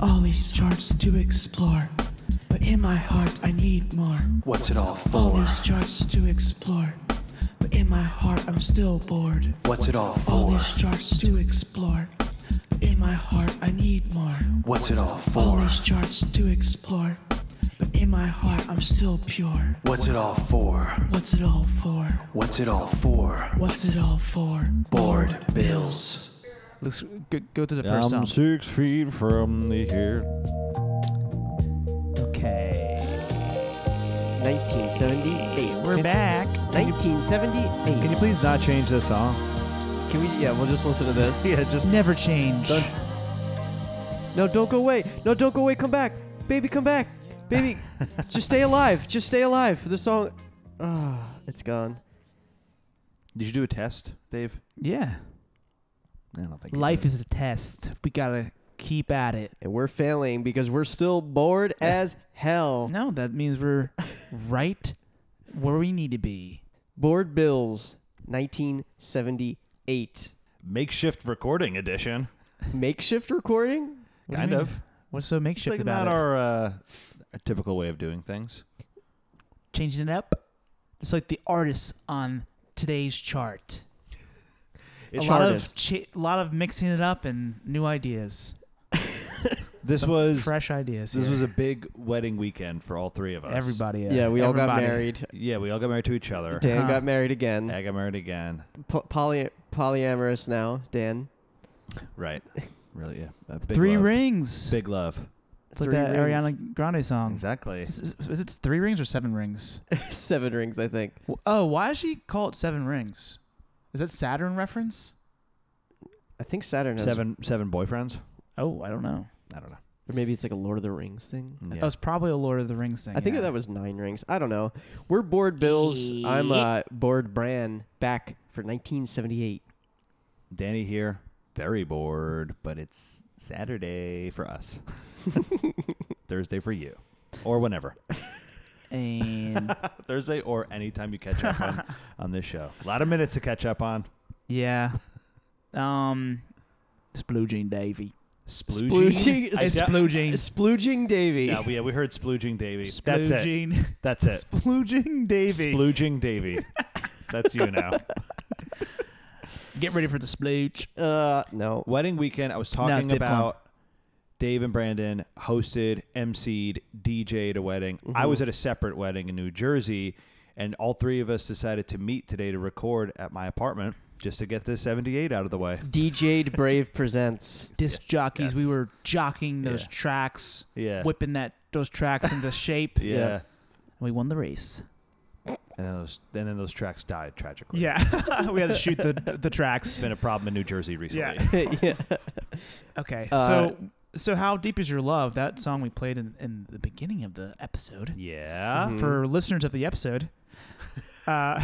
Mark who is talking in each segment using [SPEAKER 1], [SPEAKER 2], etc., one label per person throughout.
[SPEAKER 1] all these charts to explore. But in my heart, I need more.
[SPEAKER 2] What's it all
[SPEAKER 1] All
[SPEAKER 2] for?
[SPEAKER 1] these charts to explore. But in my heart, I'm still bored.
[SPEAKER 2] What's it all
[SPEAKER 1] All
[SPEAKER 2] for?
[SPEAKER 1] these charts to explore. But in my heart, I need more.
[SPEAKER 2] What's it all
[SPEAKER 1] All
[SPEAKER 2] for?
[SPEAKER 1] these charts to explore. But in my heart, I'm still pure.
[SPEAKER 2] What's it all for?
[SPEAKER 1] What's it all for?
[SPEAKER 2] What's it all for?
[SPEAKER 1] What's it all for?
[SPEAKER 2] Board bills.
[SPEAKER 3] Let's go, go to the
[SPEAKER 4] I'm
[SPEAKER 3] first song.
[SPEAKER 4] six feet from the air.
[SPEAKER 3] Okay.
[SPEAKER 5] 1978.
[SPEAKER 3] We're back.
[SPEAKER 5] 1978.
[SPEAKER 4] Can you please not change this song?
[SPEAKER 5] Can we? Yeah, we'll just listen to this.
[SPEAKER 4] just
[SPEAKER 3] Never change.
[SPEAKER 5] Done. No, don't go away. No, don't go away. Come back, baby. Come back, baby. just stay alive. Just stay alive. The song. Ah, it's gone.
[SPEAKER 2] Did you do a test, Dave?
[SPEAKER 3] Yeah.
[SPEAKER 2] I don't think.
[SPEAKER 3] Life is a test. We gotta keep at it.
[SPEAKER 5] And we're failing because we're still bored as hell.
[SPEAKER 3] No, that means we're right where we need to be.
[SPEAKER 5] Board bills. 1978.
[SPEAKER 4] makeshift recording edition.
[SPEAKER 5] Makeshift recording.
[SPEAKER 3] What do you
[SPEAKER 4] Kind
[SPEAKER 3] mean?
[SPEAKER 4] of.
[SPEAKER 3] What's so
[SPEAKER 4] It's
[SPEAKER 3] makeshift
[SPEAKER 4] like
[SPEAKER 3] about
[SPEAKER 4] not
[SPEAKER 3] it?
[SPEAKER 4] our, uh, our typical way of doing things.
[SPEAKER 3] Changing it up. It's like the artists on today's chart.
[SPEAKER 4] It's
[SPEAKER 3] a lot
[SPEAKER 5] artists.
[SPEAKER 3] of cha- lot of mixing it up and new ideas.
[SPEAKER 4] This
[SPEAKER 3] Some
[SPEAKER 4] was
[SPEAKER 3] fresh ideas.
[SPEAKER 4] this
[SPEAKER 3] here.
[SPEAKER 4] was a big wedding weekend for all three of us.
[SPEAKER 3] everybody.
[SPEAKER 5] Yeah, we all got
[SPEAKER 3] everybody.
[SPEAKER 5] married.
[SPEAKER 4] Yeah, we all got married to each other.
[SPEAKER 5] Dan
[SPEAKER 3] Huh.
[SPEAKER 5] got married again.
[SPEAKER 4] I got married again.
[SPEAKER 5] Po- poly polyamorous now, Dan.
[SPEAKER 4] Right. Really. Yeah. A big
[SPEAKER 3] Three
[SPEAKER 4] love.
[SPEAKER 3] rings.
[SPEAKER 4] Big love.
[SPEAKER 3] it's like
[SPEAKER 5] Three
[SPEAKER 3] that
[SPEAKER 5] rings.
[SPEAKER 3] Ariana Grande song.
[SPEAKER 4] Exactly.
[SPEAKER 3] Is, is- is it three rings or seven rings?
[SPEAKER 5] Seven rings, I think.
[SPEAKER 3] W- Oh, why does she call it seven rings? Is that Saturn reference?
[SPEAKER 5] I think Saturn has
[SPEAKER 4] Seven seven boyfriends.
[SPEAKER 3] Oh, I don't know.
[SPEAKER 4] I don't know.
[SPEAKER 5] Or maybe it's like a Lord of the Rings thing.
[SPEAKER 4] Yeah.
[SPEAKER 3] That was probably a Lord of the Rings thing.
[SPEAKER 5] I think
[SPEAKER 3] Mm, yeah.
[SPEAKER 5] that was Nine Rings. I don't know. We're bored Bills. I'm uh, bored Bran back for 1978.
[SPEAKER 4] Danny here, very bored, but it's Saturday for us. Thursday for you. Or whenever.
[SPEAKER 3] And
[SPEAKER 4] Thursday or anytime you catch up on, on this show. A lot of minutes to catch up on.
[SPEAKER 3] yeah, um, Splooging Davy.
[SPEAKER 4] Splooging.
[SPEAKER 5] Splooging-
[SPEAKER 4] I
[SPEAKER 5] It's
[SPEAKER 4] doubt-
[SPEAKER 3] Splooging.
[SPEAKER 5] Splooging Davy.
[SPEAKER 4] No, we- yeah, we heard splooging Davy. That's it. That's it.
[SPEAKER 3] Splooging Davy.
[SPEAKER 4] Splooging Davy. That's you now.
[SPEAKER 3] Get ready for the splooge.
[SPEAKER 5] uh, no.
[SPEAKER 4] Wedding weekend. I was
[SPEAKER 3] No, it's
[SPEAKER 4] talking
[SPEAKER 3] Dave Klum.
[SPEAKER 4] about Dave and Brandon hosted, emceed, DJ'd a wedding. I
[SPEAKER 3] Mm-hmm.
[SPEAKER 4] was at a separate wedding in New Jersey, and all three of us decided to meet today to record at my apartment just to get this 78 out of the way.
[SPEAKER 5] DJ'd Brave presents.
[SPEAKER 3] Disc jockeys. We
[SPEAKER 4] Yes.
[SPEAKER 3] were jockeying those
[SPEAKER 4] Yeah.
[SPEAKER 3] tracks,
[SPEAKER 4] Yeah.
[SPEAKER 3] whipping that those tracks into shape.
[SPEAKER 4] Yeah.
[SPEAKER 5] Yeah.
[SPEAKER 3] We won the race.
[SPEAKER 4] And then those and then those tracks died tragically.
[SPEAKER 3] Yeah, we had to shoot the the tracks.
[SPEAKER 4] It's been a problem in New Jersey recently.
[SPEAKER 5] yeah.
[SPEAKER 3] Okay,
[SPEAKER 5] Uh,
[SPEAKER 3] so so how deep is your love? That song we played in, in the beginning of the episode
[SPEAKER 4] Mm-hmm. Yeah.
[SPEAKER 5] Mhm.
[SPEAKER 3] for listeners of the episode. uh,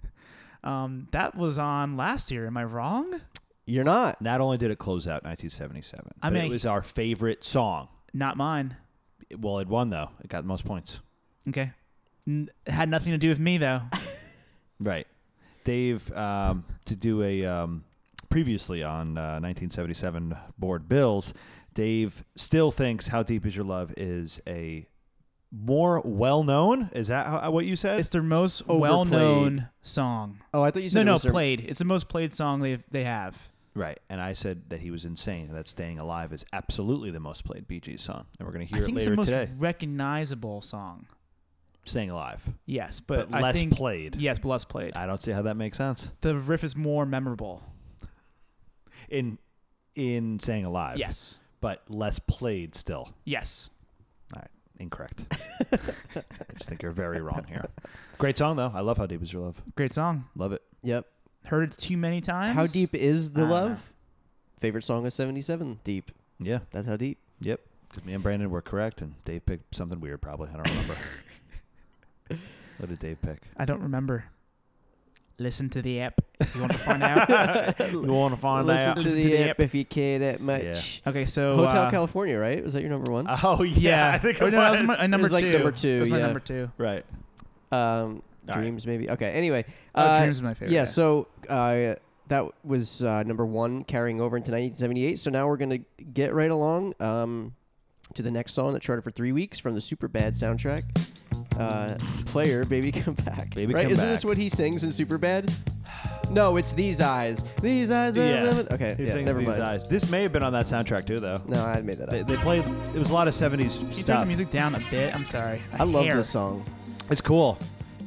[SPEAKER 3] um, that was on last year. Am I wrong?
[SPEAKER 5] You're not.
[SPEAKER 4] Not only did it close out 1977,
[SPEAKER 3] I
[SPEAKER 4] but
[SPEAKER 3] mean,
[SPEAKER 4] it was our favorite song.
[SPEAKER 3] Not mine.
[SPEAKER 4] Well, it won though. It got the most points.
[SPEAKER 3] Okay, N- had nothing to do with me though.
[SPEAKER 4] Right. Dave, um, to do a um, previously on uh, 1977 board bills, Dave still thinks "How Deep Is Your Love" is a more well-known. Is that how, what you said?
[SPEAKER 3] It's their most well-known song.
[SPEAKER 5] Oh, I thought you
[SPEAKER 3] No,
[SPEAKER 5] said it
[SPEAKER 3] no,
[SPEAKER 5] was their-
[SPEAKER 3] played. It's the most played song they they have.
[SPEAKER 4] right. And I said that he was insane. That "Staying Alive" is absolutely the most played Bee Gees song, and we're going to
[SPEAKER 3] I
[SPEAKER 4] hear it
[SPEAKER 3] think it's
[SPEAKER 4] later
[SPEAKER 3] the most
[SPEAKER 4] today.
[SPEAKER 3] recognizable song.
[SPEAKER 4] "Staying Alive,"
[SPEAKER 3] Yes, but,
[SPEAKER 4] but,
[SPEAKER 3] I
[SPEAKER 4] less
[SPEAKER 3] think,
[SPEAKER 4] played.
[SPEAKER 3] Yes, but less played.
[SPEAKER 4] I don't see how that makes sense
[SPEAKER 3] The riff is more memorable.
[SPEAKER 4] in in "Staying Alive."
[SPEAKER 3] Yes,
[SPEAKER 4] but less played still.
[SPEAKER 3] yes.
[SPEAKER 4] All right, incorrect. I just think you're very wrong here. Great song though. I love how deep is your love.
[SPEAKER 3] Great song.
[SPEAKER 4] Love it.
[SPEAKER 5] Yep.
[SPEAKER 3] Heard it too many times.
[SPEAKER 5] How deep is the
[SPEAKER 3] I don't
[SPEAKER 5] love?
[SPEAKER 3] know.
[SPEAKER 5] Favorite song of 77. Deep.
[SPEAKER 4] Yeah.
[SPEAKER 5] That's how deep.
[SPEAKER 4] Yep. 'Cause Me and Brandon were correct, and Dave picked something weird. Probably I don't remember. what did Dave pick?
[SPEAKER 3] I don't remember. Listen to the app if you want to find out.
[SPEAKER 4] You want to find
[SPEAKER 5] Listen
[SPEAKER 4] out?
[SPEAKER 5] to,
[SPEAKER 3] Listen
[SPEAKER 5] the,
[SPEAKER 3] to the
[SPEAKER 5] app
[SPEAKER 3] app.
[SPEAKER 5] if you care that much.
[SPEAKER 3] okay, so
[SPEAKER 5] Hotel
[SPEAKER 3] uh,
[SPEAKER 5] California, right? Was that your number one?
[SPEAKER 4] Oh yeah,
[SPEAKER 3] Um, Yeah,
[SPEAKER 4] I think
[SPEAKER 3] Oh,
[SPEAKER 4] it
[SPEAKER 3] no, that
[SPEAKER 4] was.
[SPEAKER 3] was my, uh, number
[SPEAKER 5] was like
[SPEAKER 3] two.
[SPEAKER 5] number two,
[SPEAKER 3] That was my
[SPEAKER 5] yeah.
[SPEAKER 3] number two.
[SPEAKER 4] right.
[SPEAKER 5] um,
[SPEAKER 4] All right.
[SPEAKER 5] dreams, maybe. Okay. Anyway.
[SPEAKER 3] Oh,
[SPEAKER 5] uh,
[SPEAKER 3] Dreams is my favorite.
[SPEAKER 5] Yeah. So uh, that was uh, number one carrying over into 1978. So now we're going to get right along um, to the next song that charted for three weeks from the Super Bad soundtrack. Uh, player, Baby Come Back.
[SPEAKER 4] Baby
[SPEAKER 5] right?
[SPEAKER 4] Come
[SPEAKER 5] Isn't this
[SPEAKER 4] Back.
[SPEAKER 5] what he sings in Super Bad? No, it's These Eyes. These Eyes. Are Living- Okay,
[SPEAKER 4] He
[SPEAKER 5] yeah,
[SPEAKER 4] sings
[SPEAKER 5] never
[SPEAKER 4] these
[SPEAKER 5] mind.
[SPEAKER 4] eyes. This may have been on that soundtrack too, though.
[SPEAKER 5] No, I made that
[SPEAKER 4] They,
[SPEAKER 5] up.
[SPEAKER 4] they played. It was a lot of '70s
[SPEAKER 3] You turn the
[SPEAKER 4] stuff.
[SPEAKER 3] music down a bit. I'm sorry. A
[SPEAKER 5] I love
[SPEAKER 3] hair.
[SPEAKER 5] this song.
[SPEAKER 4] It's cool.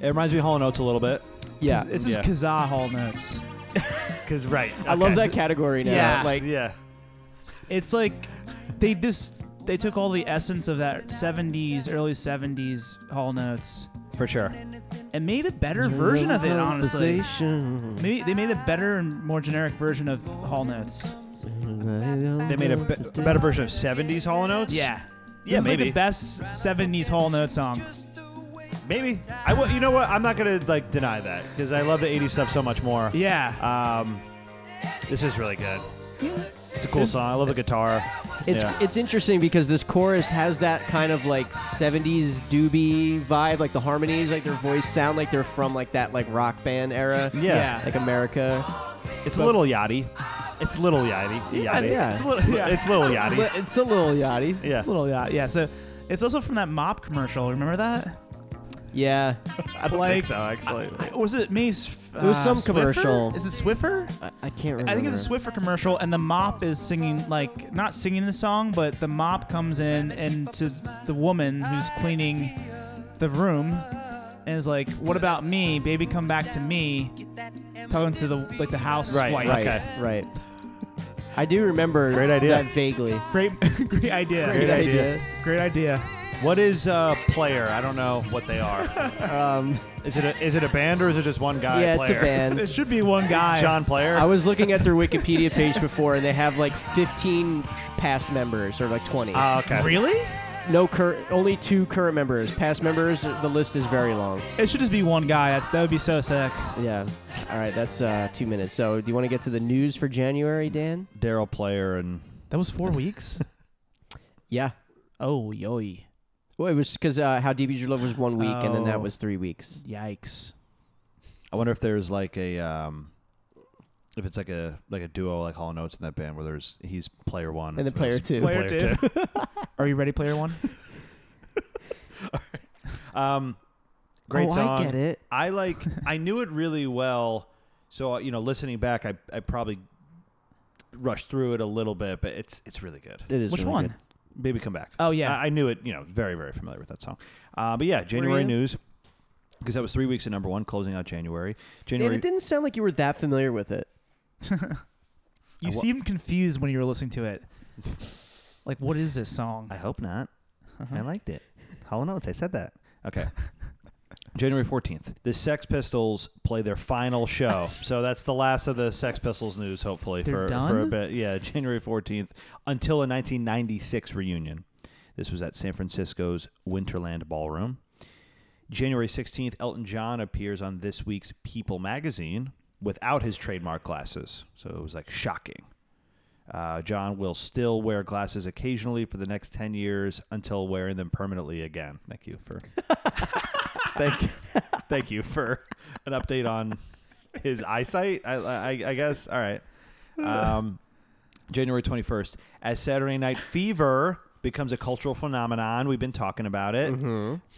[SPEAKER 4] It reminds me of Hall and Oates a little bit.
[SPEAKER 5] Yeah.
[SPEAKER 3] This is
[SPEAKER 4] Yeah.
[SPEAKER 3] Kazaa Hall notes.
[SPEAKER 4] Cause right,
[SPEAKER 5] I love that category now.
[SPEAKER 3] Yeah.
[SPEAKER 5] Like,
[SPEAKER 4] yeah,
[SPEAKER 3] It's like they just they took all the essence of that 70s, early 70s Hall notes
[SPEAKER 4] for sure.
[SPEAKER 3] and made a better version of it. Honestly,
[SPEAKER 5] Conversation.
[SPEAKER 3] maybe they made a better and more generic version of Hall notes.
[SPEAKER 4] They made a be- better version of '70s Hall and Oates.
[SPEAKER 3] Yeah.
[SPEAKER 4] Yeah,
[SPEAKER 3] this Is like
[SPEAKER 4] maybe.
[SPEAKER 3] the best 70s Hall note song.
[SPEAKER 4] maybe. I will. You know what? I'm not gonna like deny that because I love the '80s stuff so much more.
[SPEAKER 3] Yeah.
[SPEAKER 4] Um, this is really good. It's a cool song. I love the guitar.
[SPEAKER 5] It's
[SPEAKER 4] Yeah.
[SPEAKER 5] it's interesting because this chorus has that kind of like 70s doobie vibe, like the harmonies, like their voice sound like they're from like that like rock band era.
[SPEAKER 3] Yeah.
[SPEAKER 5] Like America.
[SPEAKER 4] It's a little yachty. It's little yachty. Yachty.
[SPEAKER 5] yeah.
[SPEAKER 3] It's a little, yeah.
[SPEAKER 4] It's little yachty.
[SPEAKER 5] But it's a little yachty.
[SPEAKER 4] yeah.
[SPEAKER 3] It's a little yeah. Yeah. So it's also from that mop commercial. Remember that?
[SPEAKER 5] Yeah.
[SPEAKER 4] I don't
[SPEAKER 3] like-
[SPEAKER 4] think so, actually.
[SPEAKER 3] I- was it uh, Mace?
[SPEAKER 5] It was some commercial.
[SPEAKER 3] Is it Swiffer?
[SPEAKER 5] I, I can't remember.
[SPEAKER 3] I think it's a Swiffer commercial, and the mop is singing like not singing the song, but the mop comes in and to the woman who's cleaning the room, and is like, "What about me, baby? Come back to me." Talking to the like the house
[SPEAKER 4] Right,
[SPEAKER 3] wife.
[SPEAKER 5] Right.
[SPEAKER 4] Okay.
[SPEAKER 5] Right. I do remember
[SPEAKER 4] Great idea.
[SPEAKER 5] that vaguely.
[SPEAKER 3] Great, great idea.
[SPEAKER 4] Great idea.
[SPEAKER 3] Great idea.
[SPEAKER 4] What is uh, player? I don't know what they are.
[SPEAKER 5] Um,
[SPEAKER 4] Is it a, is it a band or is it just one guy?
[SPEAKER 5] yeah, it's
[SPEAKER 4] player?
[SPEAKER 5] a band.
[SPEAKER 3] It should be one guy.
[SPEAKER 4] John Player.
[SPEAKER 5] I was looking at their Wikipedia page before, and they have like 15 past members or like 20.
[SPEAKER 4] Ah, okay.
[SPEAKER 3] Really?
[SPEAKER 5] no, cur- only two current members. Past members, the list is very long.
[SPEAKER 3] It should just be one guy. That's that would be so sick.
[SPEAKER 5] Yeah. All right, that's uh, two minutes. So, do you want to get to the news for January, Dan?
[SPEAKER 4] Daryl Player and
[SPEAKER 3] That was four weeks.
[SPEAKER 5] Yeah.
[SPEAKER 3] oh yoy.
[SPEAKER 5] Well, it was because uh, How Deep Is Your Love was one week, and then that
[SPEAKER 3] Oh.
[SPEAKER 5] was three weeks.
[SPEAKER 3] Yikes.
[SPEAKER 4] I wonder if there's like a um, if it's like a like a duo like Hall Notes in that band where there's he's player one
[SPEAKER 5] And the player
[SPEAKER 4] someone's
[SPEAKER 5] two.
[SPEAKER 3] Player two.
[SPEAKER 4] two.
[SPEAKER 3] Are you ready, player one?
[SPEAKER 5] Oh,
[SPEAKER 4] um, great
[SPEAKER 5] oh,
[SPEAKER 4] song.
[SPEAKER 5] I get it.
[SPEAKER 4] I like I knew it really well, so uh, you know, listening back, I I probably rushed through it a little bit, but it's it's really good.
[SPEAKER 5] It is
[SPEAKER 3] Which
[SPEAKER 5] really
[SPEAKER 3] one?
[SPEAKER 5] good.
[SPEAKER 4] Baby, come back.
[SPEAKER 3] Oh, yeah.
[SPEAKER 4] I, I knew it. You know, very very familiar with that song. Uh, but yeah, January
[SPEAKER 5] you?
[SPEAKER 4] news because that was three weeks in number one, closing out January.
[SPEAKER 5] Dan,
[SPEAKER 4] January.
[SPEAKER 5] it didn't sound like you were that familiar with it.
[SPEAKER 3] You
[SPEAKER 4] I wa-
[SPEAKER 3] seemed confused when you were listening to it. Like, what is this song? Uh-huh.
[SPEAKER 4] I hope not. I
[SPEAKER 3] Mm-hmm.
[SPEAKER 4] liked it. Hollow Notes. I said that. Okay. January 14th. The Sex Pistols play their final show. so that's the last of the Sex Pistols news, hopefully,
[SPEAKER 3] They're
[SPEAKER 4] for, for a
[SPEAKER 3] done?
[SPEAKER 4] bit. Yeah, January 14th until a 1996 reunion. This was at San Francisco's Winterland Ballroom. January 16th, Elton John appears on this week's People magazine without his trademark glasses. So it was like shocking. Uh, John will still wear glasses occasionally for the next 10 years until wearing them permanently again. Thank you for thank you, thank you for an update on his eyesight. I, I, I guess. All right. Um, January 21st, as Saturday Night Fever becomes a cultural phenomenon, we've been talking about it.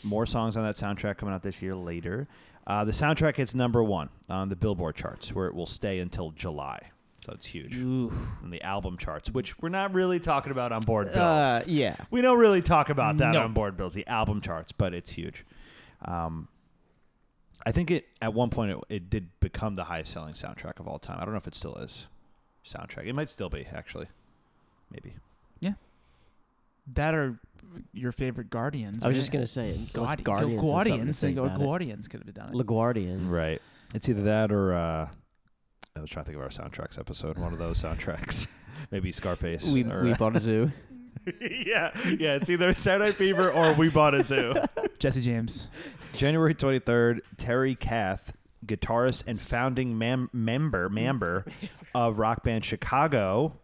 [SPEAKER 4] More songs on that soundtrack coming out this year later. Uh, the soundtrack hits number one on the Billboard charts, where it will stay until July. So it's huge. And the album charts, which we're not really talking about on board bills.
[SPEAKER 5] Uh, yeah.
[SPEAKER 4] We don't really talk about that
[SPEAKER 3] No.
[SPEAKER 4] on board bills, the album charts, but it's huge. Um, I think it at one point it, it did become the highest selling soundtrack of all time. I don't know if it still is soundtrack. It might still be actually, maybe.
[SPEAKER 3] That are your favorite Guardians.
[SPEAKER 5] I was
[SPEAKER 3] right?
[SPEAKER 5] just gonna say it.
[SPEAKER 3] Guardi-
[SPEAKER 5] Guardians. is something to
[SPEAKER 3] Guardians.
[SPEAKER 5] think
[SPEAKER 3] Guardians,
[SPEAKER 5] about it.
[SPEAKER 3] Guardians could have done it.
[SPEAKER 5] LaGuardian.
[SPEAKER 4] Right. It's either that or uh, I was trying to think of our soundtracks episode. One of those soundtracks, maybe Scarface.
[SPEAKER 5] We,
[SPEAKER 4] or-
[SPEAKER 5] we bought a zoo.
[SPEAKER 4] yeah, yeah. It's either Saturday Night Fever or We Bought a Zoo.
[SPEAKER 3] Jesse James.
[SPEAKER 4] January 23rd, Terry Kath, guitarist and founding mem- member member of rock band Chicago.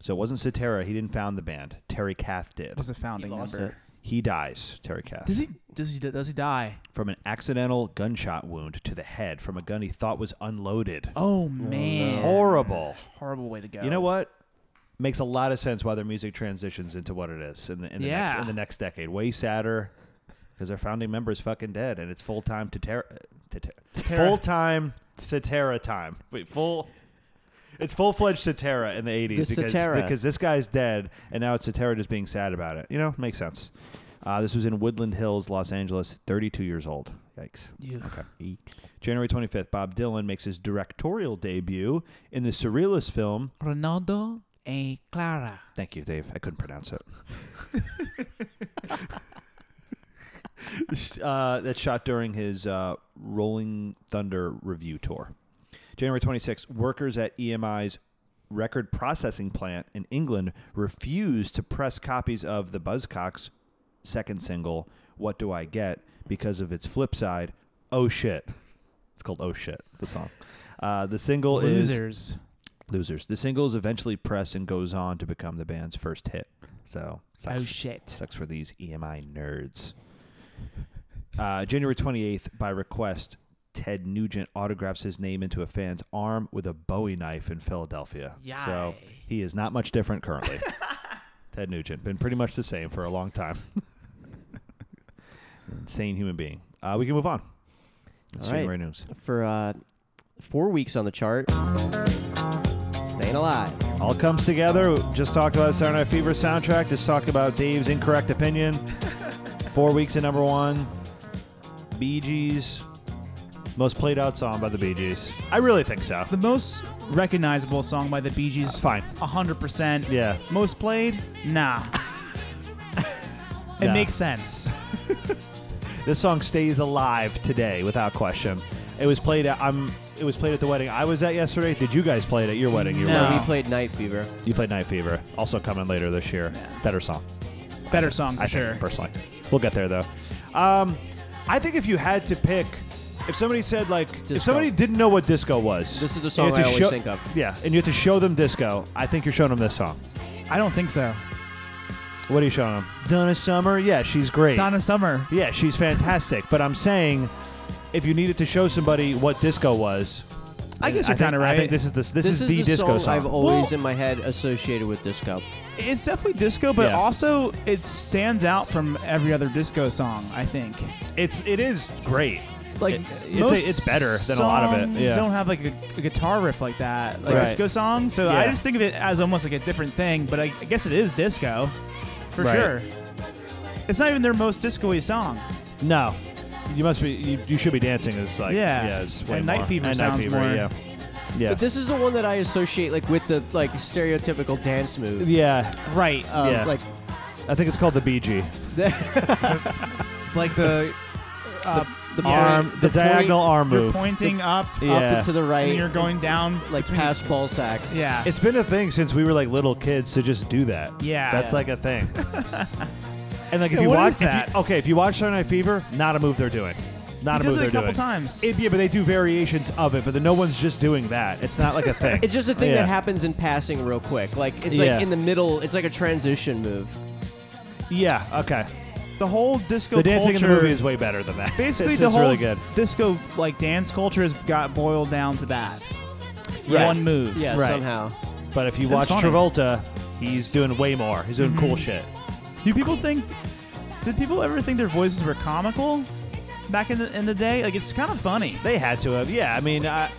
[SPEAKER 4] So it wasn't Satara. He didn't found the band. Terry Kath did.
[SPEAKER 3] was a founding member.
[SPEAKER 5] lost it.
[SPEAKER 4] He dies, Terry Cass,
[SPEAKER 3] Does he? Does he? Does he die?
[SPEAKER 4] from an accidental gunshot wound to the head from a gun he thought was unloaded.
[SPEAKER 3] Oh man,
[SPEAKER 4] Horrible.
[SPEAKER 3] horrible way to go.
[SPEAKER 4] You know what? Makes a lot of sense why their music transitions into what it is in the, in the,
[SPEAKER 3] Yeah.
[SPEAKER 4] next, in the next decade. Way sadder because their founding member is fucking dead and it's full time to terror. To
[SPEAKER 3] Terra.
[SPEAKER 4] Full time Satara time. Wait, full. It's full fledged Satara in the 80s
[SPEAKER 5] The
[SPEAKER 4] because,
[SPEAKER 5] Satara.
[SPEAKER 4] because this guy's dead and now it's Satara just being sad about it. You know, makes sense. Uh, this was in Woodland Hills, Los Angeles, 32 years old. Yikes.
[SPEAKER 3] You-
[SPEAKER 4] January 25th, Bob Dylan makes his directorial debut in the surrealist film
[SPEAKER 3] Ronaldo and Clara.
[SPEAKER 4] Thank you, Dave. I couldn't pronounce it. uh, that shot during his uh, Rolling Thunder review tour. January 26th, workers at EMI's record processing plant in England refused to press copies of the Buzzcocks' second single, What Do I Get, because of its flip side, Oh Shit. It's called Oh Shit, the song. Uh, the single is
[SPEAKER 3] Losers.
[SPEAKER 4] losers. The single is eventually pressed and goes on to become the band's first hit. So
[SPEAKER 3] Oh
[SPEAKER 4] sucks,
[SPEAKER 3] shit.
[SPEAKER 4] sucks for these EMI nerds. Uh, January 28th, by request, Ted Nugent autographs his name into a fan's arm with a Bowie knife in Philadelphia. So
[SPEAKER 3] Yay.
[SPEAKER 4] he is not much different currently. Ted Nugent, been pretty much the same for a long time. Insane human being. Uh, we can move on. It's
[SPEAKER 5] All right.
[SPEAKER 4] January news.
[SPEAKER 5] for uh, four weeks on the chart. Staying alive.
[SPEAKER 4] All comes together. Just talked about Saturday Night Fever soundtrack. Just talked about Dave's incorrect opinion. Four weeks in number one. Bee Gees. Most played out song by the Bee Gees. I really think so.
[SPEAKER 3] The most recognizable song by the Bee Gees.
[SPEAKER 4] Uh, fine.
[SPEAKER 3] hundred percent.
[SPEAKER 4] Yeah.
[SPEAKER 3] Most played? Nah. it
[SPEAKER 4] Nah.
[SPEAKER 3] makes sense.
[SPEAKER 4] This song stays alive today without question. It was played at I'm it was played at the wedding I was at yesterday. Did you guys play it at your wedding? You
[SPEAKER 3] No.
[SPEAKER 4] were-
[SPEAKER 5] We played Night Fever.
[SPEAKER 4] you played Night Fever. Also coming later this year. Better song.
[SPEAKER 3] Better song for
[SPEAKER 4] I
[SPEAKER 3] sure.
[SPEAKER 4] think, personally. We'll get there though. Um, I think if you had to pick, if somebody said like,
[SPEAKER 5] Disco.
[SPEAKER 4] if somebody didn't know what disco was,
[SPEAKER 5] This is the
[SPEAKER 4] and
[SPEAKER 5] song
[SPEAKER 4] you had
[SPEAKER 5] I
[SPEAKER 4] to
[SPEAKER 5] always
[SPEAKER 4] show-
[SPEAKER 5] think of.
[SPEAKER 4] Yeah, and you have to show them disco. I think you're showing them this song.
[SPEAKER 3] I don't think so.
[SPEAKER 4] What are you showing them? Donna Summer. Yeah, she's great.
[SPEAKER 3] Donna Summer.
[SPEAKER 4] Yeah, she's fantastic. But I'm saying, if you needed to show somebody what disco was,
[SPEAKER 3] I guess you're
[SPEAKER 4] think-
[SPEAKER 3] kind of right.
[SPEAKER 4] I think this is the, this, is, the, disco
[SPEAKER 5] song,
[SPEAKER 4] song.
[SPEAKER 5] I've always
[SPEAKER 3] Well-
[SPEAKER 5] in my head associated with disco.
[SPEAKER 3] It's definitely disco, but
[SPEAKER 4] Yeah.
[SPEAKER 3] also it stands out from every other disco song. I think.
[SPEAKER 4] it's it is great.
[SPEAKER 3] Like
[SPEAKER 4] It- it's a-
[SPEAKER 3] most
[SPEAKER 4] it's better than a lot of it,
[SPEAKER 3] songs
[SPEAKER 4] yeah.
[SPEAKER 3] Don't have like a, a guitar riff like that, like
[SPEAKER 4] Right.
[SPEAKER 3] disco songs. So I
[SPEAKER 4] Yeah.
[SPEAKER 3] just think of it as almost like a different thing. But I, I guess it is disco, for
[SPEAKER 4] Right.
[SPEAKER 3] sure. It's not even their most disco-y song.
[SPEAKER 4] No. You must be. You, you should be dancing. Is like
[SPEAKER 3] Yeah.
[SPEAKER 4] yeah it's way
[SPEAKER 3] And Night
[SPEAKER 4] more-
[SPEAKER 3] Fever
[SPEAKER 4] and
[SPEAKER 3] sounds
[SPEAKER 4] Night Fever,
[SPEAKER 3] more-
[SPEAKER 4] Yeah. Yeah.
[SPEAKER 5] But this is the one that I associate like with the like stereotypical dance move.
[SPEAKER 4] yeah.
[SPEAKER 3] Right.
[SPEAKER 5] Um,
[SPEAKER 4] yeah.
[SPEAKER 5] Like
[SPEAKER 4] I think it's called the BG.
[SPEAKER 3] like the uh,
[SPEAKER 5] the
[SPEAKER 4] Arm,
[SPEAKER 5] point-
[SPEAKER 4] the,
[SPEAKER 5] the
[SPEAKER 4] diagonal arm
[SPEAKER 3] you're
[SPEAKER 4] move.
[SPEAKER 3] pointing up,
[SPEAKER 5] up
[SPEAKER 4] yeah.
[SPEAKER 5] and to the
[SPEAKER 3] and
[SPEAKER 5] right,
[SPEAKER 3] then you're going down,
[SPEAKER 5] like
[SPEAKER 3] between-
[SPEAKER 5] past ball sack.
[SPEAKER 3] Yeah.
[SPEAKER 4] It's been a thing since we were like little kids to just do that.
[SPEAKER 3] Yeah.
[SPEAKER 4] That's
[SPEAKER 5] Yeah.
[SPEAKER 4] like a thing. and like if
[SPEAKER 3] Yeah,
[SPEAKER 4] you
[SPEAKER 3] what
[SPEAKER 4] watch,
[SPEAKER 3] is
[SPEAKER 4] if
[SPEAKER 3] that?
[SPEAKER 4] you, okay, if you watch Saturday Night Fever, not a move they're doing. Not
[SPEAKER 3] He
[SPEAKER 4] a
[SPEAKER 3] does it
[SPEAKER 4] move they're
[SPEAKER 3] a couple
[SPEAKER 4] doing.
[SPEAKER 3] times.
[SPEAKER 4] It- yeah, but they do variations of it, but then no one's just doing that. It's not like a thing.
[SPEAKER 5] It's just a thing
[SPEAKER 4] Yeah.
[SPEAKER 5] that happens in passing real quick. Like it's
[SPEAKER 4] Yeah.
[SPEAKER 5] like in the middle. It's like a transition move.
[SPEAKER 4] Yeah. Okay.
[SPEAKER 3] the whole disco
[SPEAKER 4] The dancing
[SPEAKER 3] culture,
[SPEAKER 4] in the movie is way better than that.
[SPEAKER 3] basically
[SPEAKER 4] it's,
[SPEAKER 3] the
[SPEAKER 4] it's
[SPEAKER 3] whole
[SPEAKER 4] really good.
[SPEAKER 3] disco like dance culture has got boiled down to that
[SPEAKER 4] Right.
[SPEAKER 3] one move.
[SPEAKER 5] Yeah,
[SPEAKER 4] Right.
[SPEAKER 5] somehow.
[SPEAKER 4] But if you watch
[SPEAKER 3] That's funny. Mm-hmm.
[SPEAKER 4] Travolta, he's doing way more. He's doing cool shit.
[SPEAKER 3] Do people think? Did people ever think their voices were comical back in the in the day? Like it's kind of funny.
[SPEAKER 4] They had to have. Yeah, I mean, I,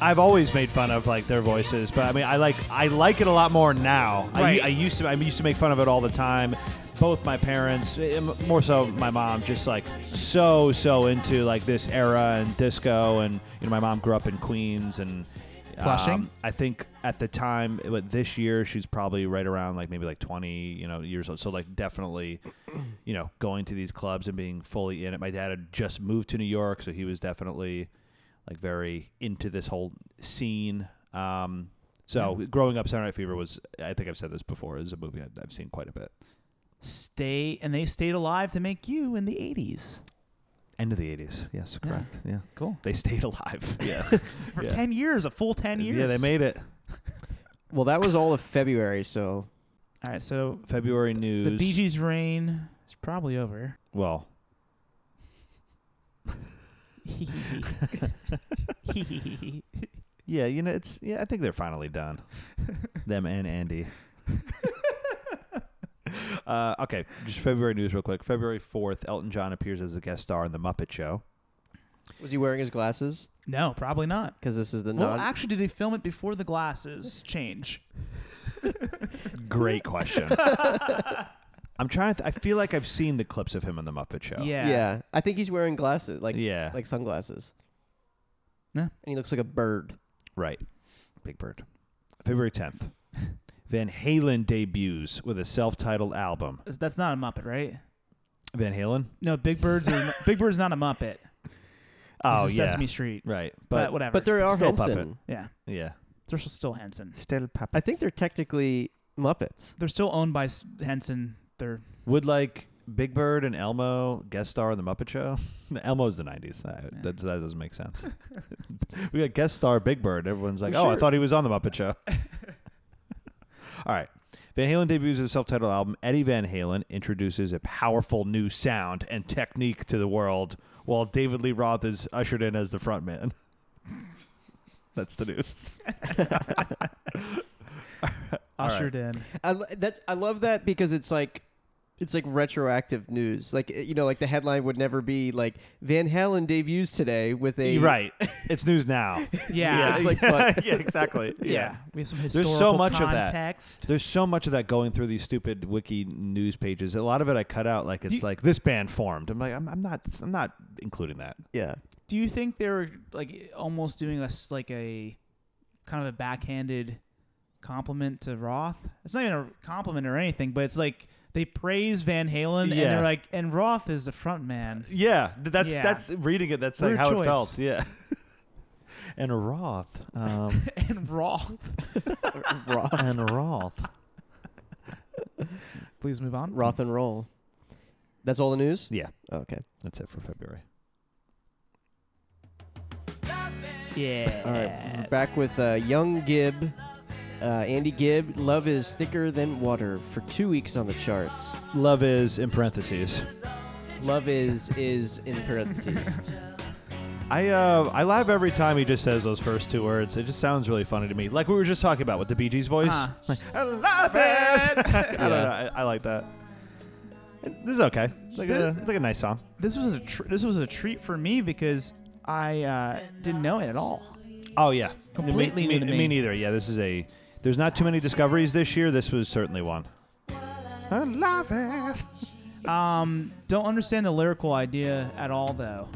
[SPEAKER 4] I've always made fun of like their voices, but I mean, I like I like it a lot more now.
[SPEAKER 3] Right.
[SPEAKER 4] I, I used to I used to make fun of it all the time. Both my parents, eh, m- more so my mom, just like so so into like this era and disco, and you know, my mom grew up in Queens and. um,
[SPEAKER 3] Flushing?
[SPEAKER 4] I think at the time, eh, but this year she's probably right around like maybe like twenty, you know, years old. So like definitely, you know, going to these clubs and being fully in it. My dad had just moved to New York, so he was definitely like very into this whole scene. Um, so growing up, Saturday Night Fever was, I think I've said this before, is a movie I've, I've seen quite a bit.
[SPEAKER 3] Stay and they stayed alive to make you in the '80s
[SPEAKER 4] End of the 80s. Yes,
[SPEAKER 3] Yeah.
[SPEAKER 4] correct. Yeah.
[SPEAKER 3] Cool.
[SPEAKER 4] They stayed alive. Yeah.
[SPEAKER 3] for
[SPEAKER 4] Yeah.
[SPEAKER 3] ten years, a full ten years.
[SPEAKER 4] Yeah, they made it.
[SPEAKER 5] Well, that was all of February, so
[SPEAKER 3] All right, so
[SPEAKER 4] February news.
[SPEAKER 3] the Bee Gees' reign is probably over.
[SPEAKER 4] Well, yeah, you know, it's yeah. I think they're finally done. Them and Andy. uh, okay, just February news real quick. February fourth, Elton John appears as a guest star in the Muppet Show.
[SPEAKER 5] Was he wearing his glasses?
[SPEAKER 3] no, probably not.
[SPEAKER 5] Because this is the
[SPEAKER 3] Well,
[SPEAKER 5] non.
[SPEAKER 3] actually, did they film it before the glasses change?
[SPEAKER 4] Great question. I'm trying. to th- I feel like I've seen the clips of him on the Muppet Show.
[SPEAKER 3] Yeah.
[SPEAKER 5] yeah. I think he's wearing glasses, like
[SPEAKER 4] Yeah.
[SPEAKER 5] like sunglasses.
[SPEAKER 3] Yeah.
[SPEAKER 5] And he looks like a bird.
[SPEAKER 4] Right. Big Bird. February 10th. Van Halen debuts with a self-titled album.
[SPEAKER 3] That's not a Muppet, right?
[SPEAKER 4] Van Halen?
[SPEAKER 3] No, Big Bird's are, Big Bird's not a Muppet.
[SPEAKER 4] Oh
[SPEAKER 3] This is
[SPEAKER 4] yeah.
[SPEAKER 3] Sesame Street.
[SPEAKER 4] Right.
[SPEAKER 3] But,
[SPEAKER 4] But,
[SPEAKER 3] whatever.
[SPEAKER 5] But they are
[SPEAKER 4] Still
[SPEAKER 5] Henson.
[SPEAKER 4] puppet.
[SPEAKER 3] yeah,
[SPEAKER 4] yeah.
[SPEAKER 3] they're still Henson.
[SPEAKER 4] Still puppet.
[SPEAKER 5] I think they're technically Muppets.
[SPEAKER 3] They're still owned by S- Henson. They're
[SPEAKER 4] Would like Big Bird and Elmo guest star on the Muppet Show? Elmo's the 90s. That,
[SPEAKER 3] Yeah.
[SPEAKER 4] that, that doesn't make sense. we got guest star Big Bird. Everyone's like,
[SPEAKER 5] Well,
[SPEAKER 4] oh, I
[SPEAKER 5] sure.
[SPEAKER 4] thought he was on the Muppet Show. All right. Van Halen debuts with a self-titled album. Eddie Van Halen introduces a powerful new sound and technique to the world, while David Lee Roth is ushered in as the frontman. That's the news. All right.
[SPEAKER 3] ushered in.
[SPEAKER 5] I lo- that's I love that because it's like it's like retroactive news. Like eh, you know, like the headline would never be like Van Halen debuts today with a
[SPEAKER 4] You're right. It's news now.
[SPEAKER 3] Yeah.
[SPEAKER 5] It's like but
[SPEAKER 4] yeah, exactly.
[SPEAKER 3] Yeah. we have some
[SPEAKER 4] so
[SPEAKER 3] historical
[SPEAKER 4] much of that.
[SPEAKER 3] context.
[SPEAKER 4] There's so much of that going through these stupid wiki news pages. A lot of it I cut out. Like it's
[SPEAKER 3] You-
[SPEAKER 4] like this band formed. I'm like I'm, I'm not I'm not including that.
[SPEAKER 5] yeah.
[SPEAKER 3] Do you think they're like almost doing us like a kind of a backhanded compliment to Roth? It's not even a compliment or anything, but it's like they praise Van Halen and
[SPEAKER 4] Yeah.
[SPEAKER 3] they're like, and Roth is the front man.
[SPEAKER 4] Yeah, th- that's
[SPEAKER 3] Yeah.
[SPEAKER 4] that's reading it. That's like
[SPEAKER 3] Weird
[SPEAKER 4] how
[SPEAKER 3] choice.
[SPEAKER 4] it felt. Yeah. and Roth. Um,
[SPEAKER 3] and Roth.
[SPEAKER 5] Roth,
[SPEAKER 4] and Roth.
[SPEAKER 3] Please move on.
[SPEAKER 5] Roth and roll. That's all the news.
[SPEAKER 4] Yeah,
[SPEAKER 5] Okay.
[SPEAKER 4] that's it for February.
[SPEAKER 3] Yeah.
[SPEAKER 5] All right. We're back with uh, Young Gibb, uh, Andy Gibb. Love is thicker than water for two weeks on the charts.
[SPEAKER 4] Love is in parentheses.
[SPEAKER 5] Love is is in parentheses.
[SPEAKER 4] I uh I laugh every time he just says those first two words. It just sounds really funny to me. Like we were just talking about with the Bee Gees voice.
[SPEAKER 3] Huh.
[SPEAKER 4] Like, I love it. I don't know. I, I like that. And This is okay. It's Like a, it's like a nice song.
[SPEAKER 3] This was a tr- this was a treat for me because I uh, didn't know it at all.
[SPEAKER 4] Oh yeah,
[SPEAKER 3] Completely
[SPEAKER 4] me,
[SPEAKER 3] new to
[SPEAKER 4] me,
[SPEAKER 3] me.
[SPEAKER 4] neither. Yeah, this is a. There's not too many discoveries this year. This was certainly one. I love it.
[SPEAKER 3] Um, don't understand the lyrical idea at all though.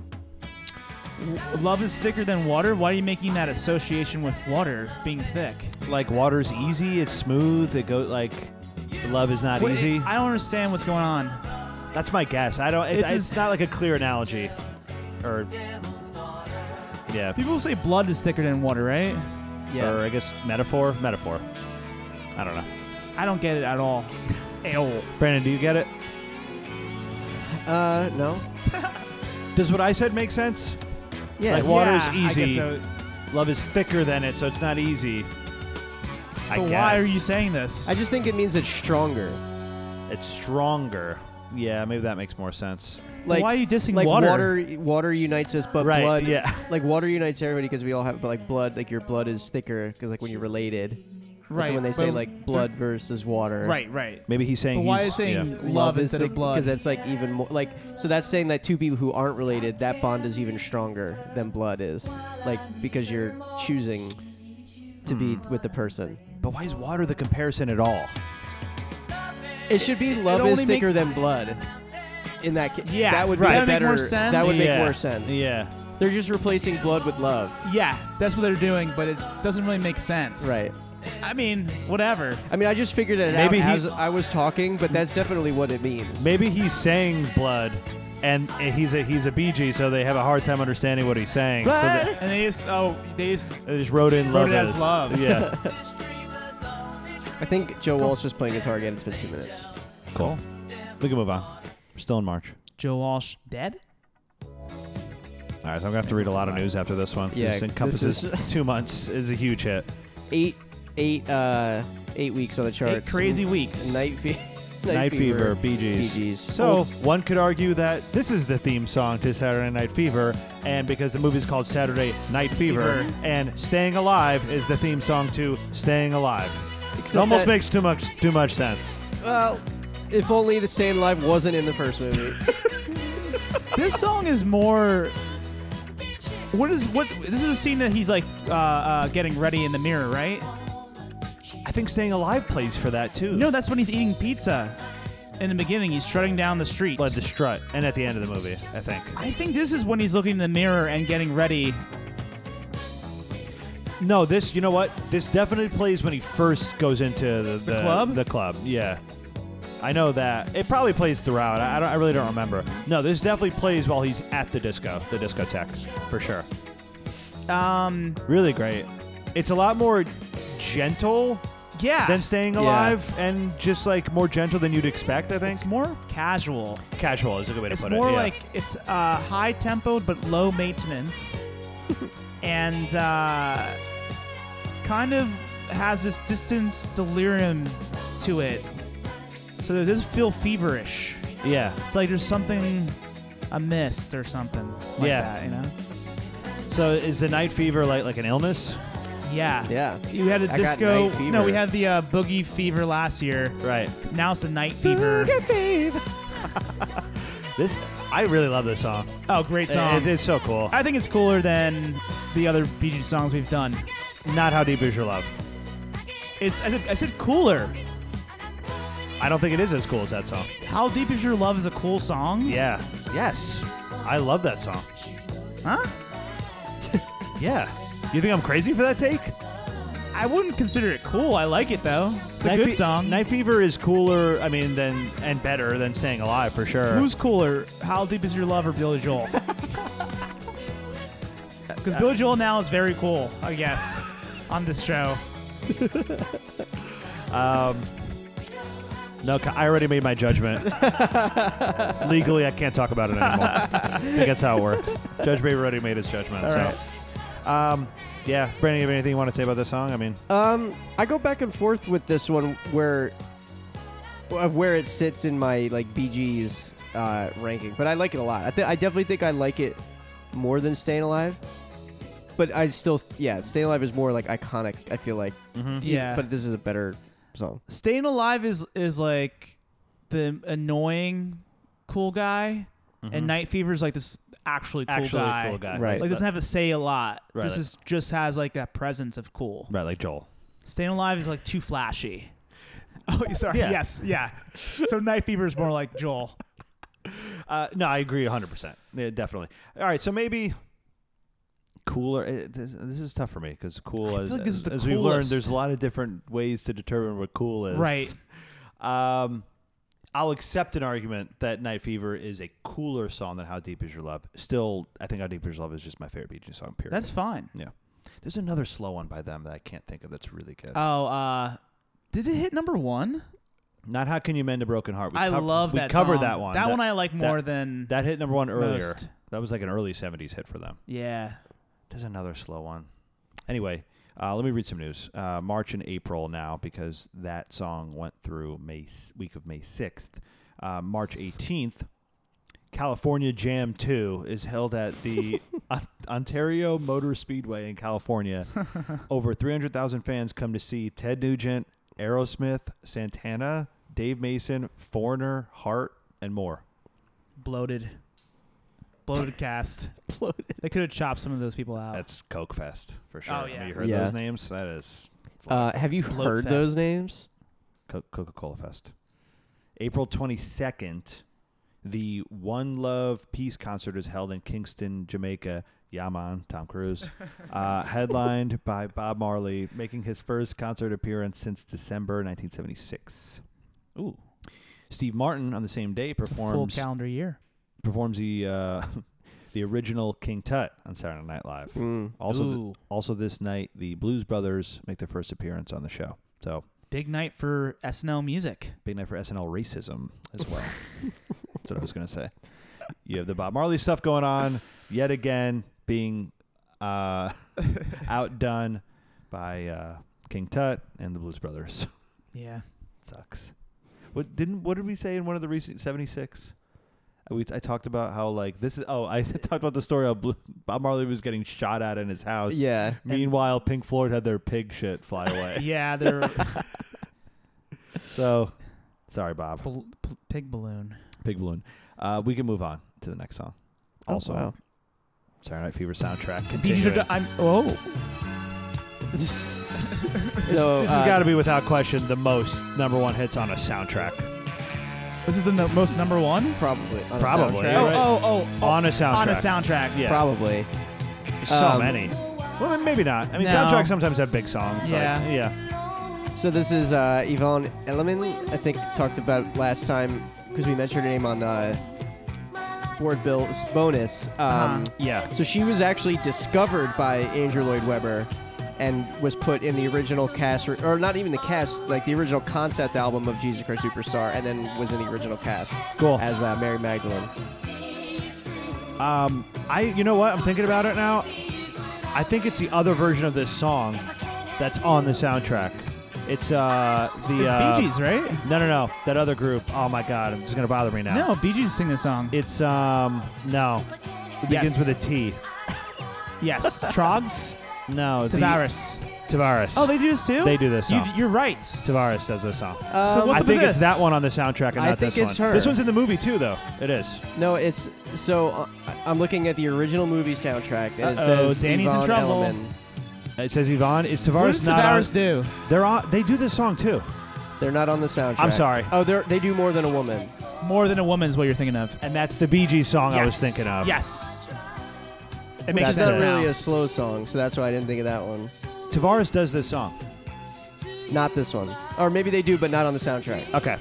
[SPEAKER 3] W- Love is thicker than water. Why are you making that association with water being thick?
[SPEAKER 4] Like water's easy. It's smooth. It goes like. Love is not
[SPEAKER 3] Wait,
[SPEAKER 4] easy.
[SPEAKER 3] I don't understand what's going on.
[SPEAKER 4] That's my guess. I don't. It,
[SPEAKER 3] It's
[SPEAKER 4] it's,
[SPEAKER 3] just-
[SPEAKER 4] not like a clear analogy. Or. Yeah.
[SPEAKER 3] People say blood is thicker than water, right?
[SPEAKER 5] yeah.
[SPEAKER 4] Or I guess metaphor. Metaphor. I don't know.
[SPEAKER 3] I don't get it at all. Ew.
[SPEAKER 4] Brandon, do you get it?
[SPEAKER 5] Uh, no.
[SPEAKER 4] Does what I said make sense?
[SPEAKER 5] Yeah.
[SPEAKER 4] Like water is
[SPEAKER 3] Yeah, I guess
[SPEAKER 4] easy.
[SPEAKER 3] so.
[SPEAKER 4] Love is thicker than it, so it's not easy. I
[SPEAKER 3] But
[SPEAKER 4] guess.
[SPEAKER 3] why are you saying this?
[SPEAKER 5] I just think it means it's stronger.
[SPEAKER 4] It's stronger. Yeah, maybe that makes more sense.
[SPEAKER 5] Like
[SPEAKER 3] why are you dissing
[SPEAKER 5] like
[SPEAKER 3] water?
[SPEAKER 5] water water unites us but
[SPEAKER 4] Right,
[SPEAKER 5] blood
[SPEAKER 4] yeah.
[SPEAKER 5] like water unites everybody because we all have but like blood like your blood is thicker because like when you're related
[SPEAKER 3] Right.
[SPEAKER 5] so when they say
[SPEAKER 3] but-
[SPEAKER 5] like blood versus water
[SPEAKER 3] Right. Right.
[SPEAKER 4] Maybe he's saying
[SPEAKER 3] But why
[SPEAKER 4] he's
[SPEAKER 3] is saying
[SPEAKER 4] yeah.
[SPEAKER 3] love instead of blood?
[SPEAKER 5] because that's like even more like so that's saying that two people who aren't related that bond is even stronger than blood is like because you're choosing to be
[SPEAKER 3] Hmm.
[SPEAKER 5] with the person
[SPEAKER 4] But why is water the comparison at all?
[SPEAKER 5] it should be love
[SPEAKER 3] only
[SPEAKER 5] is thicker
[SPEAKER 3] makes-
[SPEAKER 5] than blood in that ca-
[SPEAKER 3] Yeah,
[SPEAKER 5] that would
[SPEAKER 3] right. That
[SPEAKER 5] be a
[SPEAKER 3] would make
[SPEAKER 5] better
[SPEAKER 3] more sense.
[SPEAKER 5] that would
[SPEAKER 4] yeah.
[SPEAKER 5] make more sense
[SPEAKER 4] Yeah.
[SPEAKER 5] they're just replacing blood with love
[SPEAKER 3] Yeah, that's what they're doing, but it doesn't really make sense.
[SPEAKER 5] right
[SPEAKER 3] I mean, whatever.
[SPEAKER 5] I mean, I just figured it
[SPEAKER 4] Maybe
[SPEAKER 5] out
[SPEAKER 4] he-
[SPEAKER 5] as I was talking, but that's definitely what it means.
[SPEAKER 4] Maybe he's saying blood, and he's a he's a BG, so they have a hard time understanding what he's saying. So
[SPEAKER 5] Blood!
[SPEAKER 4] they,
[SPEAKER 3] And they just oh they just
[SPEAKER 4] they just wrote in
[SPEAKER 3] Wrote
[SPEAKER 4] love
[SPEAKER 3] it as
[SPEAKER 4] is.
[SPEAKER 3] love.
[SPEAKER 4] Yeah.
[SPEAKER 5] I think Joe Walsh is playing guitar again. It's been two minutes.
[SPEAKER 4] cool. We can move on. We're still in March.
[SPEAKER 3] Joe Walsh dead.
[SPEAKER 4] All right, so I'm gonna have to read a lot of news after this one.
[SPEAKER 5] Yeah,
[SPEAKER 4] this
[SPEAKER 5] this
[SPEAKER 4] encompasses two months. Is a huge hit.
[SPEAKER 5] Eight, eight uh, Eight weeks on the charts. Mm,
[SPEAKER 3] Eight crazy weeks.
[SPEAKER 5] Night, fe-
[SPEAKER 4] Night, Fever, Bee Gees.
[SPEAKER 5] BGs.
[SPEAKER 4] So one could argue that this is the theme song to Saturday Night Fever, and because the movie's called Saturday Night Fever,
[SPEAKER 3] Fever.
[SPEAKER 4] and Staying Alive is the theme song to Staying Alive. it almost
[SPEAKER 5] that-
[SPEAKER 4] makes too much too much sense.
[SPEAKER 5] well, if only the Staying Alive wasn't in the first movie.
[SPEAKER 3] this song is more. What is what? This is a scene that he's like uh, uh, getting ready in the mirror, right?
[SPEAKER 4] I think Staying Alive plays for that too.
[SPEAKER 3] No, that's when he's eating pizza. In the beginning, he's strutting down the street.
[SPEAKER 4] Blood to strut, and at the end of the movie, I think.
[SPEAKER 3] I think this is when he's looking in the mirror and getting ready.
[SPEAKER 4] No, this you know what? This definitely plays when he first goes into the, the,
[SPEAKER 3] club?
[SPEAKER 4] The club, yeah. I know that it probably plays throughout. I, I don't, I really don't remember. No, this definitely plays while he's at the disco, the discotheque, for sure.
[SPEAKER 3] Um,
[SPEAKER 4] Really great. It's a lot more gentle
[SPEAKER 3] Ah, yeah,
[SPEAKER 4] than staying alive, and just like more gentle than you'd expect. I think
[SPEAKER 3] it's more casual.
[SPEAKER 4] casual is a good way to
[SPEAKER 3] It's
[SPEAKER 4] put
[SPEAKER 3] more
[SPEAKER 4] it. yeah.
[SPEAKER 3] like it's uh, high tempoed but low maintenance, and uh, kind of has this distance delirium to it. So it does feel feverish.
[SPEAKER 4] yeah.
[SPEAKER 3] It's like there's something amiss or something like
[SPEAKER 4] Yeah.
[SPEAKER 3] that, you know?
[SPEAKER 4] So is the night fever like like an illness?
[SPEAKER 3] Yeah.
[SPEAKER 5] yeah.
[SPEAKER 3] You had a
[SPEAKER 5] I got
[SPEAKER 3] disco.
[SPEAKER 5] night
[SPEAKER 3] No,
[SPEAKER 5] fever.
[SPEAKER 3] we had the uh, boogie fever last year.
[SPEAKER 4] Right.
[SPEAKER 3] Now it's the night fever.
[SPEAKER 4] This I really love this song.
[SPEAKER 3] Oh, great song.
[SPEAKER 4] It- it's so cool.
[SPEAKER 3] I think it's cooler than the other Bee Gees songs we've done.
[SPEAKER 4] Not how deep is your love.
[SPEAKER 3] It's I said, I said cooler.
[SPEAKER 4] I don't think it is as cool as that song.
[SPEAKER 3] How deep is your love is a cool song.
[SPEAKER 4] Yeah. Yes. I love that song.
[SPEAKER 3] Huh?
[SPEAKER 4] Yeah. You think I'm crazy for that take?
[SPEAKER 3] I wouldn't consider it cool. I like it though. It's a
[SPEAKER 4] Night
[SPEAKER 3] good
[SPEAKER 4] Fe-
[SPEAKER 3] song.
[SPEAKER 4] Night Fever is cooler, I mean, than and better than Staying Alive for sure.
[SPEAKER 3] Who's cooler? How deep is your love or Billy Joel? Because Billy Joel now is very cool, I guess, on this show.
[SPEAKER 4] no, I already made my judgment. Legally, I can't talk about it anymore. I think that's how it works. Judge Babe already made his judgment. so, um, yeah, Brandon, you have anything you want to say about this song? I mean,
[SPEAKER 5] Um, I go back and forth with this one where of where it sits in my like BG's uh, ranking, but I like it a lot. I, th- I definitely think I like it more than Staying Alive, but I still yeah, Staying Alive is more like iconic. I feel like,
[SPEAKER 3] Yeah.
[SPEAKER 5] but this is a better song.
[SPEAKER 3] Staying alive is is like the annoying cool guy, and Night Fever is like this actually cool
[SPEAKER 4] Mm-hmm. actually,
[SPEAKER 3] guy.
[SPEAKER 4] cool guy.
[SPEAKER 5] Right.
[SPEAKER 3] Like doesn't have to say a lot.
[SPEAKER 4] Right,
[SPEAKER 3] This
[SPEAKER 4] like-
[SPEAKER 3] is just has like that presence of cool.
[SPEAKER 4] right, like Joel.
[SPEAKER 3] Staying alive is like too flashy. Oh, sorry.
[SPEAKER 4] Yeah.
[SPEAKER 3] Yes. Yeah. So Night Fever is more like Joel.
[SPEAKER 4] Uh, no, I agree 100%. Yeah, definitely. All right, so maybe cooler. It, this, this is tough for me because cool
[SPEAKER 3] I
[SPEAKER 4] is,
[SPEAKER 3] feel like this is the
[SPEAKER 4] as we've learned,
[SPEAKER 3] coolest.
[SPEAKER 4] there's a lot of different ways to determine what cool is.
[SPEAKER 3] Right.
[SPEAKER 4] Um, I'll accept an argument that Night Fever is a cooler song than How Deep Is Your Love. Still, I think How Deep Is Your Love is just my favorite Bee Gees song, period.
[SPEAKER 3] That's fine.
[SPEAKER 4] yeah. There's another slow one by them that I can't think of that's really good.
[SPEAKER 3] Oh, uh did it hit number one?
[SPEAKER 4] Not How Can You Mend a Broken Heart. We
[SPEAKER 3] I
[SPEAKER 4] cov-
[SPEAKER 3] love
[SPEAKER 4] we
[SPEAKER 3] that.
[SPEAKER 4] covered
[SPEAKER 3] song.
[SPEAKER 4] that one.
[SPEAKER 3] That, one I like more than
[SPEAKER 4] That hit number one earlier.
[SPEAKER 3] Most.
[SPEAKER 4] That was like an early 70s hit for them.
[SPEAKER 3] yeah.
[SPEAKER 4] There's another slow one. Anyway, uh, let me read some news. Uh, March and April now because that song went through May s- week of May 6th. Uh, March 18th, California Jam 2 is held at the On- Ontario Motor Speedway in California. Over 300,000 fans come to see Ted Nugent, Aerosmith, Santana, Dave Mason, Foreigner, Hart, and more.
[SPEAKER 3] Bloated. Bloated cast. Bloated. They could have chopped some of those people out.
[SPEAKER 4] That's Coke Fest for sure.
[SPEAKER 3] Oh,
[SPEAKER 4] I mean,
[SPEAKER 3] yeah.
[SPEAKER 4] you heard
[SPEAKER 5] Yeah.
[SPEAKER 4] those names? That is it's a lot.
[SPEAKER 5] Uh, have you
[SPEAKER 3] Explode
[SPEAKER 5] heard
[SPEAKER 3] Fest.
[SPEAKER 5] those names?
[SPEAKER 4] Co- Coca Cola Fest. April 22nd, the One Love Peace concert is held in Kingston, Jamaica. Yaman, Tom Cruise, uh, headlined by Bob Marley, making his first concert appearance since December 1976.
[SPEAKER 3] Ooh.
[SPEAKER 4] Steve Martin, on the same day,
[SPEAKER 3] It's a full
[SPEAKER 4] performs
[SPEAKER 3] calendar year.
[SPEAKER 4] performs the uh, the original King Tut on Saturday Night Live.
[SPEAKER 5] Mm.
[SPEAKER 4] Also, th-
[SPEAKER 3] Ooh.
[SPEAKER 4] also this night, the Blues Brothers make their first appearance on the show. So
[SPEAKER 3] Big night for SNL music.
[SPEAKER 4] big night for SNL racism as well. That's what I was going to say. You have the Bob Marley stuff going on yet again, being uh, outdone by uh, King Tut and the Blues Brothers.
[SPEAKER 3] Yeah.
[SPEAKER 4] Sucks. What didn't? What did we say in one of the recent seventy six? We I talked about how like this is. Oh, I talked about the story of Blue- Bob Marley was getting shot at in his house.
[SPEAKER 5] Yeah.
[SPEAKER 4] Meanwhile, Pink Floyd had their pig shit fly away.
[SPEAKER 3] Yeah, they're
[SPEAKER 4] So, sorry, Bob.
[SPEAKER 3] bal- p- pig balloon.
[SPEAKER 4] Pig balloon. Uh, we can move on to the next song.
[SPEAKER 5] Oh,
[SPEAKER 4] Also,
[SPEAKER 5] wow.
[SPEAKER 4] Saturday Night Fever soundtrack.
[SPEAKER 3] These are
[SPEAKER 4] Continuing.
[SPEAKER 3] the- I'm, oh,
[SPEAKER 5] So,
[SPEAKER 4] this
[SPEAKER 5] uh,
[SPEAKER 4] has got to be without question the most number one hits on a soundtrack.
[SPEAKER 3] this is the no- most number one.
[SPEAKER 5] probably on a
[SPEAKER 4] Probably,
[SPEAKER 5] soundtrack.
[SPEAKER 4] You're
[SPEAKER 3] Oh,
[SPEAKER 4] right.
[SPEAKER 3] oh, oh,
[SPEAKER 4] On a soundtrack.
[SPEAKER 3] on a soundtrack.
[SPEAKER 4] Yeah.
[SPEAKER 5] Probably.
[SPEAKER 4] So
[SPEAKER 5] Um,
[SPEAKER 4] many. Well, maybe not. I mean,
[SPEAKER 3] No.
[SPEAKER 4] soundtracks sometimes have big songs. like-
[SPEAKER 3] Yeah.
[SPEAKER 4] yeah.
[SPEAKER 5] So this is uh, Yvonne Elliman. I think talked about last time because we mentioned her name on uh, Board Bill's bonus.
[SPEAKER 3] Uh-huh.
[SPEAKER 5] Um,
[SPEAKER 4] Yeah.
[SPEAKER 5] So she was actually discovered by Andrew Lloyd Webber and was put in the original cast, or, or not even the cast, like the original concept album of Jesus Christ Superstar, and then was in the original cast
[SPEAKER 4] Cool.
[SPEAKER 5] as uh, Mary Magdalene.
[SPEAKER 4] Um, I, you know what? I'm thinking about it now. I think it's the other version of this song that's on the soundtrack. It's uh the
[SPEAKER 3] It's
[SPEAKER 4] uh,
[SPEAKER 3] Bee Gees, right?
[SPEAKER 4] No, no, no. That other group. Oh my God, it's gonna bother me now.
[SPEAKER 3] No, Bee Gees sing this song.
[SPEAKER 4] It's um no. It
[SPEAKER 3] Yes.
[SPEAKER 4] begins with a T.
[SPEAKER 3] yes, Trogs,
[SPEAKER 4] No. the-
[SPEAKER 3] Tavares.
[SPEAKER 4] Tavares.
[SPEAKER 3] Oh, they do this too.
[SPEAKER 4] They do this
[SPEAKER 3] You,
[SPEAKER 4] song.
[SPEAKER 3] you're right.
[SPEAKER 4] Tavares does this song.
[SPEAKER 3] so what's
[SPEAKER 4] I
[SPEAKER 3] up with
[SPEAKER 4] think it's
[SPEAKER 3] this?
[SPEAKER 4] that one on the soundtrack and
[SPEAKER 5] I
[SPEAKER 4] not
[SPEAKER 5] think
[SPEAKER 4] this
[SPEAKER 5] it's
[SPEAKER 4] one.
[SPEAKER 5] her.
[SPEAKER 4] This one's in the movie too, though. It is.
[SPEAKER 5] No, it's so uh, I'm looking at the original movie soundtrack, and
[SPEAKER 3] Uh-oh,
[SPEAKER 5] it says
[SPEAKER 3] Danny's in
[SPEAKER 5] Yvonne
[SPEAKER 3] trouble.
[SPEAKER 5] Elliman.
[SPEAKER 4] It says Yvonne. Is
[SPEAKER 3] What
[SPEAKER 4] Tavares
[SPEAKER 3] does
[SPEAKER 4] not
[SPEAKER 3] Tavares
[SPEAKER 4] on?
[SPEAKER 3] do?
[SPEAKER 4] They're on. They do this song too.
[SPEAKER 5] They're not on the soundtrack.
[SPEAKER 4] I'm sorry.
[SPEAKER 5] Oh, they they do more than a woman.
[SPEAKER 3] More than a woman is what you're thinking of.
[SPEAKER 4] And that's the Bee Gees song I was
[SPEAKER 3] Yes.
[SPEAKER 4] thinking of.
[SPEAKER 3] Yes. It
[SPEAKER 5] That's
[SPEAKER 3] makes
[SPEAKER 5] not
[SPEAKER 3] sense
[SPEAKER 5] really
[SPEAKER 3] now.
[SPEAKER 5] a slow song, so that's why I didn't think of that one.
[SPEAKER 4] Tavares does this song.
[SPEAKER 5] Not this one, or maybe they do, but not on the soundtrack.
[SPEAKER 4] Okay.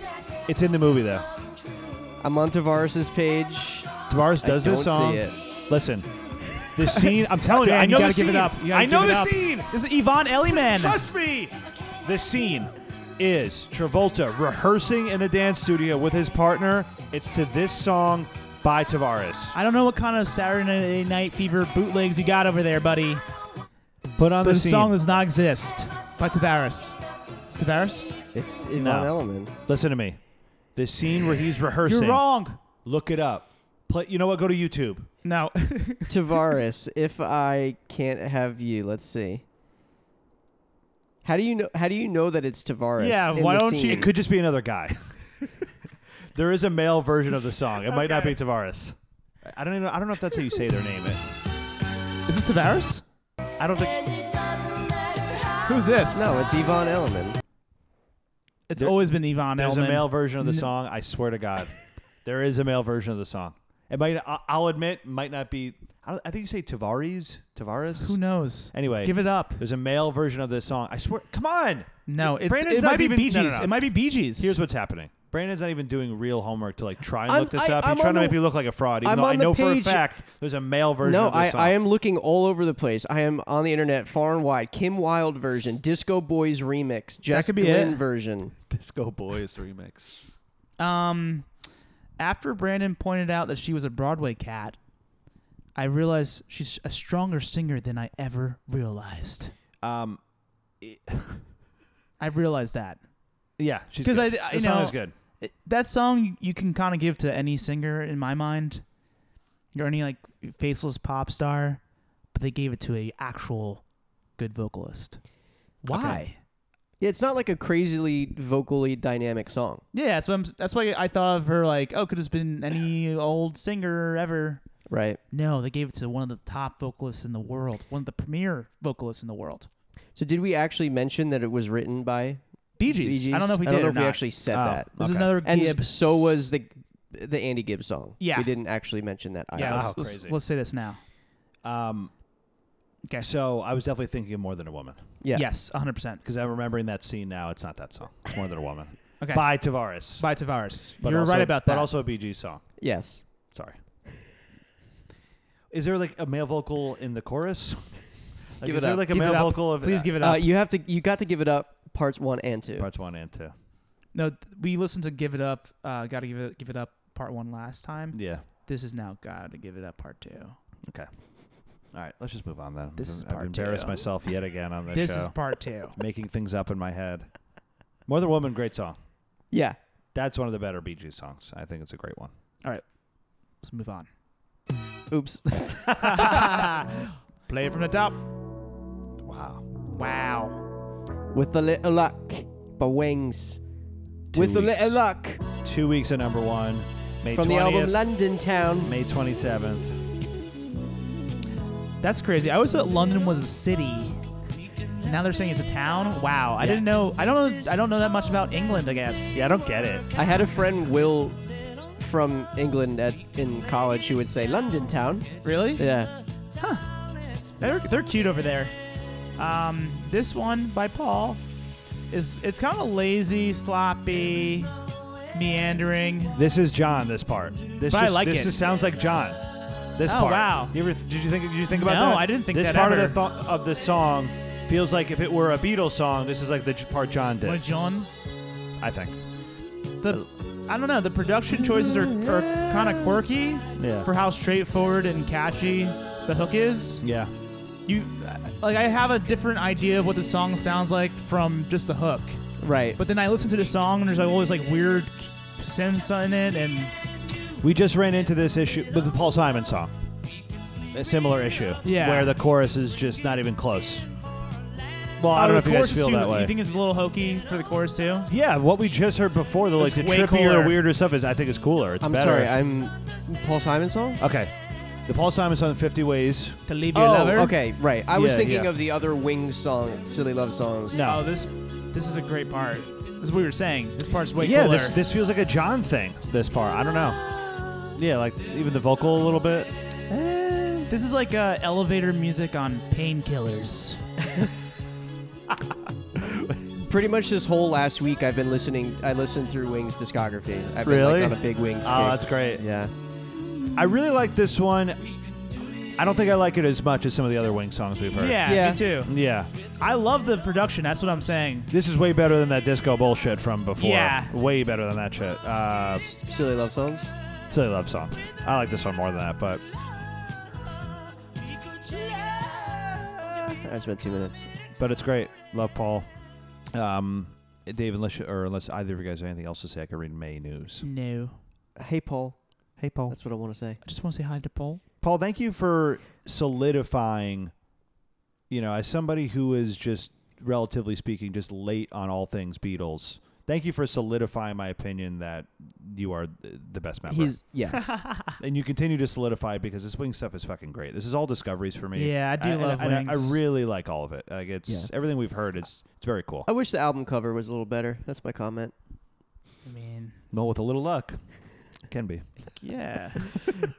[SPEAKER 4] It's in the movie though.
[SPEAKER 5] I'm on Tavares's page.
[SPEAKER 4] Tavares
[SPEAKER 5] I
[SPEAKER 4] does this
[SPEAKER 5] don't
[SPEAKER 4] song.
[SPEAKER 5] see it.
[SPEAKER 4] Listen. The scene. I'm telling
[SPEAKER 3] Dan,
[SPEAKER 4] you. I know
[SPEAKER 3] you
[SPEAKER 4] the
[SPEAKER 3] gotta give it
[SPEAKER 4] scene.
[SPEAKER 3] up. You gotta
[SPEAKER 4] I know
[SPEAKER 3] give it
[SPEAKER 4] the
[SPEAKER 3] up.
[SPEAKER 4] scene.
[SPEAKER 3] This is Yvonne Elliman.
[SPEAKER 4] Trust me. The scene is Travolta rehearsing in the dance studio with his partner. It's to this song by Tavares.
[SPEAKER 3] I don't know what kind of Saturday Night Fever bootlegs you got over there, buddy.
[SPEAKER 4] Put on
[SPEAKER 3] But
[SPEAKER 4] the
[SPEAKER 3] the
[SPEAKER 4] scene.
[SPEAKER 3] song does not exist by Tavares. Tavares?
[SPEAKER 5] It's Yvonne
[SPEAKER 4] No.
[SPEAKER 5] Elliman.
[SPEAKER 4] Listen to me. The scene where he's
[SPEAKER 3] You're
[SPEAKER 4] rehearsing.
[SPEAKER 3] wrong.
[SPEAKER 4] Look it up. Play, you know what? Go to YouTube.
[SPEAKER 3] No.
[SPEAKER 5] Tavares, if I can't have you, let's see. How do you know? How do you know that it's Tavares?
[SPEAKER 3] Yeah,
[SPEAKER 5] in
[SPEAKER 3] why
[SPEAKER 5] the
[SPEAKER 3] don't you-
[SPEAKER 5] scene?
[SPEAKER 4] It could just be another guy. there is a male version of the song. It might not be Tavares. I don't even. I don't know if that's how you say their name. It.
[SPEAKER 3] is this Tavares?
[SPEAKER 4] I don't think.
[SPEAKER 3] Who's this?
[SPEAKER 5] No, it's Yvonne Elliman.
[SPEAKER 3] It's
[SPEAKER 4] There-
[SPEAKER 3] always been Yvonne
[SPEAKER 4] There's
[SPEAKER 3] Elliman.
[SPEAKER 4] a male version of the song. I swear to God, there is a male version of the song. It might. I- I'll admit, might not be. I, don't- I think you say Tavares. Tavares.
[SPEAKER 3] Who knows?
[SPEAKER 4] Anyway,
[SPEAKER 3] Give it up.
[SPEAKER 4] There's a male version of this song. I swear. Come on.
[SPEAKER 3] No, it's,
[SPEAKER 4] Brandon's
[SPEAKER 3] it
[SPEAKER 4] not
[SPEAKER 3] might be
[SPEAKER 4] even-
[SPEAKER 3] Bee Gees.
[SPEAKER 4] no, no, no.
[SPEAKER 3] It might be Bee Gees.
[SPEAKER 4] Here's what's happening. Brandon's not even doing real homework to like try and
[SPEAKER 5] I'm-
[SPEAKER 4] look this
[SPEAKER 5] I-
[SPEAKER 4] up.
[SPEAKER 5] I'm
[SPEAKER 4] He's trying
[SPEAKER 5] on
[SPEAKER 4] to
[SPEAKER 5] the-
[SPEAKER 4] make me look like a fraud, even
[SPEAKER 5] I'm
[SPEAKER 4] though I
[SPEAKER 5] on the
[SPEAKER 4] know for a
[SPEAKER 5] page-
[SPEAKER 4] fact there's a male version
[SPEAKER 5] No,
[SPEAKER 4] of
[SPEAKER 5] I,
[SPEAKER 4] this song.
[SPEAKER 5] I am looking all over the place. I am on the internet far and wide. Kim Wilde version, Disco Boys remix, Jess
[SPEAKER 3] could be
[SPEAKER 5] Glynn
[SPEAKER 3] it.
[SPEAKER 5] version.
[SPEAKER 4] Disco Boys remix.
[SPEAKER 3] Um, after Brandon pointed out that she was a Broadway cat, I realized she's a stronger singer than I ever realized.
[SPEAKER 4] Um,
[SPEAKER 3] I realized that
[SPEAKER 4] yeah, she's
[SPEAKER 3] 'Cause
[SPEAKER 4] good.
[SPEAKER 3] I- I-
[SPEAKER 4] the
[SPEAKER 3] you
[SPEAKER 4] song
[SPEAKER 3] know-
[SPEAKER 4] is good.
[SPEAKER 3] It- that song you can kind of give to any singer in my mind, or any like faceless pop star, but they gave it to a actual good vocalist. Why?
[SPEAKER 5] Yeah, it's not like a crazily vocally dynamic song.
[SPEAKER 3] Yeah, that's what I'm, that's why I thought of her like, oh, could have been any old singer ever.
[SPEAKER 5] Right.
[SPEAKER 3] No, they gave it to one of the top vocalists in the world, one of the premier vocalists in the world.
[SPEAKER 5] So did we actually mention that it was written by
[SPEAKER 3] Bee Gees.
[SPEAKER 5] Bee Gees?
[SPEAKER 3] I don't know if we
[SPEAKER 5] I
[SPEAKER 3] did
[SPEAKER 5] don't know
[SPEAKER 3] or
[SPEAKER 5] if
[SPEAKER 3] not.
[SPEAKER 5] we actually said
[SPEAKER 4] Oh.
[SPEAKER 5] that.
[SPEAKER 3] This is
[SPEAKER 4] Okay.
[SPEAKER 3] another
[SPEAKER 5] And
[SPEAKER 3] Gibbs.
[SPEAKER 5] so was the the Andy Gibb song.
[SPEAKER 3] Yeah.
[SPEAKER 5] We didn't actually mention that either.
[SPEAKER 3] Yeah, let's,
[SPEAKER 4] Wow,
[SPEAKER 3] let's-
[SPEAKER 4] crazy.
[SPEAKER 3] let's say this now.
[SPEAKER 4] Um,
[SPEAKER 3] Okay.
[SPEAKER 4] so I was definitely thinking of more than a woman
[SPEAKER 5] Yeah.
[SPEAKER 3] Yes, 100. percent
[SPEAKER 4] because I'm remembering that scene now. It's not that song. It's more than a woman.
[SPEAKER 3] Okay.
[SPEAKER 4] By Tavares.
[SPEAKER 3] By Tavares.
[SPEAKER 4] But
[SPEAKER 3] You're
[SPEAKER 4] also-
[SPEAKER 3] right about that.
[SPEAKER 4] But also a BG song.
[SPEAKER 5] Yes.
[SPEAKER 4] Sorry. Is there like a male vocal in the chorus? Like,
[SPEAKER 5] Give
[SPEAKER 4] is
[SPEAKER 5] it
[SPEAKER 4] there
[SPEAKER 5] up.
[SPEAKER 4] like a
[SPEAKER 3] Give it
[SPEAKER 4] male
[SPEAKER 3] up.
[SPEAKER 4] vocal of
[SPEAKER 3] Please give it up.
[SPEAKER 5] Uh, you have to you got to give it up parts 1 and 2.
[SPEAKER 4] parts one and two?
[SPEAKER 3] no, th- we listened to "Give It Up." Uh, gotta give it, give it up. Part one last time.
[SPEAKER 4] Yeah.
[SPEAKER 3] This is now gotta give it up. Part two.
[SPEAKER 4] All right, let's just move on then.
[SPEAKER 3] This is
[SPEAKER 4] I've
[SPEAKER 3] part
[SPEAKER 4] embarrassed
[SPEAKER 3] two.
[SPEAKER 4] myself yet again on this,
[SPEAKER 3] This
[SPEAKER 4] show,
[SPEAKER 3] is part two.
[SPEAKER 4] making things up in my head. More Than Woman, great song.
[SPEAKER 5] Yeah.
[SPEAKER 4] That's one of the better Bee Gees songs. I think it's a great one.
[SPEAKER 3] All right, let's move on.
[SPEAKER 5] Oops.
[SPEAKER 3] Play it from the top.
[SPEAKER 4] Wow.
[SPEAKER 3] Wow.
[SPEAKER 5] With a little luck, by Wings.
[SPEAKER 4] Two
[SPEAKER 5] With a
[SPEAKER 4] weeks.
[SPEAKER 5] little luck
[SPEAKER 4] Two weeks at number one. May
[SPEAKER 5] from
[SPEAKER 4] 20th,
[SPEAKER 5] the album London Town.
[SPEAKER 4] May 27th.
[SPEAKER 3] That's crazy. I always thought London was a city. Now they're saying it's a town. Wow. I didn't know. I don't know. I don't know that much about England. I guess.
[SPEAKER 4] Yeah, I don't get it.
[SPEAKER 5] I had a friend Will from England at in college who would say London Town.
[SPEAKER 3] Really?
[SPEAKER 5] Yeah.
[SPEAKER 3] Huh. They're, they're cute over there. Um, this one by Paul is it's kind of lazy, sloppy, meandering.
[SPEAKER 4] This is John. This part. This
[SPEAKER 3] But I
[SPEAKER 4] just,
[SPEAKER 3] like
[SPEAKER 4] this
[SPEAKER 3] it.
[SPEAKER 4] just sounds like John. This
[SPEAKER 3] Oh,
[SPEAKER 4] part.
[SPEAKER 3] wow.
[SPEAKER 4] You ever did you think did you think about
[SPEAKER 3] No,
[SPEAKER 4] that?
[SPEAKER 3] I didn't think
[SPEAKER 4] this
[SPEAKER 3] that
[SPEAKER 4] part
[SPEAKER 3] ever.
[SPEAKER 4] of the th- of the song feels like if it were a Beatles song. This is like the j- part John
[SPEAKER 3] Well,
[SPEAKER 4] did.
[SPEAKER 3] John,
[SPEAKER 4] I think.
[SPEAKER 3] the I don't know. The production choices are, are kind of quirky
[SPEAKER 4] Yeah.
[SPEAKER 3] for how straightforward and catchy the hook is.
[SPEAKER 4] Yeah.
[SPEAKER 3] You like I have a different idea of what the song sounds like from just the hook.
[SPEAKER 5] Right.
[SPEAKER 3] But then I listen to the song and there's like always like weird sense in it and
[SPEAKER 4] We just ran into this issue with the Paul Simon song. A similar issue.
[SPEAKER 3] Yeah.
[SPEAKER 4] Where the chorus is just not even close. Well, I
[SPEAKER 3] Oh,
[SPEAKER 4] don't know if
[SPEAKER 3] the
[SPEAKER 4] you guys
[SPEAKER 3] chorus is
[SPEAKER 4] feel
[SPEAKER 3] too-
[SPEAKER 4] that way.
[SPEAKER 3] You think it's a little hokey for the chorus too?
[SPEAKER 4] yeah, what we just heard before, the
[SPEAKER 3] It's
[SPEAKER 4] like the
[SPEAKER 3] way
[SPEAKER 4] trippier,
[SPEAKER 3] cooler.
[SPEAKER 4] weirder stuff is I think is cooler. It's
[SPEAKER 5] I'm
[SPEAKER 4] better.
[SPEAKER 5] sorry. I'm Paul Simon song.
[SPEAKER 4] okay. The Paul Simon song, Fifty Ways.
[SPEAKER 3] To leave your
[SPEAKER 5] Oh,
[SPEAKER 3] lover.
[SPEAKER 5] okay, right. I was
[SPEAKER 4] Yeah,
[SPEAKER 5] thinking
[SPEAKER 4] yeah.
[SPEAKER 5] of the other Wings song, silly love songs.
[SPEAKER 4] No.
[SPEAKER 3] Oh, this this is a great part. This is what we were saying. This part's way
[SPEAKER 4] yeah,
[SPEAKER 3] cooler.
[SPEAKER 4] this this feels like a John thing. This part, I don't know. Yeah, like even the vocal a little bit.
[SPEAKER 3] This is like uh, elevator music on painkillers.
[SPEAKER 5] Pretty much this whole last week, I've been listening. I listened through Wings discography. I've been
[SPEAKER 4] Really?
[SPEAKER 5] like on a big Wings.
[SPEAKER 4] Oh,
[SPEAKER 5] kick.
[SPEAKER 4] that's great.
[SPEAKER 5] yeah.
[SPEAKER 4] I really like this one. I don't think I like it as much as some of the other Wing songs we've heard.
[SPEAKER 3] Yeah,
[SPEAKER 5] Yeah.
[SPEAKER 3] me too.
[SPEAKER 4] Yeah.
[SPEAKER 3] I love the production. That's what I'm saying.
[SPEAKER 4] This is way better than that disco bullshit from before.
[SPEAKER 3] Yeah.
[SPEAKER 4] Way better than that shit. Uh,
[SPEAKER 5] Silly love songs.
[SPEAKER 4] silly love song. I like this one more than that, but
[SPEAKER 5] That's about two minutes.
[SPEAKER 4] but it's great. Love Paul. Um, Dave, unless you, or unless either of you guys have anything else to say, I can read May news.
[SPEAKER 3] No,
[SPEAKER 5] Hey Paul.
[SPEAKER 4] Hey, Paul.
[SPEAKER 5] That's what I want to say.
[SPEAKER 3] I just want to say hi to Paul.
[SPEAKER 4] Paul, thank you for solidifying. You know, as somebody who is just relatively speaking, just late on all things Beatles. Thank you for solidifying my opinion that you are th- the best member,
[SPEAKER 5] He's yeah.
[SPEAKER 4] and you continue to solidify it because this wing stuff is fucking great. This is all discoveries for me.
[SPEAKER 3] Yeah, I do
[SPEAKER 4] and-
[SPEAKER 3] love
[SPEAKER 4] and I-
[SPEAKER 3] Wings.
[SPEAKER 4] I really like all of it. Like it's
[SPEAKER 5] Yeah.
[SPEAKER 4] everything we've heard. It's it's very cool.
[SPEAKER 5] I wish the album cover was a little better. That's my comment.
[SPEAKER 3] I mean,
[SPEAKER 4] Well, with a little luck, can be.
[SPEAKER 3] yeah.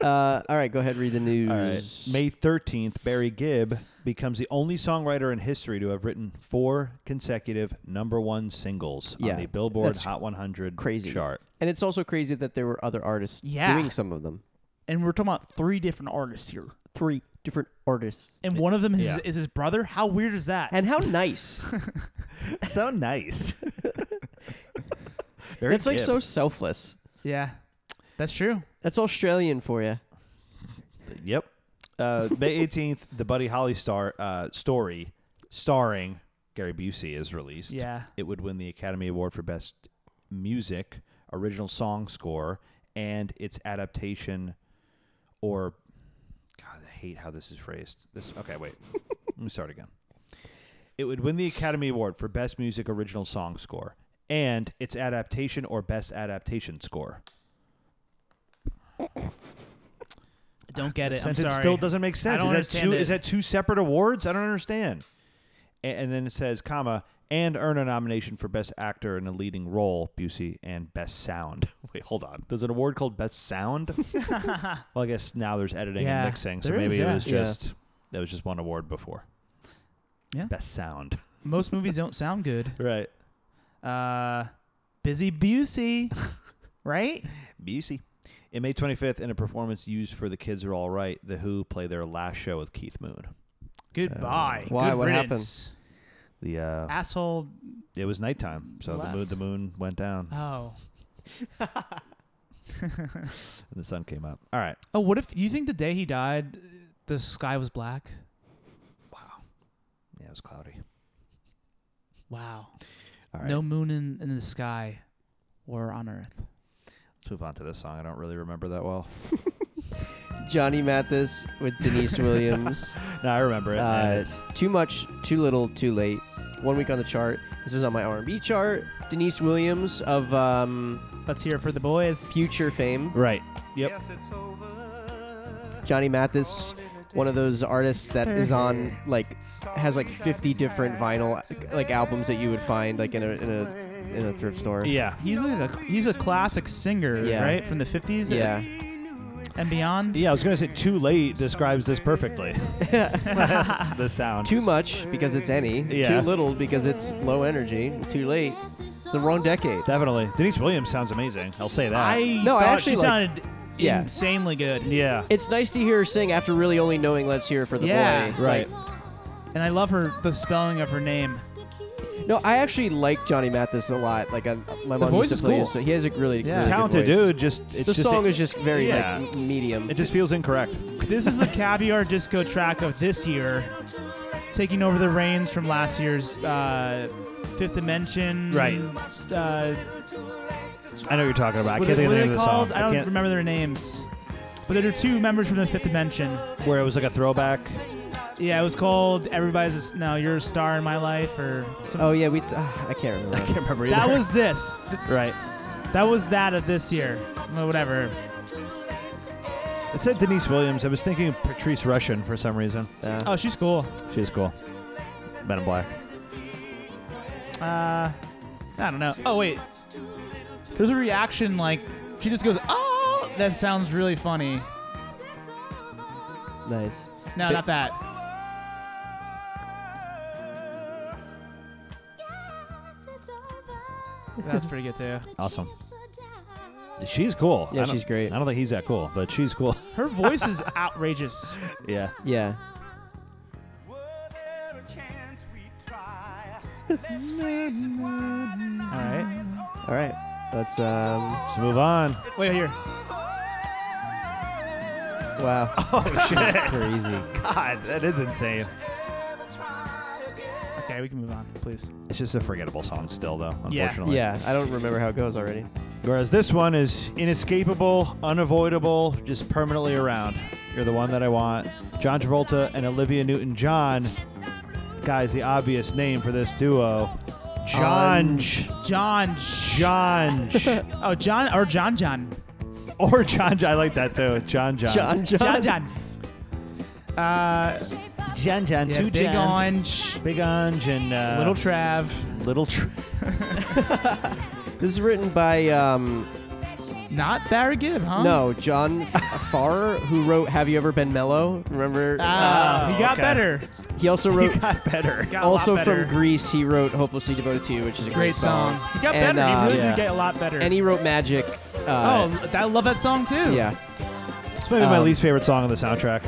[SPEAKER 5] Uh, all right, go ahead. Read the news.
[SPEAKER 4] All right. May 13th, Barry Gibb becomes the only songwriter in history to have written four consecutive number one singles
[SPEAKER 5] Yeah,
[SPEAKER 4] on the Billboard
[SPEAKER 5] that's
[SPEAKER 4] Hot 100
[SPEAKER 5] crazy.
[SPEAKER 4] chart.
[SPEAKER 5] And it's also crazy that there were other artists
[SPEAKER 3] Yeah.
[SPEAKER 5] doing some of them.
[SPEAKER 3] and we're talking about three different artists here,
[SPEAKER 5] Three different artists.
[SPEAKER 3] and one of them is,
[SPEAKER 4] Yeah.
[SPEAKER 3] is his brother. How weird is that?
[SPEAKER 5] And how nice.
[SPEAKER 4] so nice. Barry
[SPEAKER 5] That's like
[SPEAKER 4] Gibb.
[SPEAKER 5] so selfless.
[SPEAKER 3] yeah, that's true.
[SPEAKER 5] That's Australian for you.
[SPEAKER 4] Yep. Uh, May 18th, the Buddy Holly star uh, story starring Gary Busey is released.
[SPEAKER 3] Yeah.
[SPEAKER 4] It would win the Academy Award for Best Music, Original Song Score, and its adaptation or God, I hate how this is phrased. This okay, wait. Let me start again. It would win the Academy Award for Best Music Original Song Score and its adaptation or Best Adaptation Score.
[SPEAKER 3] I don't get
[SPEAKER 4] That
[SPEAKER 3] it. I'm
[SPEAKER 4] sentence
[SPEAKER 3] sorry.
[SPEAKER 4] still doesn't make sense.
[SPEAKER 3] I don't
[SPEAKER 4] is that
[SPEAKER 3] understand
[SPEAKER 4] two?
[SPEAKER 3] it.
[SPEAKER 4] Is that two separate awards? I don't understand. A- And, then it says, comma, and earn a nomination for best actor in a leading role, Busey, and best sound. Wait, hold on. There's an award called best sound. well, I guess now there's editing
[SPEAKER 3] Yeah,
[SPEAKER 4] and mixing, so
[SPEAKER 3] there
[SPEAKER 4] maybe
[SPEAKER 3] is,
[SPEAKER 4] it
[SPEAKER 3] yeah.
[SPEAKER 4] was
[SPEAKER 5] Yeah.
[SPEAKER 4] just that was just one award before.
[SPEAKER 3] Yeah.
[SPEAKER 4] best sound.
[SPEAKER 3] Most movies don't sound good.
[SPEAKER 4] Right,
[SPEAKER 3] Uh, Busy Busey, right?
[SPEAKER 4] Busey. In May 25th, in a performance used for "The Kids Are All Right," The Who play their last show with Keith Moon.
[SPEAKER 3] Goodbye.
[SPEAKER 5] Why?
[SPEAKER 3] Good
[SPEAKER 5] What happened?
[SPEAKER 3] riddance.
[SPEAKER 4] The uh,
[SPEAKER 3] Ah. Asshole.
[SPEAKER 4] it was nighttime, so the moon
[SPEAKER 3] Left.
[SPEAKER 4] the moon went down.
[SPEAKER 3] Oh.
[SPEAKER 4] and the sun came up. All right.
[SPEAKER 3] Oh, what if you think the day he died, the sky was black?
[SPEAKER 4] Yeah, it was cloudy.
[SPEAKER 3] Wow.
[SPEAKER 4] All right.
[SPEAKER 3] No moon in, in the sky or on earth.
[SPEAKER 4] Let's move on to this song. I don't really remember that well.
[SPEAKER 5] Johnny Mathis with Denise Williams.
[SPEAKER 4] No, I remember it. and
[SPEAKER 5] Uh,
[SPEAKER 4] it's-
[SPEAKER 5] too much, too little, too late. One week on the chart. This is on my R&B chart. Denise Williams of um,
[SPEAKER 3] Let's hear it for the boys.
[SPEAKER 5] Future fame.
[SPEAKER 4] right. Yep.
[SPEAKER 5] Johnny Mathis, one of those artists that is on like has like 50 different vinyl like albums that you would find like in a in a in a thrift store.
[SPEAKER 4] Yeah.
[SPEAKER 3] He's like a he's a classic singer,
[SPEAKER 5] Yeah.
[SPEAKER 3] right? From the 50s and-
[SPEAKER 5] Yeah.
[SPEAKER 3] and beyond.
[SPEAKER 4] Yeah, I was gonna say too late describes this perfectly. the sound.
[SPEAKER 5] Too much because it's any.
[SPEAKER 4] Yeah.
[SPEAKER 5] Too little because it's low energy. Too late. It's the wrong decade.
[SPEAKER 4] Definitely. Denise Williams sounds amazing. I'll say that.
[SPEAKER 3] I
[SPEAKER 5] No, I
[SPEAKER 3] thought
[SPEAKER 5] actually
[SPEAKER 3] she
[SPEAKER 5] like-
[SPEAKER 3] sounded
[SPEAKER 5] Yeah.
[SPEAKER 3] insanely good.
[SPEAKER 4] yeah.
[SPEAKER 5] It's nice to hear her sing after really only knowing "Let's Hear It for the
[SPEAKER 3] Yeah.
[SPEAKER 5] Boy."
[SPEAKER 4] Right.
[SPEAKER 5] Like,
[SPEAKER 3] And I love her the spelling of her name.
[SPEAKER 5] no, I actually like Johnny Mathis a lot. Like I, my mom
[SPEAKER 3] voice
[SPEAKER 5] used to
[SPEAKER 3] is
[SPEAKER 5] play
[SPEAKER 3] cool.
[SPEAKER 5] his- so he has a really,
[SPEAKER 3] Yeah.
[SPEAKER 5] really good
[SPEAKER 4] Talented
[SPEAKER 5] voice.
[SPEAKER 4] dude. Just it's
[SPEAKER 5] The
[SPEAKER 4] just
[SPEAKER 5] song
[SPEAKER 4] it,
[SPEAKER 5] is just very
[SPEAKER 4] Yeah.
[SPEAKER 5] like m- medium.
[SPEAKER 4] it just feels incorrect.
[SPEAKER 3] This is the caviar disco track of this year, taking over the reins from last year's uh, Fifth Dimension.
[SPEAKER 4] Right.
[SPEAKER 3] Uh,
[SPEAKER 4] I know what you're talking about. I
[SPEAKER 3] what
[SPEAKER 4] can't
[SPEAKER 3] are-
[SPEAKER 4] think
[SPEAKER 3] what are
[SPEAKER 4] of the name of
[SPEAKER 3] they
[SPEAKER 4] the song.
[SPEAKER 3] called? I don't
[SPEAKER 4] can't-
[SPEAKER 3] remember their names. But there are two members from the Fifth Dimension.
[SPEAKER 4] Where it was like a throwback.
[SPEAKER 3] Yeah, it was called "Everybody's a S- Now You're a Star in My Life" or something.
[SPEAKER 5] oh yeah, we. T- ah, I can't remember.
[SPEAKER 4] I can't remember either.
[SPEAKER 3] that was this. Th-
[SPEAKER 4] right.
[SPEAKER 3] That was that of this year. Well, whatever.
[SPEAKER 4] It said Denise Williams. I was thinking of Patrice Russian for some reason.
[SPEAKER 5] Uh,
[SPEAKER 3] Oh, she's cool.
[SPEAKER 4] She's cool. Men in Black.
[SPEAKER 3] Uh, I don't know. Oh wait, there's a reaction like she just goes, "Oh, that sounds really funny."
[SPEAKER 5] nice.
[SPEAKER 3] No,
[SPEAKER 5] Bit-
[SPEAKER 3] not that. That's pretty good too.
[SPEAKER 4] Awesome. She's cool.
[SPEAKER 5] Yeah,
[SPEAKER 4] I don't-
[SPEAKER 5] she's great.
[SPEAKER 4] I don't think he's that cool, but she's cool.
[SPEAKER 3] Her voice is outrageous.
[SPEAKER 4] yeah.
[SPEAKER 5] Yeah.
[SPEAKER 3] All right.
[SPEAKER 5] All right. That's um.
[SPEAKER 4] Let's move on.
[SPEAKER 3] Wait here.
[SPEAKER 5] Wow. Oh shit. Crazy.
[SPEAKER 4] God, that is insane.
[SPEAKER 3] Okay, we can move on, please.
[SPEAKER 4] It's just a forgettable song still, though,
[SPEAKER 3] Yeah.
[SPEAKER 4] unfortunately.
[SPEAKER 5] Yeah, I don't remember how it goes already.
[SPEAKER 4] Whereas this one is inescapable, unavoidable, just permanently around. You're the one that I want. John Travolta and Olivia Newton John. Guys, the obvious name for this duo. John.
[SPEAKER 3] John.
[SPEAKER 4] John.
[SPEAKER 3] Oh, John or John John.
[SPEAKER 4] or John. I like that too. John. John.
[SPEAKER 5] John. John.
[SPEAKER 3] John John. Uh,
[SPEAKER 4] John. John.
[SPEAKER 3] yeah,
[SPEAKER 4] two
[SPEAKER 3] Big
[SPEAKER 4] Johns.
[SPEAKER 3] Orange,
[SPEAKER 4] Big Ange and uh,
[SPEAKER 3] Little Trav.
[SPEAKER 4] Little Tr-
[SPEAKER 5] This is written by um,
[SPEAKER 3] Not Barry Gibb, huh?
[SPEAKER 5] no John Farr, who wrote "Have You Ever Been Mellow?" Remember?
[SPEAKER 3] Ah,
[SPEAKER 4] Oh,
[SPEAKER 3] he got
[SPEAKER 4] okay.
[SPEAKER 3] better.
[SPEAKER 5] he also wrote.
[SPEAKER 4] got better.
[SPEAKER 3] Got a lot
[SPEAKER 5] Also
[SPEAKER 3] better.
[SPEAKER 5] from Greece, he wrote "Hopelessly Devoted to You," which is a great,
[SPEAKER 3] Great song. He got
[SPEAKER 5] And,
[SPEAKER 3] better.
[SPEAKER 5] uh,
[SPEAKER 3] he really
[SPEAKER 4] yeah.
[SPEAKER 3] did get a lot better.
[SPEAKER 5] And he wrote "Magic."
[SPEAKER 3] oh,
[SPEAKER 5] Uh,
[SPEAKER 3] I love that song
[SPEAKER 4] Oh.
[SPEAKER 3] too.
[SPEAKER 5] yeah.
[SPEAKER 4] It's maybe my
[SPEAKER 5] Um,
[SPEAKER 4] least favorite song on the soundtrack.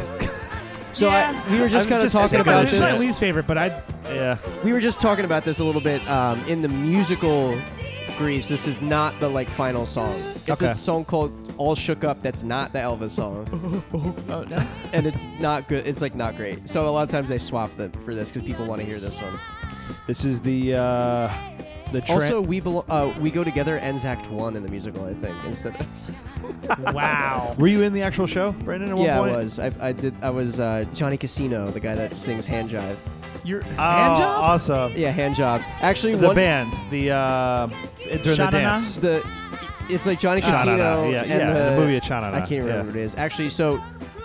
[SPEAKER 5] So
[SPEAKER 3] Yeah.
[SPEAKER 5] I, we were just
[SPEAKER 4] I'm
[SPEAKER 5] kind of
[SPEAKER 4] just
[SPEAKER 5] talking
[SPEAKER 4] sick of
[SPEAKER 5] about
[SPEAKER 3] It's my
[SPEAKER 5] this.
[SPEAKER 3] least favorite, but I
[SPEAKER 4] Yeah.
[SPEAKER 5] We were just talking about this a little bit um, in the musical Grease. This is not the like final song. It's
[SPEAKER 4] Okay.
[SPEAKER 5] a song called "All Shook Up." That's not the Elvis song,
[SPEAKER 3] oh, no.
[SPEAKER 5] and it's not good. It's like not great. So a lot of times they swap them for this because people want to hear this one.
[SPEAKER 4] This is the uh, the tra-
[SPEAKER 5] Also, we belo- uh, we go together ends Act One in the musical. I think instead. Of-
[SPEAKER 3] wow.
[SPEAKER 4] Were you in the actual show, Brandon? At one
[SPEAKER 5] yeah,
[SPEAKER 4] point?
[SPEAKER 5] I was. I, I did. I was uh, Johnny Casino, the guy that sings Hand Jive.
[SPEAKER 3] You're
[SPEAKER 4] Oh,
[SPEAKER 3] hand job?
[SPEAKER 4] awesome.
[SPEAKER 5] Yeah, Hand Job. Actually,
[SPEAKER 4] The
[SPEAKER 5] one,
[SPEAKER 4] band, the uh, during the
[SPEAKER 3] Sha-na-na?
[SPEAKER 4] dance.
[SPEAKER 5] The it's like Johnny
[SPEAKER 4] Sha-na-na,
[SPEAKER 5] Casino.
[SPEAKER 4] yeah,
[SPEAKER 5] and
[SPEAKER 4] yeah,
[SPEAKER 5] The,
[SPEAKER 4] the movie of Sha-na-na,
[SPEAKER 5] I can't remember
[SPEAKER 4] yeah.
[SPEAKER 5] what it is. Actually, so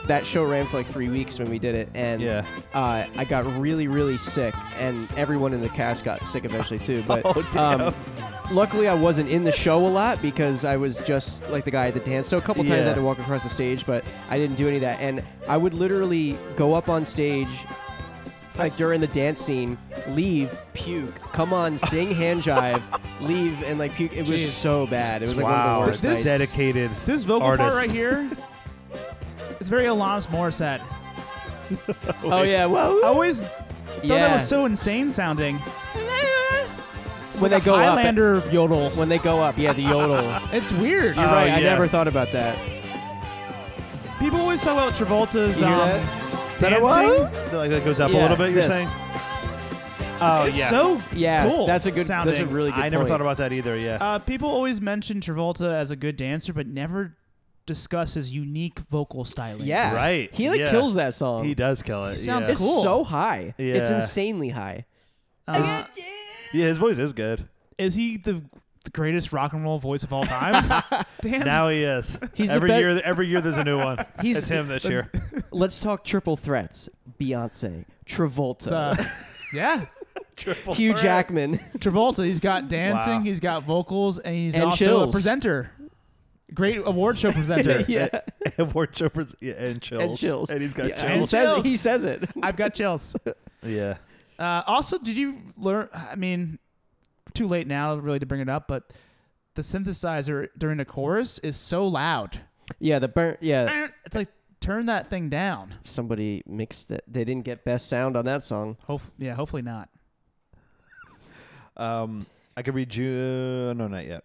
[SPEAKER 5] that show ran for like three weeks when we did it, and
[SPEAKER 4] Yeah.
[SPEAKER 5] uh, I got really, really sick, and everyone in the cast got sick eventually too. But
[SPEAKER 4] Oh, damn.
[SPEAKER 5] Um, luckily, I wasn't in the show a lot because I was just like the guy at the dance. So a couple times I
[SPEAKER 4] Yeah.
[SPEAKER 5] had to walk across the stage, but I didn't do any of that. And I would literally go up on stage like during the dance scene, leave, puke, come on, sing hand jive, leave, and like puke. It was
[SPEAKER 3] Jeez.
[SPEAKER 5] so bad. It was like
[SPEAKER 4] wow,
[SPEAKER 5] one of the worst
[SPEAKER 4] this
[SPEAKER 5] nights.
[SPEAKER 4] dedicated.
[SPEAKER 3] This vocal
[SPEAKER 4] artist.
[SPEAKER 3] part right here, it's very Alanis Morissette.
[SPEAKER 5] Oh yeah,
[SPEAKER 3] I
[SPEAKER 5] well,
[SPEAKER 3] always
[SPEAKER 5] yeah.
[SPEAKER 3] thought that was so insane sounding. It's
[SPEAKER 5] When
[SPEAKER 3] like
[SPEAKER 5] they go
[SPEAKER 3] a
[SPEAKER 5] up, it-
[SPEAKER 3] Highlander yodel.
[SPEAKER 5] when they go up, yeah, the yodel. You're
[SPEAKER 3] It's weird.
[SPEAKER 4] Oh,
[SPEAKER 5] right.
[SPEAKER 4] yeah.
[SPEAKER 5] I never thought about that.
[SPEAKER 3] People always talk about Travolta's
[SPEAKER 5] You hear
[SPEAKER 3] um,
[SPEAKER 5] that?
[SPEAKER 4] Is that a
[SPEAKER 3] dancing.
[SPEAKER 4] what? Like that goes up a
[SPEAKER 5] Yeah,
[SPEAKER 4] little bit. You're
[SPEAKER 5] this.
[SPEAKER 4] saying? Oh
[SPEAKER 3] It's
[SPEAKER 4] yeah.
[SPEAKER 3] So
[SPEAKER 5] Yeah,
[SPEAKER 3] cool
[SPEAKER 5] that's a good.
[SPEAKER 3] Sounding.
[SPEAKER 5] That's a really good.
[SPEAKER 4] I never
[SPEAKER 5] point.
[SPEAKER 4] thought about that either. Yeah.
[SPEAKER 3] Uh, people always mention Travolta as a good dancer, but never discuss his unique vocal styling.
[SPEAKER 5] Yeah,
[SPEAKER 4] Right,
[SPEAKER 5] He like
[SPEAKER 4] yeah.
[SPEAKER 5] kills that song.
[SPEAKER 4] he does kill it.
[SPEAKER 3] sounds
[SPEAKER 4] yeah.
[SPEAKER 5] It's
[SPEAKER 3] Cool.
[SPEAKER 5] so high. It's
[SPEAKER 4] Yeah.
[SPEAKER 5] insanely high.
[SPEAKER 3] Uh,
[SPEAKER 4] yeah, his voice is good.
[SPEAKER 3] is he the, the greatest rock and roll voice of all time? Damn.
[SPEAKER 4] Now he is.
[SPEAKER 5] He's the
[SPEAKER 4] every
[SPEAKER 5] be-
[SPEAKER 4] year. Every year there's a new one.
[SPEAKER 5] He's-
[SPEAKER 4] it's him this year.
[SPEAKER 5] Let's talk triple threats. Beyonce, Travolta,
[SPEAKER 3] Uh, yeah.
[SPEAKER 5] Hugh Jackman.
[SPEAKER 3] Travolta, he's got dancing,
[SPEAKER 4] Wow.
[SPEAKER 3] he's got vocals, and he's
[SPEAKER 5] And
[SPEAKER 3] also a
[SPEAKER 5] chills.
[SPEAKER 3] presenter. Great award show presenter.
[SPEAKER 5] yeah.
[SPEAKER 4] and Ward Chopper's yeah, and chills.
[SPEAKER 5] And chills.
[SPEAKER 4] And he's got
[SPEAKER 5] Yeah,
[SPEAKER 4] chills.
[SPEAKER 5] and he
[SPEAKER 3] chills.
[SPEAKER 5] says it. He says it.
[SPEAKER 3] I've got chills.
[SPEAKER 4] yeah.
[SPEAKER 3] Uh, also, did you learn? I mean, too late now, really, to bring it up, but the synthesizer during the chorus is so loud.
[SPEAKER 5] Yeah, the burn. Yeah,
[SPEAKER 3] It's like turn that thing down.
[SPEAKER 5] somebody mixed it. They didn't get best sound on that song.
[SPEAKER 3] Hopefully, yeah, hopefully not.
[SPEAKER 4] Um, I could read you. No, not yet.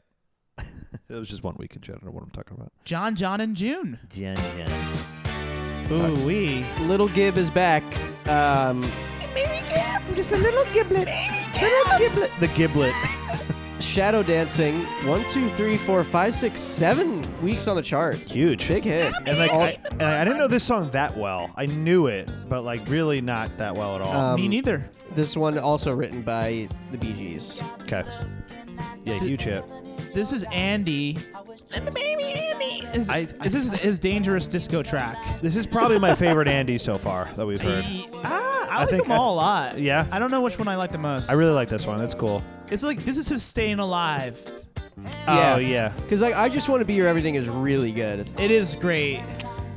[SPEAKER 4] it was just one week in June. I don't know what I'm talking about.
[SPEAKER 3] John, John, and June.
[SPEAKER 4] Jen,
[SPEAKER 3] Ooh wee.
[SPEAKER 5] Little Gib is back. Um, just a little giblet. Little giblet.
[SPEAKER 4] The Giblet.
[SPEAKER 5] Shadow dancing. One, two, three, four, five, six, seven weeks on the chart.
[SPEAKER 4] Huge.
[SPEAKER 5] Big hit.
[SPEAKER 4] And like,
[SPEAKER 5] All-
[SPEAKER 4] I, and I didn't know this song that well. I knew it, but like, really not that well at all.
[SPEAKER 5] Um,
[SPEAKER 3] Me neither.
[SPEAKER 5] This one also written by the Bee Gees.
[SPEAKER 4] okay. Yeah, huge hit.
[SPEAKER 3] This is Andy. Is,
[SPEAKER 4] I- I-
[SPEAKER 3] is this his dangerous disco track?
[SPEAKER 4] This is probably my favorite Andy so far that we've heard.
[SPEAKER 3] Ah, I,
[SPEAKER 4] I
[SPEAKER 3] like
[SPEAKER 4] think
[SPEAKER 3] them
[SPEAKER 4] I-
[SPEAKER 3] all a lot.
[SPEAKER 4] Yeah?
[SPEAKER 3] I don't know which one I like the most.
[SPEAKER 4] I really like this one. It's cool.
[SPEAKER 3] It's like this is his staying alive.
[SPEAKER 4] Oh yeah.
[SPEAKER 5] Because like I just want to be your everything is really good.
[SPEAKER 3] It is great.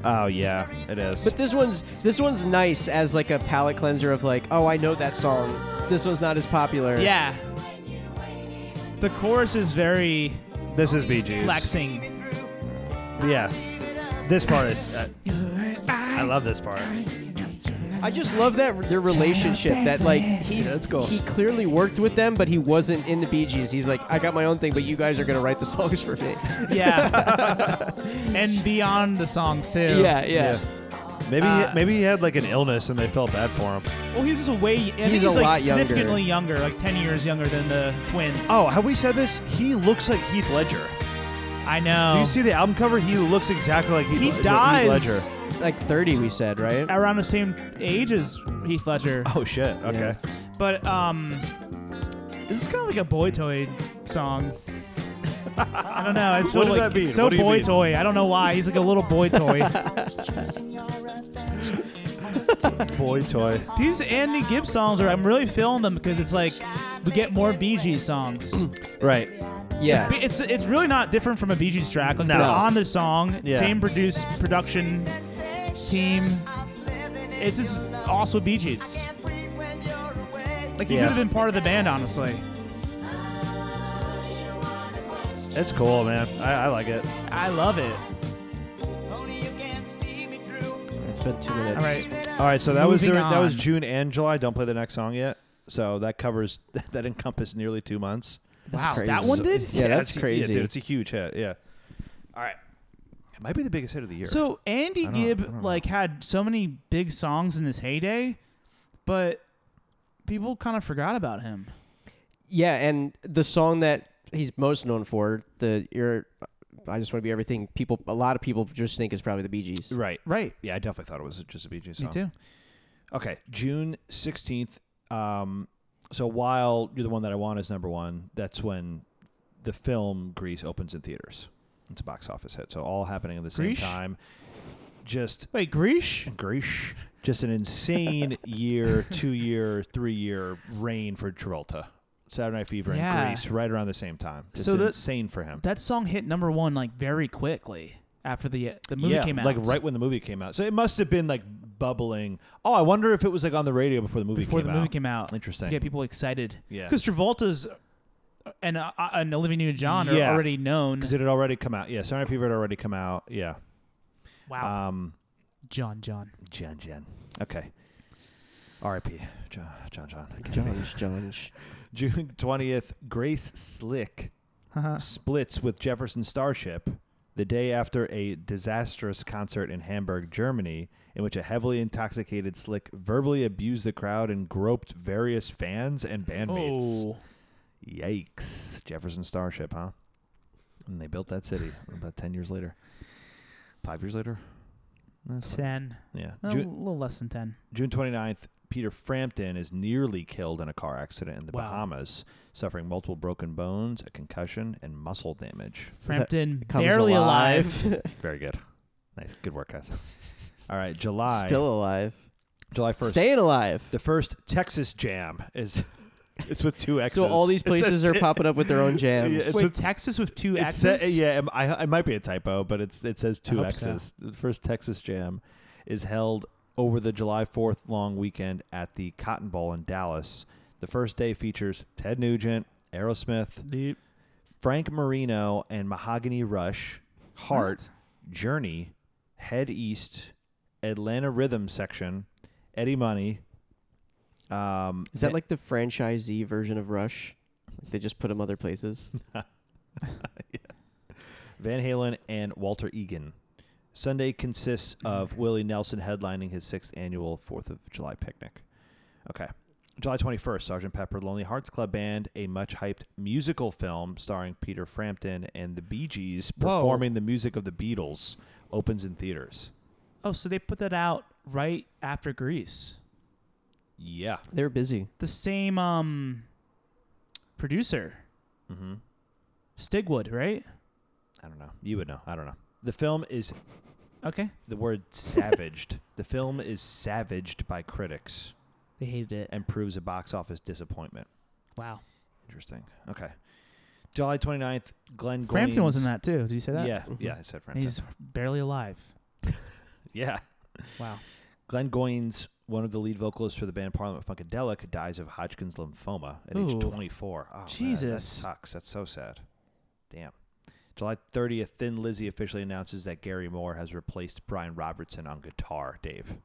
[SPEAKER 4] Oh yeah. It is.
[SPEAKER 5] But this one's this one's nice as like a palate cleanser of like oh I know that song. This one's not as popular.
[SPEAKER 3] Yeah. The chorus is very
[SPEAKER 4] this is BG's.
[SPEAKER 3] relaxing.
[SPEAKER 4] Yeah. This part is. Uh, I love this part.
[SPEAKER 5] I just love that their relationship that like he's
[SPEAKER 4] Yeah, that's cool.
[SPEAKER 5] he clearly worked with them but he wasn't in the Bee Gees. He's like I got my own thing but you guys are gonna write the songs for me.
[SPEAKER 3] Yeah. and beyond the songs too.
[SPEAKER 5] yeah, yeah.
[SPEAKER 4] Maybe
[SPEAKER 3] Uh,
[SPEAKER 4] he, maybe he had like an illness and they felt bad for him.
[SPEAKER 3] Well, he's just a way. I think
[SPEAKER 5] He's
[SPEAKER 3] he's
[SPEAKER 5] a
[SPEAKER 3] like
[SPEAKER 5] lot younger.
[SPEAKER 3] significantly younger. like ten years younger than the twins.
[SPEAKER 4] Oh, have we said this? He looks like Heath Ledger.
[SPEAKER 3] I know.
[SPEAKER 4] Do you see the album cover? He looks exactly like Heath,
[SPEAKER 3] Oh. He
[SPEAKER 4] Le- Heath
[SPEAKER 3] dies
[SPEAKER 4] Ledger.
[SPEAKER 5] Like thirty we said right.
[SPEAKER 3] around the same age as Heath Ledger.
[SPEAKER 4] Oh shit. Okay.
[SPEAKER 3] But um, this is kind of like a boy toy song. I don't know. It's so,
[SPEAKER 4] What does
[SPEAKER 3] like,
[SPEAKER 4] that mean?
[SPEAKER 3] It's so
[SPEAKER 4] What do you
[SPEAKER 3] boy
[SPEAKER 4] mean?
[SPEAKER 3] toy. I don't know why. He's like a little boy toy.
[SPEAKER 4] Boy toy.
[SPEAKER 3] These Andy Gibbs songs are. I'm really feeling them because it's like we get more Bee Gees songs.
[SPEAKER 4] Right.
[SPEAKER 5] Yeah.
[SPEAKER 3] it's it's really not different from a Bee Gees track. Like
[SPEAKER 4] No.
[SPEAKER 3] they're on the song,
[SPEAKER 4] Yeah.
[SPEAKER 3] same produce production team. It's just also Bee Gees. Like he
[SPEAKER 4] Yeah.
[SPEAKER 3] could have been part of the band, honestly.
[SPEAKER 4] It's cool, man. I, I like it.
[SPEAKER 3] I love it.
[SPEAKER 5] It's been two minutes.
[SPEAKER 3] All right,
[SPEAKER 4] All right. So that was
[SPEAKER 3] Moving
[SPEAKER 4] during, that was
[SPEAKER 3] on.
[SPEAKER 4] June and July. Don't play the next song yet. So that covers that encompassed nearly two months.
[SPEAKER 3] wow,
[SPEAKER 5] crazy.
[SPEAKER 3] that one did.
[SPEAKER 5] Yeah, that's
[SPEAKER 4] it's-
[SPEAKER 5] crazy.
[SPEAKER 4] dude, it's a huge hit. Yeah. All right. It might be the biggest hit of the year.
[SPEAKER 3] So Andy
[SPEAKER 4] I don't- I
[SPEAKER 3] Gibb
[SPEAKER 4] don't know.
[SPEAKER 3] like had so many big songs in his heyday, but people kind of forgot about him.
[SPEAKER 5] Yeah, and the song that he's most known for, the "You're, I just want to be everything. People, a lot of people just think is probably the Bee Gees.
[SPEAKER 4] right.
[SPEAKER 3] Right.
[SPEAKER 4] Yeah, I definitely thought it was just a BG song.
[SPEAKER 3] Me too.
[SPEAKER 4] Okay, June sixteenth. Um, so while you're the one that I want is number one, that's when the film Grease opens in theaters. It's a box office hit. So all happening at the same
[SPEAKER 3] Grease?
[SPEAKER 4] time. Just
[SPEAKER 3] Wait, Grish?
[SPEAKER 4] Grease. Just an insane year, two year, three year reign for Travolta. Saturday Night Fever
[SPEAKER 3] Yeah.
[SPEAKER 4] and Grease right around the same time. Just
[SPEAKER 3] So that-
[SPEAKER 4] insane for him.
[SPEAKER 3] That song hit number one like very quickly after the the movie
[SPEAKER 4] yeah,
[SPEAKER 3] came out.
[SPEAKER 4] like right when the movie came out. So it must have been like bubbling. Oh, I wonder if it was like on the radio before the movie
[SPEAKER 3] before
[SPEAKER 4] came
[SPEAKER 3] the
[SPEAKER 4] out.
[SPEAKER 3] movie came out.
[SPEAKER 4] Interesting.
[SPEAKER 3] To get people excited.
[SPEAKER 4] Yeah.
[SPEAKER 3] Because Travolta's and uh, and Olivia Newton-John are
[SPEAKER 4] Yeah.
[SPEAKER 3] already known.
[SPEAKER 4] Because it had already come out. Yeah, Saturday Night Fever had already come out. Yeah.
[SPEAKER 3] Wow.
[SPEAKER 4] Um,
[SPEAKER 3] John, John.
[SPEAKER 4] John, John. Okay. R.I.P. John, John, John. I can't
[SPEAKER 5] John,
[SPEAKER 4] read. June twentieth, Grace Slick
[SPEAKER 3] Uh-huh.
[SPEAKER 4] splits with Jefferson Starship. the day after a disastrous concert in Hamburg, Germany, in which a heavily intoxicated Slick verbally abused the crowd and groped various fans and bandmates.
[SPEAKER 3] Oh,
[SPEAKER 4] Yikes. Jefferson Starship, huh? And they built that city about 10 years later. Five years later? Eh, something-
[SPEAKER 3] ten.
[SPEAKER 4] Yeah.
[SPEAKER 3] A
[SPEAKER 4] Ju-
[SPEAKER 3] little less than ten.
[SPEAKER 4] June 29th, Peter Frampton is nearly killed in a car accident in the
[SPEAKER 3] Wow.
[SPEAKER 4] Bahamas, suffering multiple broken bones, a concussion, and muscle damage.
[SPEAKER 3] Frampton
[SPEAKER 5] Comes
[SPEAKER 3] barely alive.
[SPEAKER 4] Very good. Nice. Good work, guys. All right, July.
[SPEAKER 5] Still alive.
[SPEAKER 4] July 1st.
[SPEAKER 5] Staying alive.
[SPEAKER 4] the first Texas Jam is it's with two X's.
[SPEAKER 5] So all these
[SPEAKER 4] It's a
[SPEAKER 5] places are
[SPEAKER 4] di-
[SPEAKER 5] popping up with their own jams.
[SPEAKER 4] Yeah, it's
[SPEAKER 3] Wait,
[SPEAKER 4] with-
[SPEAKER 3] Texas with two
[SPEAKER 4] It
[SPEAKER 3] X's.
[SPEAKER 4] sa- yeah, it- I, it might be a typo, but it's it says two
[SPEAKER 3] hope so.
[SPEAKER 4] X's. The first Texas Jam is held over the July 4th long weekend at the Cotton Bowl in Dallas. The first day features Ted Nugent, Aerosmith,
[SPEAKER 3] Dude,
[SPEAKER 4] Frank Marino, and Mahogany Rush, Heart,
[SPEAKER 3] what?
[SPEAKER 4] Journey, Head East, Atlanta Rhythm Section, Eddie Money. Um,
[SPEAKER 5] Is that
[SPEAKER 4] a-
[SPEAKER 5] like the franchisee version of Rush? Like they just put them other places.
[SPEAKER 4] Van Halen and Walter Egan. Sunday consists of Willie Nelson headlining his sixth annual Fourth of July picnic. Okay. July 21st, Sergeant Pepper Lonely Hearts Club Band, a much hyped musical film starring Peter Frampton and the Bee Gees
[SPEAKER 3] Whoa.
[SPEAKER 4] performing the music of the Beatles, opens in theaters.
[SPEAKER 3] Oh, so they put that out right after Greece.
[SPEAKER 4] Yeah.
[SPEAKER 5] They were busy.
[SPEAKER 3] The same um producer,
[SPEAKER 4] Mm-hmm.
[SPEAKER 3] Stigwood, right?
[SPEAKER 4] I don't know. You would know. I don't know. The film is
[SPEAKER 3] Okay.
[SPEAKER 4] the word savaged. the film is savaged by critics
[SPEAKER 3] They hated it.
[SPEAKER 4] and proves a box office disappointment.
[SPEAKER 3] Wow.
[SPEAKER 4] Interesting. Okay. July 29th, Glenn
[SPEAKER 3] Frampton was in
[SPEAKER 4] Goines-
[SPEAKER 3] that too. Did you say that?
[SPEAKER 4] Yeah,
[SPEAKER 5] Mhm.
[SPEAKER 4] yeah, I said
[SPEAKER 3] And
[SPEAKER 4] Frampton.
[SPEAKER 3] he's barely alive.
[SPEAKER 4] yeah.
[SPEAKER 3] Wow.
[SPEAKER 4] Glenn Goines, one of the lead vocalists for the band Parliament Funkadelic, dies of Hodgkin's lymphoma at
[SPEAKER 3] Ooh.
[SPEAKER 4] age 24. Oh, man, that
[SPEAKER 3] Jesus.
[SPEAKER 4] sucks. That's so sad. Damn. July 30th, Thin Lizzy officially announces that Gary Moore has replaced Brian Robertson on guitar, Dave.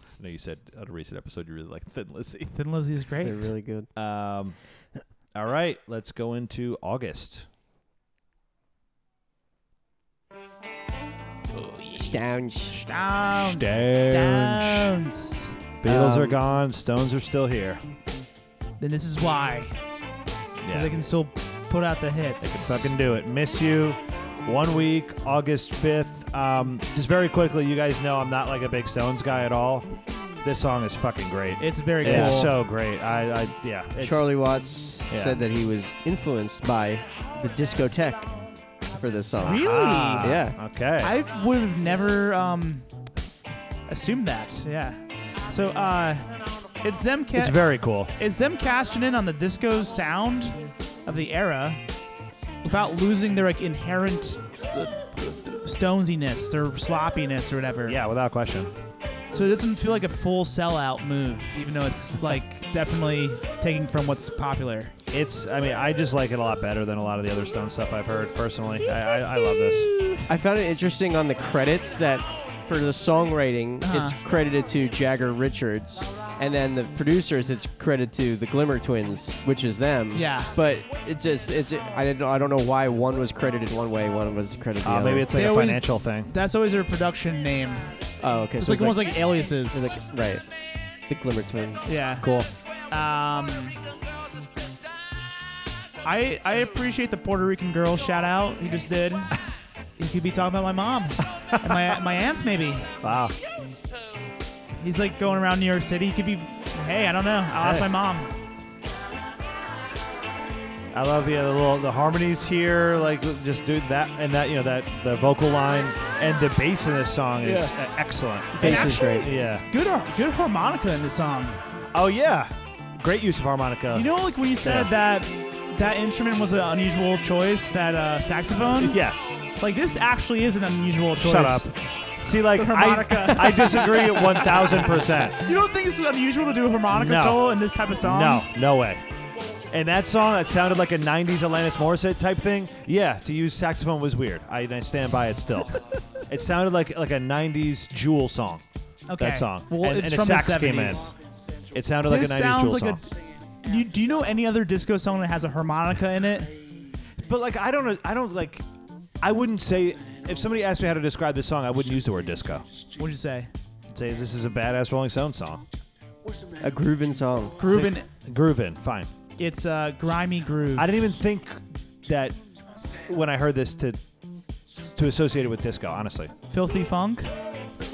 [SPEAKER 4] I know you said on a recent episode you really like Thin Lizzy.
[SPEAKER 3] Thin Lizzy's great.
[SPEAKER 5] They're really good.
[SPEAKER 4] Um, all right, let's go into August.
[SPEAKER 5] Stounge.
[SPEAKER 3] Stones.
[SPEAKER 4] Stones.
[SPEAKER 3] Stones.
[SPEAKER 4] Beatles are
[SPEAKER 5] Um,
[SPEAKER 4] gone. Stones are still here.
[SPEAKER 3] Then this is why. Because
[SPEAKER 4] Yeah,
[SPEAKER 3] they
[SPEAKER 4] they
[SPEAKER 3] can still put out the hits.
[SPEAKER 4] can fucking do it. Miss you. One week, August fifth. Um, just very quickly, you guys know I'm not like a big Stones guy at all. This song is fucking great.
[SPEAKER 3] It's very
[SPEAKER 4] It's
[SPEAKER 3] cool.
[SPEAKER 4] so great. I, I yeah. It's,
[SPEAKER 5] Charlie Watts
[SPEAKER 4] Yeah.
[SPEAKER 5] said that he was influenced by the discotheque for this song.
[SPEAKER 3] Really?
[SPEAKER 4] Ah,
[SPEAKER 5] Yeah.
[SPEAKER 4] Okay.
[SPEAKER 3] I would have never um, assumed that. Yeah. So uh, it's them. Ca-
[SPEAKER 4] it's very cool.
[SPEAKER 3] it's them cashing in on the disco sound of the era without losing their like inherent uh, stonesiness, their sloppiness or whatever.
[SPEAKER 4] Yeah, without question.
[SPEAKER 3] So it doesn't feel like a full sellout move, even though it's like definitely taking from what's popular.
[SPEAKER 4] It's. I mean, I just like it a lot better than a lot of the other Stones stuff I've heard personally. I, I, I love this.
[SPEAKER 5] I found it interesting on the credits that for the songwriting,
[SPEAKER 3] Uh-huh.
[SPEAKER 5] it's credited to Jagger Richards. And then the producers, it's credited to the Glimmer Twins, which is them.
[SPEAKER 3] Yeah.
[SPEAKER 5] But it just, it's, I, didn't, I don't know why one was credited one way, one was credited the
[SPEAKER 4] Uh,
[SPEAKER 5] other.
[SPEAKER 4] maybe it's like
[SPEAKER 3] They
[SPEAKER 4] a
[SPEAKER 3] always-
[SPEAKER 4] financial thing.
[SPEAKER 3] That's always their production name.
[SPEAKER 5] Oh, okay.
[SPEAKER 3] It's
[SPEAKER 5] so
[SPEAKER 3] like almost like, aliases.
[SPEAKER 5] It's like- right. The Glimmer Twins.
[SPEAKER 3] yeah.
[SPEAKER 4] Cool.
[SPEAKER 3] Um, I I appreciate the Puerto Rican girl shout out he just did. he could be talking about my mom, and my my aunts maybe.
[SPEAKER 4] Wow.
[SPEAKER 3] He's like going around New York City. He could be, hey, I don't know. I'll ask
[SPEAKER 4] Hey.
[SPEAKER 3] my mom.
[SPEAKER 4] I love yeah, the little the harmonies here, like just do that and that you know that the vocal line and the bass in this song is
[SPEAKER 5] Yeah.
[SPEAKER 4] uh, excellent.
[SPEAKER 5] Bass
[SPEAKER 4] And
[SPEAKER 5] is great.
[SPEAKER 4] Yeah.
[SPEAKER 3] Good good harmonica in this song.
[SPEAKER 4] Oh yeah, great use of harmonica.
[SPEAKER 3] You know, like when you said that that instrument was an unusual choice, that uh, saxophone.
[SPEAKER 4] yeah.
[SPEAKER 3] Like this actually is an unusual choice.
[SPEAKER 4] Shut up. See, like I,
[SPEAKER 3] harmonica.
[SPEAKER 4] I disagree one thousand percent.
[SPEAKER 3] You don't think it's unusual to do a harmonica
[SPEAKER 4] No.
[SPEAKER 3] solo in this type of song?
[SPEAKER 4] No, no way. And that song that sounded like a '90s Alanis Morissette type thing. Yeah, to use saxophone was weird. I, and I stand by it still. it sounded like like a '90s Jewel song.
[SPEAKER 3] Okay.
[SPEAKER 4] That song.
[SPEAKER 3] Well,
[SPEAKER 4] and,
[SPEAKER 3] it's
[SPEAKER 4] and
[SPEAKER 3] from
[SPEAKER 4] a
[SPEAKER 3] the
[SPEAKER 4] sax came in.
[SPEAKER 3] 70s.
[SPEAKER 4] It sounded like
[SPEAKER 3] This
[SPEAKER 4] a '90s
[SPEAKER 3] sounds
[SPEAKER 4] Jewel
[SPEAKER 3] like
[SPEAKER 4] song.
[SPEAKER 3] a. You, do you know any other disco song that has a harmonica in it?
[SPEAKER 4] But like I don't I don't like I wouldn't say if somebody asked me how to describe this song, I wouldn't use the word disco.
[SPEAKER 3] What'd you say?
[SPEAKER 4] I'd say this is a badass Rolling Stones song.
[SPEAKER 5] A grooving song.
[SPEAKER 3] Grooving.
[SPEAKER 4] Groovin', fine.
[SPEAKER 3] It's a grimy groove.
[SPEAKER 4] I didn't even think that when I heard this to to associate it with disco. Honestly,
[SPEAKER 3] Filthy funk,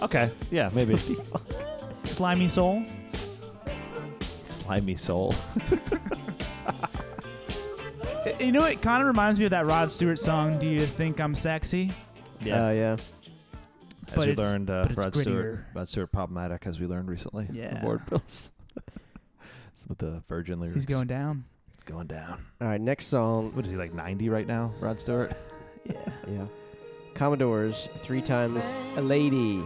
[SPEAKER 4] okay, yeah, maybe
[SPEAKER 3] slimy soul.
[SPEAKER 4] slimy soul.
[SPEAKER 3] I- You know, it kind of reminds me of that Rod Stewart song. Do you think I'm sexy?
[SPEAKER 5] Yeah.
[SPEAKER 4] Yeah,
[SPEAKER 5] Uh, yeah.
[SPEAKER 4] as
[SPEAKER 3] but
[SPEAKER 4] we
[SPEAKER 3] it's-
[SPEAKER 4] learned, uh,
[SPEAKER 3] but it's
[SPEAKER 4] Rod Stewart,
[SPEAKER 3] grittier.
[SPEAKER 4] Rod Stewart problematic, as we learned recently. from
[SPEAKER 3] Yeah.
[SPEAKER 4] Board bills. It's with the Virgin lyrics.
[SPEAKER 3] He's going down.
[SPEAKER 4] It's going down.
[SPEAKER 5] All right, next song.
[SPEAKER 4] What is he like ninety right now, Rod Stewart?
[SPEAKER 3] Yeah.
[SPEAKER 5] Yeah. Commodores, three times a lady.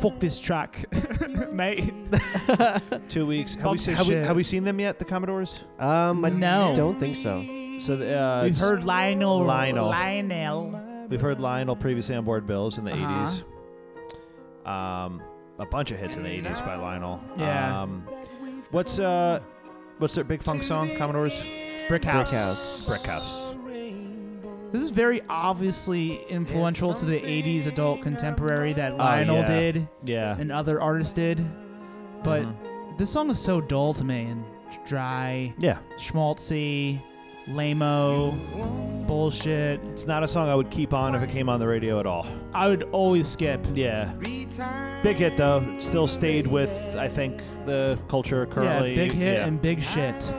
[SPEAKER 3] Fuck this track, mate.
[SPEAKER 4] Two weeks. Have we,
[SPEAKER 3] Bump
[SPEAKER 4] seen,
[SPEAKER 3] the
[SPEAKER 4] have, we,
[SPEAKER 3] shit.
[SPEAKER 4] have we seen them yet, the Commodores?
[SPEAKER 5] Um, I
[SPEAKER 3] No.
[SPEAKER 5] don't think so.
[SPEAKER 4] So the, uh,
[SPEAKER 3] We've heard Lionel.
[SPEAKER 4] Lionel.
[SPEAKER 3] Lionel.
[SPEAKER 4] we've heard Lionel previously on Board Bills in the
[SPEAKER 3] Uh-huh.
[SPEAKER 4] 80s. Um, a bunch of hits in the 80s by Lionel.
[SPEAKER 3] Yeah.
[SPEAKER 4] Um, what's uh, what's their big funk song? Commodores.
[SPEAKER 3] Brick House.
[SPEAKER 5] House.
[SPEAKER 4] Brick House.
[SPEAKER 3] This is very obviously influential to the 80s adult contemporary that Lionel
[SPEAKER 4] Oh, yeah.
[SPEAKER 3] did
[SPEAKER 4] Yeah.
[SPEAKER 3] and other artists did. But
[SPEAKER 4] Uh-huh.
[SPEAKER 3] this song is so dull to me and dry,
[SPEAKER 4] Yeah.
[SPEAKER 3] schmaltzy, lameo, bullshit.
[SPEAKER 4] It's not a song I would keep on if it came on the radio at all.
[SPEAKER 3] I would always skip.
[SPEAKER 4] Yeah. Big hit though. It Still stayed with I think the culture currently.
[SPEAKER 3] Yeah, big hit
[SPEAKER 4] Yeah.
[SPEAKER 3] and big shit.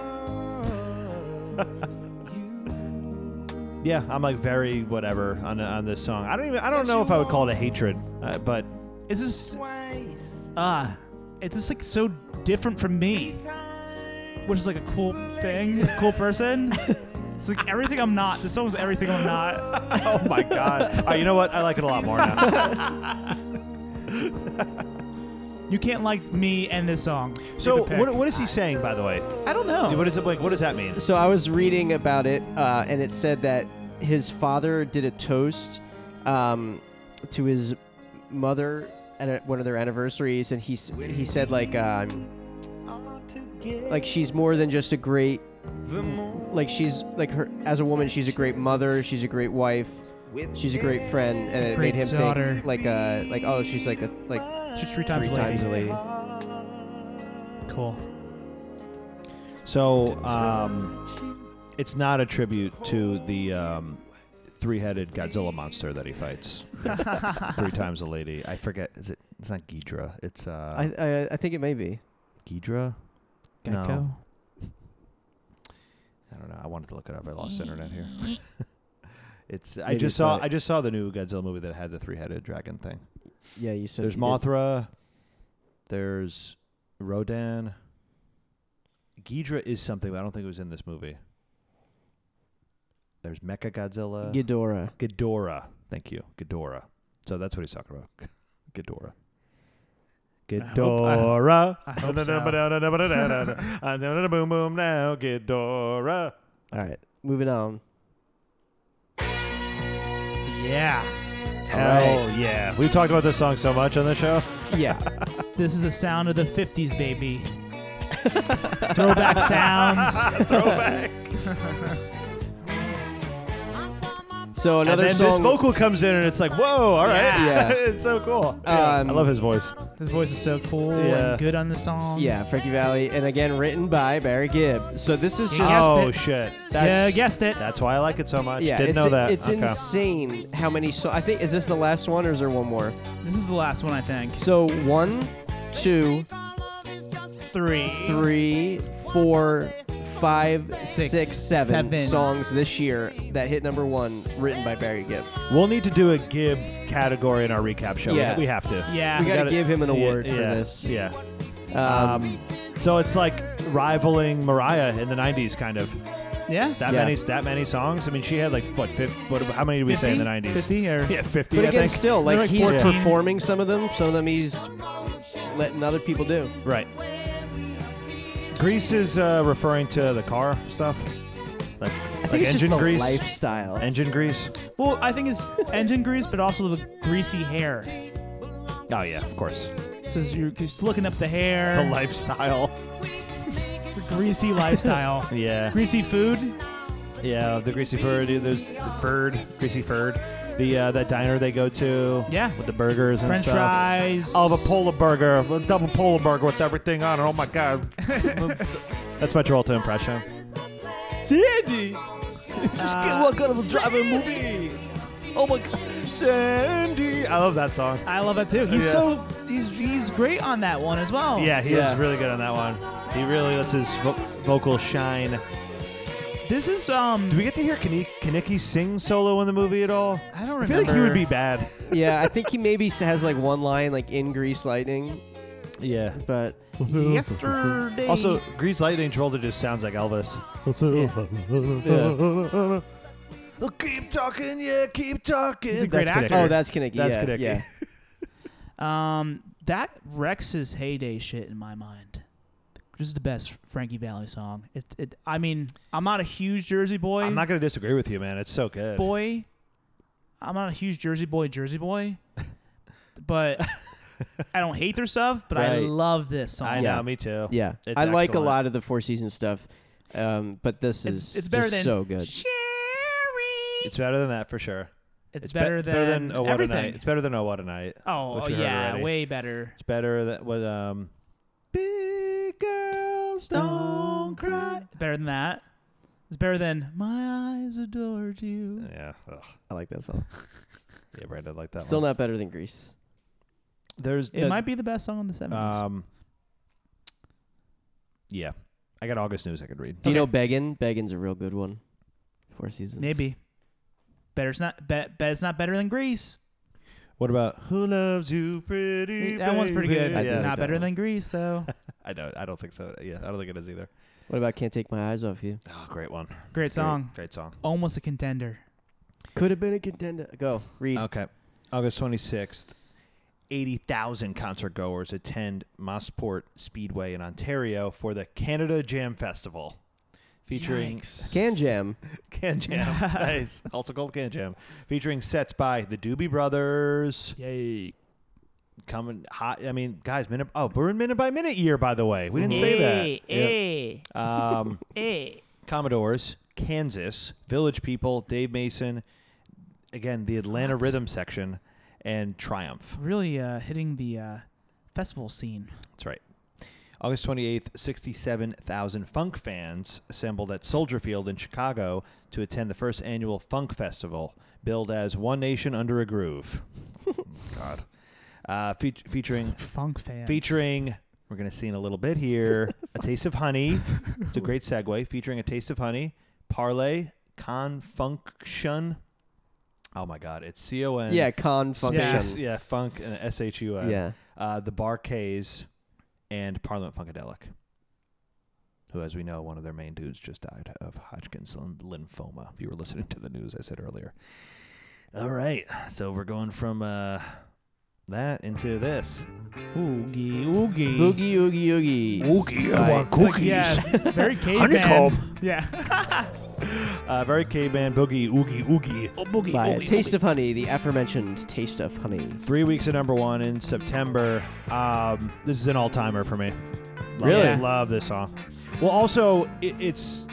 [SPEAKER 4] Yeah, I'm like very whatever on on this song. I don't even I don't know if I would call it a hatred, uh, but
[SPEAKER 3] It's just ah, it's just like so different from me, which is like a cool thing, a cool person. It's like everything I'm not. This song's everything I'm not.
[SPEAKER 4] oh my god. All right, you know what? I like it a lot more now.
[SPEAKER 3] You can't like me and this song. You
[SPEAKER 4] so
[SPEAKER 3] have to pick.
[SPEAKER 4] what, what is he saying by the way?
[SPEAKER 3] I don't
[SPEAKER 5] Oh.
[SPEAKER 3] know.
[SPEAKER 4] What is it like? What does that mean?
[SPEAKER 5] So I was reading about it, uh, and it said that his father did a toast um, to his mother at a, one of their anniversaries, and he s- he said like um, like she's more than just a great like she's like her as a woman she's a great mother, she's a great wife, she's a great friend, and it
[SPEAKER 3] Great
[SPEAKER 5] made him
[SPEAKER 3] daughter.
[SPEAKER 5] think like uh like oh she's like a like
[SPEAKER 3] It's just three
[SPEAKER 5] three
[SPEAKER 3] times a
[SPEAKER 5] times a lady.
[SPEAKER 3] Cool.
[SPEAKER 4] So um, it's not a tribute to the um, three-headed Godzilla monster that he fights three times a lady. I forget. Is it? It's not Ghidra. It's uh,
[SPEAKER 5] I, I I think it may be.
[SPEAKER 4] Ghidra. No.
[SPEAKER 3] Geico.
[SPEAKER 4] I don't know. I wanted to look it up. I lost internet here. it's. I
[SPEAKER 5] Maybe
[SPEAKER 4] just
[SPEAKER 5] it's
[SPEAKER 4] saw.
[SPEAKER 5] not-
[SPEAKER 4] I just saw the new Godzilla movie that had the three-headed dragon thing.
[SPEAKER 5] Yeah, you said
[SPEAKER 4] there's
[SPEAKER 5] you did.
[SPEAKER 4] Mothra. There's Rodan. Ghidra is something, but I don't think it was in this movie. There's Mecha Godzilla.
[SPEAKER 5] Ghidorah.
[SPEAKER 4] Ghidorah. Thank you, Ghidorah. So that's what he's talking about. Ghidorah. Ghidorah.
[SPEAKER 3] I hope so.
[SPEAKER 4] I'm down in a boom boom now, Ghidorah.
[SPEAKER 5] All right, moving on.
[SPEAKER 3] Yeah.
[SPEAKER 4] Hell Oh, yeah. We've talked about this song so much on the show.
[SPEAKER 5] Yeah.
[SPEAKER 3] This is the sound of the 50s, baby. Throwback sounds.
[SPEAKER 4] Throwback.
[SPEAKER 5] So
[SPEAKER 4] and
[SPEAKER 5] another
[SPEAKER 4] then
[SPEAKER 5] song.
[SPEAKER 4] this vocal comes in and it's like, whoa, all right.
[SPEAKER 5] Yeah.
[SPEAKER 4] it's so cool.
[SPEAKER 5] Um,
[SPEAKER 4] I love his voice.
[SPEAKER 3] His voice is so cool
[SPEAKER 4] Yeah.
[SPEAKER 3] and good on the song.
[SPEAKER 5] yeah, Frankie Valley, and again written by Barry Gibb. So this is just
[SPEAKER 3] guessed Oh,
[SPEAKER 4] Oh,
[SPEAKER 3] it.
[SPEAKER 4] shit.
[SPEAKER 3] yeah, guessed it.
[SPEAKER 4] That's why I like it so much.
[SPEAKER 5] yeah,
[SPEAKER 4] Didn't
[SPEAKER 5] it's,
[SPEAKER 4] know that.
[SPEAKER 5] It's insane how many. So I think is this the last one or is there one more?
[SPEAKER 3] This is the last one, I think.
[SPEAKER 5] So one, two,
[SPEAKER 3] Three.
[SPEAKER 5] three, four, five,
[SPEAKER 3] Six,
[SPEAKER 5] six, seven
[SPEAKER 3] seven.
[SPEAKER 5] songs this year that hit number one, written by Barry Gibb.
[SPEAKER 4] We'll need to do a Gib category in our recap show. We-
[SPEAKER 5] Yeah.
[SPEAKER 4] We have to.
[SPEAKER 3] Yeah.
[SPEAKER 5] We gotta
[SPEAKER 4] gotta-
[SPEAKER 5] give him an
[SPEAKER 4] yeah,
[SPEAKER 5] award for
[SPEAKER 4] yeah,
[SPEAKER 5] this.
[SPEAKER 4] Yeah.
[SPEAKER 5] Um,
[SPEAKER 4] Um, so it's like rivaling Mariah in the '90s, kind of.
[SPEAKER 3] yeah.
[SPEAKER 4] That
[SPEAKER 5] Yeah.
[SPEAKER 4] many, that many songs. I mean, she had like what? 50, what how many did we say in the '90s?
[SPEAKER 3] 50 or
[SPEAKER 4] Yeah, 50.
[SPEAKER 5] but
[SPEAKER 4] I
[SPEAKER 5] again,
[SPEAKER 4] think.
[SPEAKER 5] still like,
[SPEAKER 3] They're like
[SPEAKER 5] he's
[SPEAKER 3] 14.
[SPEAKER 5] performing some of them. Some of them he's letting other people do.
[SPEAKER 4] right. Grease is uh, referring to the car stuff, like
[SPEAKER 5] I think
[SPEAKER 4] like
[SPEAKER 5] it's just
[SPEAKER 4] engine
[SPEAKER 5] the
[SPEAKER 4] grease.
[SPEAKER 5] lifestyle.
[SPEAKER 4] Engine grease.
[SPEAKER 3] Well, I think it's engine grease, but also the greasy hair.
[SPEAKER 4] Oh yeah, of course.
[SPEAKER 3] So you're just looking up the hair,
[SPEAKER 4] The lifestyle.
[SPEAKER 3] greasy lifestyle,
[SPEAKER 4] Yeah.
[SPEAKER 3] greasy food,
[SPEAKER 4] Yeah, the Greasy Furd. There's the Furd, Greasy Furd. The uh, that diner they go to.
[SPEAKER 3] Yeah.
[SPEAKER 4] With the burgers and
[SPEAKER 3] French
[SPEAKER 4] stuff.
[SPEAKER 3] fries.
[SPEAKER 4] I'll have a polar burger, a double polar burger with everything on it. Oh my god. That's my Travolta impression.
[SPEAKER 2] Sandy!
[SPEAKER 3] Uh,
[SPEAKER 2] Just get what kind of a driving movie? Oh my god.
[SPEAKER 4] Sandy. I love that song.
[SPEAKER 3] I love that too. He's
[SPEAKER 4] Yeah.
[SPEAKER 3] so he's he's great on that one as well.
[SPEAKER 4] Yeah, he
[SPEAKER 5] Yeah.
[SPEAKER 4] was really good on that one. He really lets his vo- vocal shine.
[SPEAKER 3] This is um.
[SPEAKER 4] Do we get to hear Kaneki, Kaneki sing solo in the movie at all?
[SPEAKER 3] I don't remember.
[SPEAKER 4] I feel like he would be bad.
[SPEAKER 5] yeah, I think he maybe s- has like one line like in Grease Lightning,
[SPEAKER 4] Yeah.
[SPEAKER 5] but
[SPEAKER 3] yesterday.
[SPEAKER 4] Also, Grease Lightning Travolta just sounds like Elvis.
[SPEAKER 5] yeah.
[SPEAKER 2] Oh, keep talking, yeah, keep talking.
[SPEAKER 3] He's a great
[SPEAKER 4] That's
[SPEAKER 3] actor.
[SPEAKER 5] oh, that's Kaneki.
[SPEAKER 4] That's
[SPEAKER 5] yeah,
[SPEAKER 4] Kaneki.
[SPEAKER 5] Yeah.
[SPEAKER 3] Um, that Rex's heyday shit in my mind. Just the best Frankie Valley song. It, it. I mean, I'm not a huge Jersey boy.
[SPEAKER 4] I'm not gonna disagree with you, man. It's so good.
[SPEAKER 3] boy. I'm not a huge Jersey boy. Jersey boy, but I don't hate their stuff. But I
[SPEAKER 4] Right.
[SPEAKER 3] love this song.
[SPEAKER 4] I know, me too.
[SPEAKER 5] Yeah,
[SPEAKER 4] It's
[SPEAKER 5] I like a
[SPEAKER 4] excellent.
[SPEAKER 5] lot of the Four Seasons stuff, um, but this
[SPEAKER 3] It's,
[SPEAKER 5] is
[SPEAKER 3] it's better
[SPEAKER 5] just
[SPEAKER 3] than
[SPEAKER 5] so good.
[SPEAKER 3] Sherry.
[SPEAKER 4] It's better than that for sure.
[SPEAKER 3] It's,
[SPEAKER 4] be-
[SPEAKER 3] better, than
[SPEAKER 4] Oh What a
[SPEAKER 3] everything.
[SPEAKER 4] Night. It's better than Oh What a Night.
[SPEAKER 3] oh,
[SPEAKER 4] which
[SPEAKER 3] oh
[SPEAKER 4] we heard
[SPEAKER 3] yeah,
[SPEAKER 4] already.
[SPEAKER 3] way better.
[SPEAKER 4] It's better that was um. Big girls don't cry.
[SPEAKER 3] Better than that. It's better than my eyes adored you.
[SPEAKER 4] Yeah. Ugh.
[SPEAKER 5] I like that song.
[SPEAKER 4] Yeah, Brad, I like that
[SPEAKER 5] Still
[SPEAKER 4] one.
[SPEAKER 5] not better than Grease.
[SPEAKER 4] There's
[SPEAKER 3] It might be the best song in the seventies.
[SPEAKER 4] Um. Yeah, I got August news I could read.
[SPEAKER 5] Do you know Beggin? Beggin's a real good one. Four Seasons.
[SPEAKER 3] Maybe. Better it's not. Bet, bet it's not better than Grease.
[SPEAKER 4] What about Who Loves You Pretty?
[SPEAKER 3] That one's pretty good.
[SPEAKER 4] Baby?
[SPEAKER 5] I do
[SPEAKER 4] Yeah.
[SPEAKER 5] like
[SPEAKER 3] not
[SPEAKER 5] that
[SPEAKER 3] better
[SPEAKER 5] one.
[SPEAKER 3] than Grease, though.
[SPEAKER 4] I don't. I don't think so. Yeah, I don't think it is either.
[SPEAKER 5] What about Can't Take My Eyes Off You?
[SPEAKER 4] Oh, great one.
[SPEAKER 3] Great song.
[SPEAKER 4] Great song.
[SPEAKER 3] Almost a contender.
[SPEAKER 5] Could have been a contender. Go read.
[SPEAKER 4] Okay. August 26th, 80,000 concert goers attend Mossport Speedway in Ontario for the Canada Jam Festival. Featuring
[SPEAKER 1] Yikes.
[SPEAKER 5] Can Jam.
[SPEAKER 4] Can Jam. nice. Also called Can Jam. Featuring sets by the Doobie Brothers.
[SPEAKER 3] Yay.
[SPEAKER 4] Coming hot. I mean, guys, minute. Oh, we're in minute by minute year, by the way. We didn't say
[SPEAKER 3] Hey,
[SPEAKER 4] that. Um,
[SPEAKER 3] hey.
[SPEAKER 4] Commodores, Kansas, Village People, Dave Mason, again, the Atlanta Rhythm Section, and Triumph.
[SPEAKER 3] Really uh, hitting the uh, festival scene.
[SPEAKER 4] That's right. August 28th, 67,000 funk fans assembled at Soldier Field in Chicago to attend the first annual Funk Festival, billed as One Nation Under a Groove. God. Uh, feat featuring
[SPEAKER 3] Funk fans.
[SPEAKER 4] featuring we're going to see in a little bit here a taste of honey it's a great segue featuring a taste of honey parlay confunction oh my god it's c-o-n
[SPEAKER 5] Yeah, con
[SPEAKER 4] space,
[SPEAKER 5] function.
[SPEAKER 4] yeah funk and s-h-u-n
[SPEAKER 5] Yeah.
[SPEAKER 4] uh, the bar K's and parliament funkadelic who as we know one of their main dudes just died of hodgkin's lyn- lymphoma if you were listening to the news i said earlier all right so we're going from uh, that into this
[SPEAKER 3] Oogie, oogie.
[SPEAKER 5] Boogie Oogie Oogie.
[SPEAKER 2] Oogie, I
[SPEAKER 5] Right.
[SPEAKER 2] want
[SPEAKER 3] It's like,
[SPEAKER 2] cookies.
[SPEAKER 3] yeah, very caveman.
[SPEAKER 2] Honeycomb.
[SPEAKER 3] Yeah.
[SPEAKER 4] Uh, very caveman boogie oogie oogie.
[SPEAKER 2] Oh, Boogie,
[SPEAKER 5] By
[SPEAKER 2] boogie,
[SPEAKER 5] Taste of Honey, the aforementioned Taste of Honey.
[SPEAKER 4] Three weeks at number one in September. Um, this is an all timer for me. Love
[SPEAKER 5] Really?
[SPEAKER 4] it. love this song. Well, also it, it's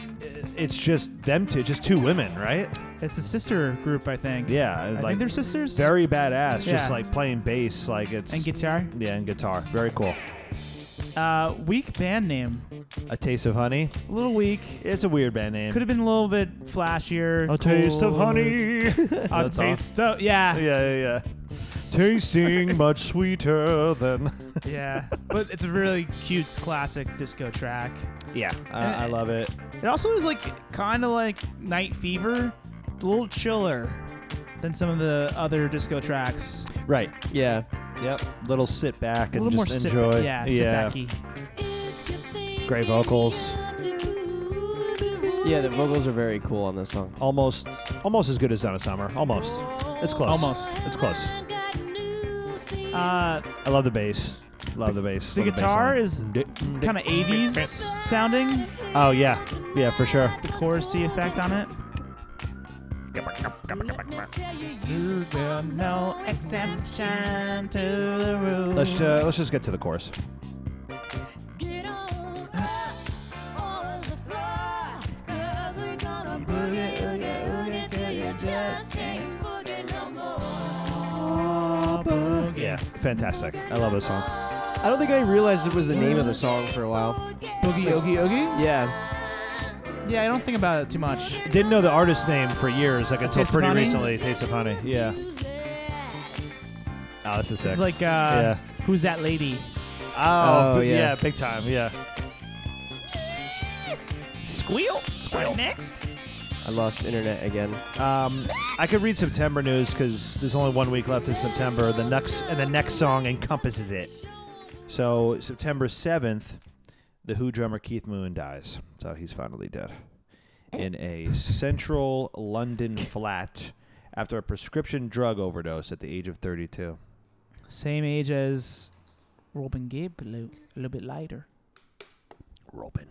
[SPEAKER 4] it's just them two, just two women, right?
[SPEAKER 3] It's a sister group, I think.
[SPEAKER 4] Yeah,
[SPEAKER 3] I
[SPEAKER 4] like
[SPEAKER 3] think they're sisters.
[SPEAKER 4] very badass. Just
[SPEAKER 3] Yeah.
[SPEAKER 4] like playing bass, like it's
[SPEAKER 3] and guitar.
[SPEAKER 4] yeah, and guitar. Very cool.
[SPEAKER 3] Uh, weak band name.
[SPEAKER 4] A taste of honey.
[SPEAKER 3] A little weak.
[SPEAKER 4] It's a weird band name.
[SPEAKER 3] Could have been a little bit flashier.
[SPEAKER 4] a taste of
[SPEAKER 3] cool.
[SPEAKER 4] honey.
[SPEAKER 3] A
[SPEAKER 4] That's all.
[SPEAKER 3] taste of yeah, yeah.
[SPEAKER 4] Yeah, yeah, yeah. Tasting much sweeter than.
[SPEAKER 3] But it's a really cute classic disco track.
[SPEAKER 4] Yeah, I, I love it.
[SPEAKER 3] It also is like kind of like Night Fever, a little chiller than some of the other disco tracks.
[SPEAKER 4] Right.
[SPEAKER 5] Yeah.
[SPEAKER 4] Yep. Little sit back
[SPEAKER 3] A
[SPEAKER 4] and
[SPEAKER 3] little more
[SPEAKER 4] just
[SPEAKER 3] sit
[SPEAKER 4] enjoy.
[SPEAKER 3] yeah, sit backy.
[SPEAKER 4] Great vocals.
[SPEAKER 5] Yeah, the vocals are very cool on this song.
[SPEAKER 4] Almost almost as good as Donna Summer. Almost. It's close.
[SPEAKER 3] Almost.
[SPEAKER 4] It's close.
[SPEAKER 3] Uh,
[SPEAKER 4] I love the bass. Love the bass.
[SPEAKER 3] the
[SPEAKER 4] Love
[SPEAKER 3] guitar
[SPEAKER 4] bass
[SPEAKER 3] is
[SPEAKER 4] line.
[SPEAKER 3] kind of 80s sounding.
[SPEAKER 4] Oh yeah. Yeah, for sure.
[SPEAKER 3] The chorusy effect on it. no exception to the rule.
[SPEAKER 4] Let's uh, let's just get to the chorus.
[SPEAKER 6] Get on up, all of the floor, cause we're gonna boogie
[SPEAKER 3] boogie.
[SPEAKER 4] Yeah, fantastic. I love this song.
[SPEAKER 5] I don't think I realized it was the name of the song for a while.
[SPEAKER 3] Boogie, oogie, oogie?
[SPEAKER 5] Yeah.
[SPEAKER 3] Yeah, I don't think about it too much.
[SPEAKER 4] Didn't know the artist name for years, like until
[SPEAKER 3] Taste of
[SPEAKER 4] pretty
[SPEAKER 3] Honey?
[SPEAKER 4] recently. Taste of Honey. Yeah. Oh, this is sick.
[SPEAKER 3] It's like, uh,
[SPEAKER 4] Yeah.
[SPEAKER 3] who's that lady?
[SPEAKER 4] oh,
[SPEAKER 5] Oh,
[SPEAKER 4] b-
[SPEAKER 5] yeah.
[SPEAKER 4] yeah. big time. Yeah.
[SPEAKER 3] Squeal? Squeal next?
[SPEAKER 5] I lost internet again.
[SPEAKER 4] Um, I could read September news because there's only one week left in September. The next and the next song encompasses it. So September seventh, the Who drummer Keith Moon dies. So he's finally dead in a central London flat after a prescription drug overdose at the age of 32.
[SPEAKER 3] Same age as Robin Gibb, a little, a little bit lighter.
[SPEAKER 4] Robin.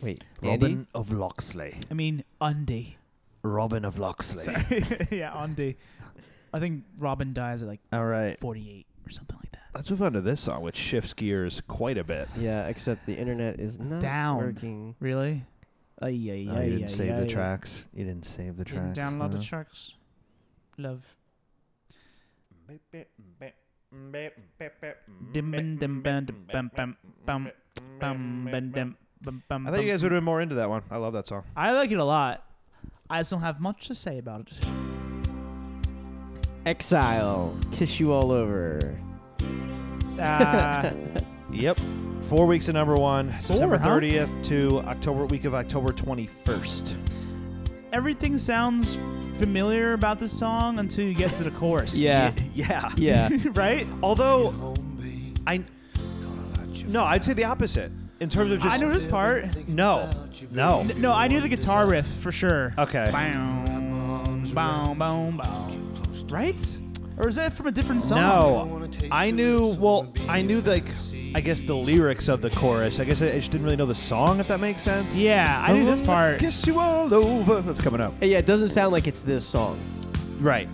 [SPEAKER 5] Wait,
[SPEAKER 4] Robin
[SPEAKER 5] Andy?
[SPEAKER 4] of Locksley.
[SPEAKER 3] I mean, Undy.
[SPEAKER 4] Robin of Locksley.
[SPEAKER 3] yeah, Undy. I think Robin dies at like
[SPEAKER 4] All right.
[SPEAKER 3] 48 or something like that.
[SPEAKER 4] Let's move on to this song, which shifts gears quite a bit.
[SPEAKER 5] Yeah, except the internet is not
[SPEAKER 3] Down.
[SPEAKER 5] working.
[SPEAKER 3] Really? Ay, ay,
[SPEAKER 4] Oh,
[SPEAKER 3] ay,
[SPEAKER 4] you didn't
[SPEAKER 3] ay,
[SPEAKER 4] save the
[SPEAKER 3] ay.
[SPEAKER 4] tracks. You didn't save the
[SPEAKER 3] Didn't
[SPEAKER 4] tracks.
[SPEAKER 3] download the
[SPEAKER 4] huh?
[SPEAKER 3] tracks. Love. Bum, bum, bum, bum, bum,
[SPEAKER 4] I thought you
[SPEAKER 3] bum.
[SPEAKER 4] guys would have been more into that one. I love that song.
[SPEAKER 3] I like it a lot. I just don't have much to say about it.
[SPEAKER 5] Exile. Kiss you all over.
[SPEAKER 3] Uh,
[SPEAKER 4] Yep. Four weeks of number one, September
[SPEAKER 3] huh?
[SPEAKER 4] 30th to October week of October 21st.
[SPEAKER 3] everything sounds familiar about this song until you get to the chorus.
[SPEAKER 5] Yeah.
[SPEAKER 4] Yeah.
[SPEAKER 5] Yeah.
[SPEAKER 3] right?
[SPEAKER 4] Although I no, I'd say the opposite in terms of just
[SPEAKER 3] I know this part.
[SPEAKER 4] no, no.
[SPEAKER 3] N- No, I knew the guitar riff for sure.
[SPEAKER 4] Okay.
[SPEAKER 3] Boom, boom, boom, boom. Right? Or is that from a different song?
[SPEAKER 4] No, I knew. Well, I knew like I guess the lyrics of the chorus. I guess I, I just didn't really know the song, if that makes sense.
[SPEAKER 3] Yeah, I knew this part.
[SPEAKER 4] Kiss you all over. That's coming up.
[SPEAKER 5] yeah, it doesn't sound like it's this song.
[SPEAKER 4] Right.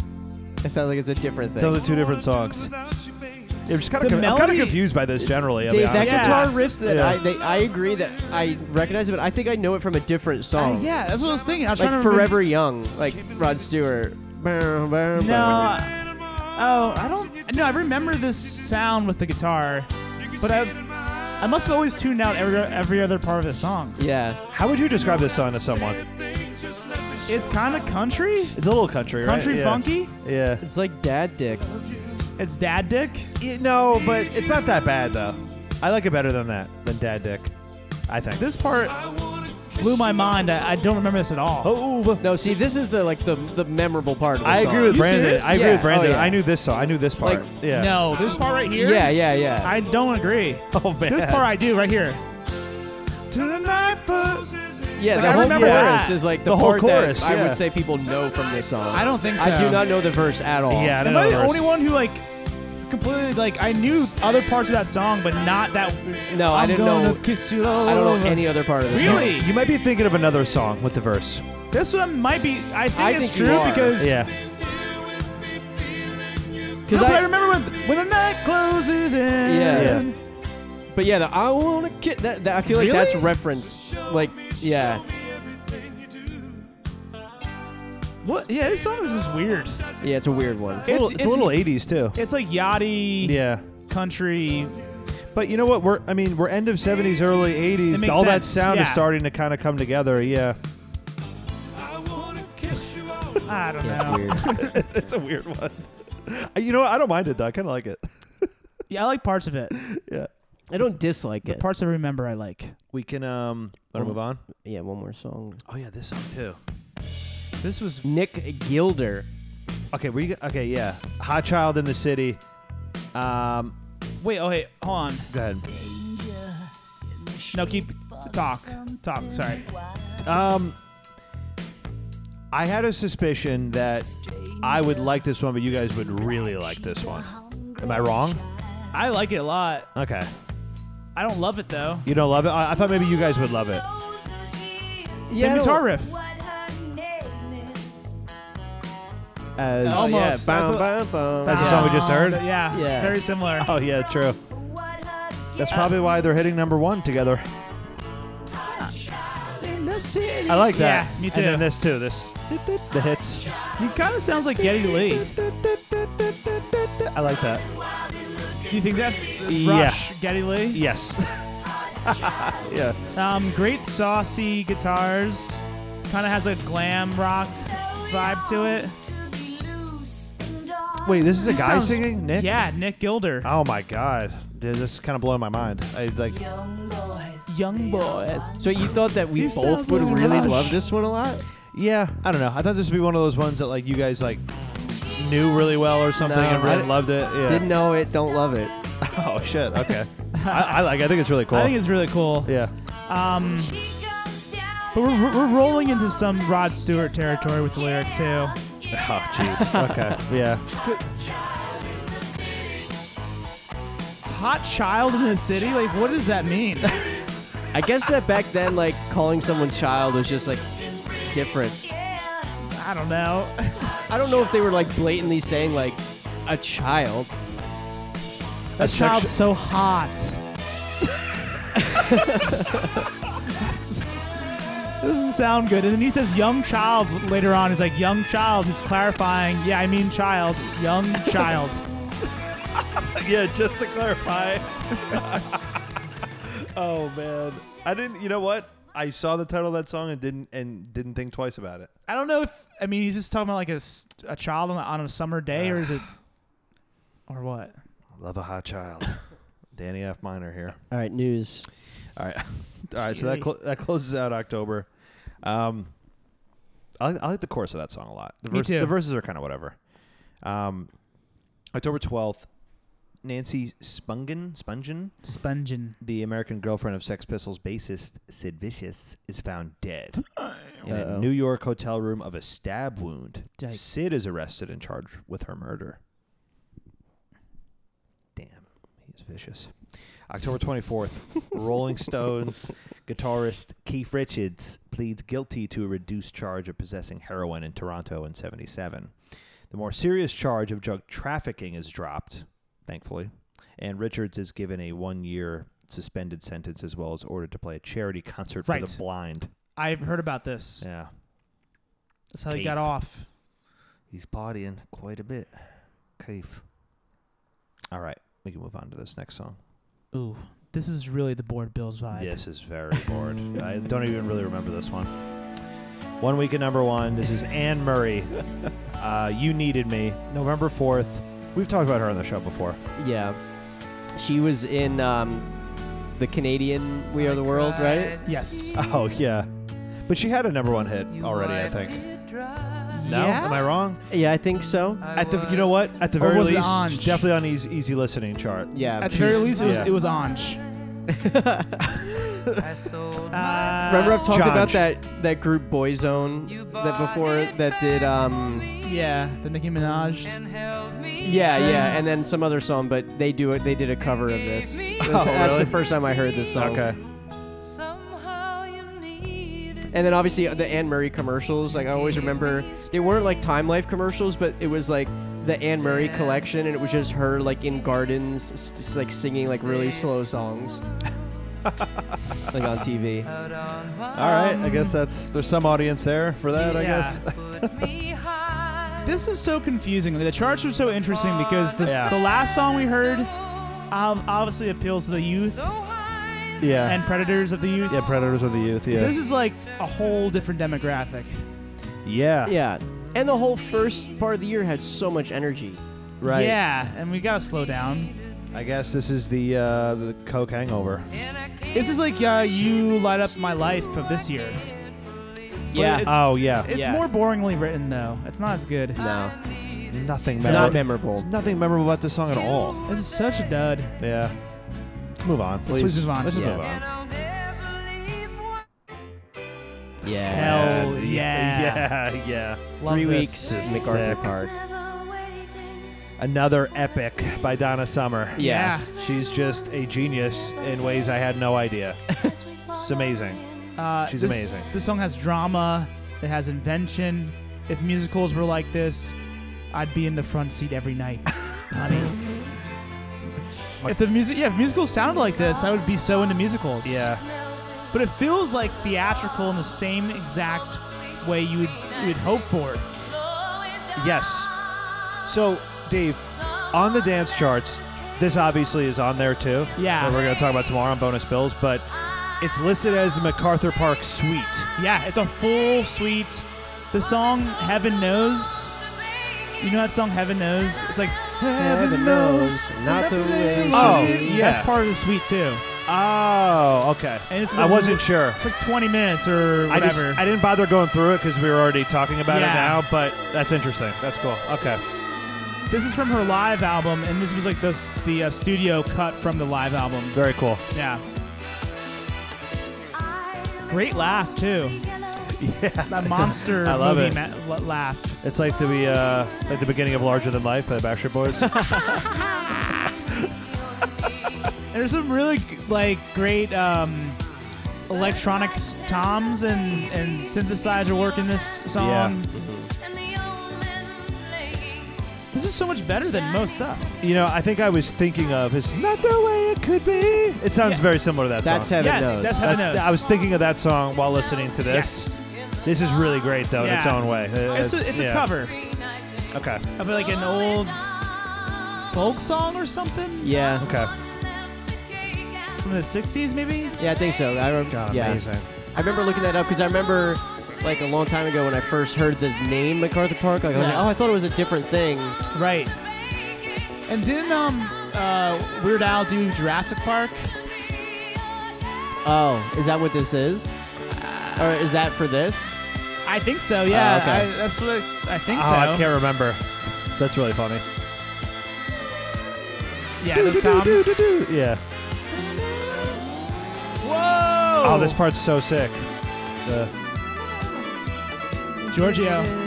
[SPEAKER 5] It sounds like it's a different thing.
[SPEAKER 4] So the two different songs. Yeah, I'm just kind of
[SPEAKER 3] The
[SPEAKER 4] I'm kind of
[SPEAKER 3] melody-
[SPEAKER 4] confused by this generally. I'll be
[SPEAKER 5] Dave, that
[SPEAKER 4] honest with
[SPEAKER 3] Yeah.
[SPEAKER 5] guitar riff that
[SPEAKER 4] Yeah.
[SPEAKER 5] I, they, I agree that I recognize it, but I think I know it from a different
[SPEAKER 3] Uh,
[SPEAKER 5] song.
[SPEAKER 3] yeah, that's what I was thinking. I was
[SPEAKER 5] like
[SPEAKER 3] trying to
[SPEAKER 5] Forever Young, like Rod Stewart.
[SPEAKER 3] Remember. No. I- Oh, I don't. No, I remember this sound with the guitar, but I, I must have always tuned out every every other part of the song.
[SPEAKER 5] Yeah.
[SPEAKER 4] you. How would you describe this song to someone?
[SPEAKER 3] It's kind of country,
[SPEAKER 4] It's a little country, right?
[SPEAKER 3] country
[SPEAKER 4] Yeah.
[SPEAKER 3] funky.
[SPEAKER 4] Yeah.
[SPEAKER 5] It's like Dad Dick.
[SPEAKER 3] It's dad dick.
[SPEAKER 4] It- no, but it's not that bad though. I like it better than that than Dad Dick. I think.
[SPEAKER 3] This part blew my mind. I, I don't remember this at all.
[SPEAKER 4] Oh, over.
[SPEAKER 5] No, see, this is the like the the memorable part of the
[SPEAKER 4] I
[SPEAKER 5] song.
[SPEAKER 4] agree with
[SPEAKER 3] You see
[SPEAKER 4] Brandon.
[SPEAKER 3] this?
[SPEAKER 4] I agree
[SPEAKER 5] Yeah.
[SPEAKER 4] with Brandon.
[SPEAKER 5] Oh, yeah.
[SPEAKER 4] I knew this song. I knew this part.
[SPEAKER 5] Like,
[SPEAKER 4] yeah.
[SPEAKER 3] No, this part right here.
[SPEAKER 5] Yeah, yeah, yeah.
[SPEAKER 3] I don't agree.
[SPEAKER 4] Oh man.
[SPEAKER 3] This part I do right here.
[SPEAKER 5] yeah,
[SPEAKER 3] like,
[SPEAKER 5] the
[SPEAKER 3] I
[SPEAKER 5] whole
[SPEAKER 3] remember
[SPEAKER 5] chorus
[SPEAKER 3] that.
[SPEAKER 5] is like the,
[SPEAKER 4] The whole
[SPEAKER 5] part
[SPEAKER 4] chorus,
[SPEAKER 5] that I
[SPEAKER 4] yeah.
[SPEAKER 5] would say people know from this song.
[SPEAKER 3] I don't think so.
[SPEAKER 5] I do not know the verse at all.
[SPEAKER 4] Yeah, I
[SPEAKER 3] Am
[SPEAKER 4] don't know.
[SPEAKER 3] I the
[SPEAKER 4] verse.
[SPEAKER 3] only one who like completely like I knew other parts of that song, but not that?
[SPEAKER 5] No, I
[SPEAKER 3] I'm
[SPEAKER 5] didn't
[SPEAKER 3] gonna
[SPEAKER 5] know.
[SPEAKER 3] Kiss you
[SPEAKER 5] I don't
[SPEAKER 3] over.
[SPEAKER 5] know any other part of this.
[SPEAKER 3] Really?
[SPEAKER 5] Song.
[SPEAKER 4] You might be thinking of another song with the verse.
[SPEAKER 3] This one might be. I think
[SPEAKER 5] I
[SPEAKER 3] it's
[SPEAKER 5] think you
[SPEAKER 3] true
[SPEAKER 5] are.
[SPEAKER 3] because no,
[SPEAKER 5] Because
[SPEAKER 3] but I,
[SPEAKER 5] I
[SPEAKER 3] remember when when the night closes in.
[SPEAKER 5] Yeah. But yeah, the I wanna kid. That, that I feel like
[SPEAKER 3] Really?
[SPEAKER 5] that's referenced. Like yeah,
[SPEAKER 3] What? Yeah, this song is just weird.
[SPEAKER 5] yeah, it's a weird one.
[SPEAKER 4] It's, a
[SPEAKER 3] It's-
[SPEAKER 4] little- it's a little 80s too.
[SPEAKER 3] It's like yachty
[SPEAKER 4] Yeah.
[SPEAKER 3] country.
[SPEAKER 4] But you know what? We're I mean, we're end of 70s, early 80s.
[SPEAKER 3] It makes
[SPEAKER 4] All that
[SPEAKER 3] sense,
[SPEAKER 4] sound is
[SPEAKER 3] yeah.
[SPEAKER 4] starting to kind of come together. Yeah.
[SPEAKER 3] I don't
[SPEAKER 5] Yeah,
[SPEAKER 3] know.
[SPEAKER 5] it's weird.
[SPEAKER 4] it's a weird one. you know what? I don't mind it though. I kind of like it.
[SPEAKER 3] Yeah, I like parts of it.
[SPEAKER 5] I don't dislike it.
[SPEAKER 3] Parts I remember, I like.
[SPEAKER 4] We can um want to move on.
[SPEAKER 5] yeah, one more song.
[SPEAKER 4] Oh yeah, this song too.
[SPEAKER 3] This was
[SPEAKER 5] Nick Gilder.
[SPEAKER 4] Okay, we okay, yeah. Hot Child in the City. Um
[SPEAKER 3] wait. Oh, hey, hold on.
[SPEAKER 4] go ahead.
[SPEAKER 3] No, keep talk, talk. Sorry.
[SPEAKER 4] Um, I had a suspicion that I would like this one, but you guys would really like this one. Am I wrong?
[SPEAKER 3] I like it a lot.
[SPEAKER 4] Okay.
[SPEAKER 3] I don't love it though.
[SPEAKER 4] You don't love it? I, I thought maybe you guys would love it.
[SPEAKER 3] Same
[SPEAKER 5] I don't-
[SPEAKER 3] guitar riff.
[SPEAKER 4] As
[SPEAKER 3] Almost.
[SPEAKER 5] Oh, Yeah,
[SPEAKER 3] That's
[SPEAKER 5] bum,
[SPEAKER 3] a-
[SPEAKER 5] bum, bum.
[SPEAKER 4] That's the song we just heard?
[SPEAKER 3] Yeah.
[SPEAKER 5] Yeah.
[SPEAKER 3] Very similar.
[SPEAKER 4] Oh yeah, true. That's probably why they're hitting number one together. I like that.
[SPEAKER 3] Yeah, me too.
[SPEAKER 4] And then this too. This the hits.
[SPEAKER 3] He kind of sounds like Getty Lee.
[SPEAKER 4] I I like that.
[SPEAKER 3] Do you think that's, that's
[SPEAKER 4] Yeah.
[SPEAKER 3] Rush, Geddy Lee?
[SPEAKER 4] Yes. yeah.
[SPEAKER 3] Um, great saucy guitars. Kind of has a glam rock vibe to it.
[SPEAKER 4] Wait, this is a
[SPEAKER 3] He
[SPEAKER 4] guy
[SPEAKER 3] sounds-
[SPEAKER 4] singing Nick.
[SPEAKER 3] Yeah, Nick Gilder.
[SPEAKER 4] Oh my god, Dude, this is kind of blowing my mind. I like.
[SPEAKER 3] Young boys.
[SPEAKER 5] So you thought that we
[SPEAKER 3] He
[SPEAKER 5] both
[SPEAKER 3] sounds
[SPEAKER 5] would
[SPEAKER 3] like
[SPEAKER 5] really
[SPEAKER 3] Rush.
[SPEAKER 5] love this one a lot?
[SPEAKER 4] Yeah. I don't know. I thought this would be one of those ones that like you guys like knew really well or something
[SPEAKER 5] No,
[SPEAKER 4] and
[SPEAKER 5] I
[SPEAKER 4] really
[SPEAKER 5] didn't-
[SPEAKER 4] loved it. Yeah.
[SPEAKER 5] Didn't know it, don't love it.
[SPEAKER 4] Oh shit. Okay. I, I like. I think it's really cool.
[SPEAKER 3] I think it's really cool.
[SPEAKER 4] yeah.
[SPEAKER 3] Um, but we're, we're we're rolling into some Rod Stewart territory with the lyrics too.
[SPEAKER 4] Oh jeez. Okay. Yeah.
[SPEAKER 3] Hot child in the city? Like, what does that mean?
[SPEAKER 5] I guess that back then, like calling someone child was just like different.
[SPEAKER 3] I don't know.
[SPEAKER 5] I don't know if they were like blatantly saying like a child.
[SPEAKER 3] That
[SPEAKER 4] sexu-
[SPEAKER 3] child's so hot. doesn't sound good. And then he says young child later on. He's like, young child. He's clarifying. Yeah, I mean child. Young child.
[SPEAKER 4] yeah, just to clarify. oh man, I didn't. You know what? I saw the title of that song and didn't and didn't think twice about it.
[SPEAKER 3] I don't know if, I mean, he's just talking about like a, s- a child on a, on a summer day, or is it, or what?
[SPEAKER 4] Love a hot child. Danny F. Minor here.
[SPEAKER 5] All right, news.
[SPEAKER 4] All right, all right. So that clo- that closes out October. Um, I like, I like the chorus of that song a lot. The,
[SPEAKER 3] Me
[SPEAKER 4] verse-
[SPEAKER 3] too.
[SPEAKER 4] the verses are kind of whatever. Um, October twelfth, Nancy Spungen Spungen,
[SPEAKER 3] Spongin.
[SPEAKER 4] the American girlfriend of Sex Pistols bassist Sid Vicious, is found dead in a
[SPEAKER 5] Uh-oh.
[SPEAKER 4] New York hotel room of a stab wound.
[SPEAKER 3] Yikes.
[SPEAKER 4] Sid is arrested and charged with her murder. Damn, he's vicious. October 24th, Rolling Stones guitarist Keith Richards pleads guilty to a reduced charge of possessing heroin in Toronto in 77. The more serious charge of drug trafficking is dropped, thankfully, and Richards is given a one year suspended sentence as well as ordered to play a charity concert for
[SPEAKER 3] Right.
[SPEAKER 4] the blind.
[SPEAKER 3] I've heard about this.
[SPEAKER 4] Yeah.
[SPEAKER 3] That's how he got
[SPEAKER 4] Keith.
[SPEAKER 3] off.
[SPEAKER 4] He's partying quite a bit. Keith. All right, we can move on to this next song.
[SPEAKER 3] Ooh, this is really the board Bills vibe.
[SPEAKER 4] This is very bored. I don't even really remember this one. One week at number one. This is Anne Murray. Uh, you needed me. November fourth. We've talked about her on the show before.
[SPEAKER 5] Yeah, she was in um, the Canadian We Are the World, right?
[SPEAKER 3] Yes.
[SPEAKER 4] Oh yeah, but she had a number one hit already. I think. No,
[SPEAKER 3] Yeah?
[SPEAKER 4] am I wrong?
[SPEAKER 5] Yeah, I think so.
[SPEAKER 4] At the, you know what? At the
[SPEAKER 3] Or
[SPEAKER 4] very
[SPEAKER 3] was it
[SPEAKER 4] least,
[SPEAKER 3] Ange?
[SPEAKER 4] she's definitely on easy, easy listening chart.
[SPEAKER 5] Yeah,
[SPEAKER 3] At the
[SPEAKER 5] she-
[SPEAKER 3] very least, it was,
[SPEAKER 4] Yeah.
[SPEAKER 3] it was Ange. Uh,
[SPEAKER 5] Remember I've talked
[SPEAKER 4] Josh.
[SPEAKER 5] about that that group Boyzone that before that did um
[SPEAKER 3] Yeah, the Nicki Minaj.
[SPEAKER 5] yeah yeah and then some other song but they do it they did a cover of this. That's, that's
[SPEAKER 4] really?
[SPEAKER 5] the first time I heard this song.
[SPEAKER 4] Okay.
[SPEAKER 5] And then obviously uh, the Anne Murray commercials. Like I always remember, they weren't like Time Life commercials, but it was like the Anne Murray collection, and it was just her like in gardens, s- s- like singing like really slow songs, like on TV.
[SPEAKER 4] All right. I guess that's there's some audience there for that. I
[SPEAKER 3] Yeah.
[SPEAKER 4] guess.
[SPEAKER 3] This is so confusing. Like, The charts are so interesting because this,
[SPEAKER 4] Yeah.
[SPEAKER 3] the last song we heard ob- obviously appeals to the youth
[SPEAKER 4] yeah.
[SPEAKER 3] and predators of the youth.
[SPEAKER 4] Yeah, Predators of the Youth. Yeah.
[SPEAKER 3] This is like a whole different demographic.
[SPEAKER 4] yeah.
[SPEAKER 5] Yeah, and the whole first part of the year had so much energy.
[SPEAKER 4] Right.
[SPEAKER 3] Yeah, and we gotta slow down.
[SPEAKER 4] I guess this is the uh, the Coke hangover.
[SPEAKER 3] This is like uh, you light up my life of this year.
[SPEAKER 5] Yeah.
[SPEAKER 3] it's-
[SPEAKER 4] Oh yeah.
[SPEAKER 3] It's
[SPEAKER 5] Yeah.
[SPEAKER 3] more boringly written though. It's not as good.
[SPEAKER 5] no,
[SPEAKER 4] nothing.
[SPEAKER 5] it's not memorable.
[SPEAKER 4] There's nothing memorable about this song at all.
[SPEAKER 3] This is such a dud.
[SPEAKER 4] Yeah. Let's move on, please.
[SPEAKER 3] just move on.
[SPEAKER 4] Let's just
[SPEAKER 5] Yeah.
[SPEAKER 4] move on.
[SPEAKER 5] Yeah,
[SPEAKER 3] Hell
[SPEAKER 4] And-
[SPEAKER 3] Oh, yeah.
[SPEAKER 4] Yeah. Yeah.
[SPEAKER 3] Love
[SPEAKER 5] three
[SPEAKER 3] this.
[SPEAKER 5] weeks,
[SPEAKER 4] Sick.
[SPEAKER 5] MacArthur Park.
[SPEAKER 4] Another epic by Donna Summer.
[SPEAKER 5] Yeah.
[SPEAKER 4] She's just a genius in ways I had no idea. It's amazing.
[SPEAKER 3] Uh,
[SPEAKER 4] She's
[SPEAKER 3] this-
[SPEAKER 4] amazing.
[SPEAKER 3] This song has drama. It has invention. If musicals were like this, I'd be in the front seat every night, honey. if the music, yeah, if musicals sounded like this, I would be so into musicals.
[SPEAKER 4] Yeah.
[SPEAKER 3] But it feels like theatrical in the same exact way you would you would hope for.
[SPEAKER 4] Yes. So, Dave, on the dance charts, this obviously is on there too.
[SPEAKER 3] Yeah.
[SPEAKER 4] That we're going to talk about tomorrow on bonus bills, but it's listed as MacArthur Park Suite.
[SPEAKER 3] Yeah, it's a full suite. The song Heaven Knows. You know that song Heaven Knows? It's like Heaven, knows,
[SPEAKER 5] not the way.
[SPEAKER 4] Oh,
[SPEAKER 3] That's
[SPEAKER 4] yeah.
[SPEAKER 3] part of the suite too.
[SPEAKER 4] Oh, okay.
[SPEAKER 3] And it's
[SPEAKER 4] I
[SPEAKER 3] a-
[SPEAKER 4] wasn't sure.
[SPEAKER 3] It's like 20 minutes or
[SPEAKER 4] I
[SPEAKER 3] whatever.
[SPEAKER 4] just I didn't bother going through it because we were already talking about
[SPEAKER 3] Yeah.
[SPEAKER 4] it now. But that's interesting. That's cool. Okay.
[SPEAKER 3] this is from her live album, and this was like the s- the uh, studio cut from the live album.
[SPEAKER 4] Very cool.
[SPEAKER 3] Yeah. Great laugh too. Yeah. That monster
[SPEAKER 4] I love
[SPEAKER 3] movie
[SPEAKER 4] it.
[SPEAKER 3] ma- la- laugh.
[SPEAKER 4] It's like the uh, like the beginning of Larger Than Life by the Backstreet Boys.
[SPEAKER 3] There's some really g- like great um, electronics toms and and synthesizer work in this song.
[SPEAKER 4] Yeah.
[SPEAKER 3] This is so much better than most stuff.
[SPEAKER 4] you know, I think I was thinking of it's not the way it could be. It sounds
[SPEAKER 3] Yeah.
[SPEAKER 4] very similar to that
[SPEAKER 5] That's
[SPEAKER 4] song.
[SPEAKER 5] heaven
[SPEAKER 3] yes,
[SPEAKER 5] knows.
[SPEAKER 3] that's
[SPEAKER 4] That's
[SPEAKER 3] heaven knows.
[SPEAKER 4] I was thinking of that song while listening to this.
[SPEAKER 3] Yes.
[SPEAKER 4] This is really great though in its
[SPEAKER 3] Yeah.
[SPEAKER 4] own way.
[SPEAKER 3] It's, a, it's
[SPEAKER 4] yeah.
[SPEAKER 3] a cover
[SPEAKER 4] Okay.
[SPEAKER 3] of like an old folk song or something
[SPEAKER 5] yeah,
[SPEAKER 4] Okay.
[SPEAKER 3] from the 60s, maybe.
[SPEAKER 5] yeah, I think so. I remember.
[SPEAKER 4] God,
[SPEAKER 5] yeah,
[SPEAKER 4] amazing.
[SPEAKER 5] I remember looking that up because I remember like a long time ago when I first heard the name MacArthur Park. Like, I was
[SPEAKER 3] Yeah.
[SPEAKER 5] like, oh, I thought it was a different thing.
[SPEAKER 3] Right. And didn't um uh, Weird Al do Jurassic Park?
[SPEAKER 5] Oh, is that what this is?
[SPEAKER 4] Uh,
[SPEAKER 5] Or is that for this?
[SPEAKER 3] I think so. Yeah.
[SPEAKER 5] Oh, okay.
[SPEAKER 3] I, that's what I, I think
[SPEAKER 4] Oh,
[SPEAKER 3] so.
[SPEAKER 4] I can't remember. That's really funny.
[SPEAKER 3] Yeah, those toms.
[SPEAKER 4] Yeah.
[SPEAKER 3] Whoa!
[SPEAKER 4] Oh, this part's so sick. The-
[SPEAKER 3] Giorgio.
[SPEAKER 2] Uh-huh.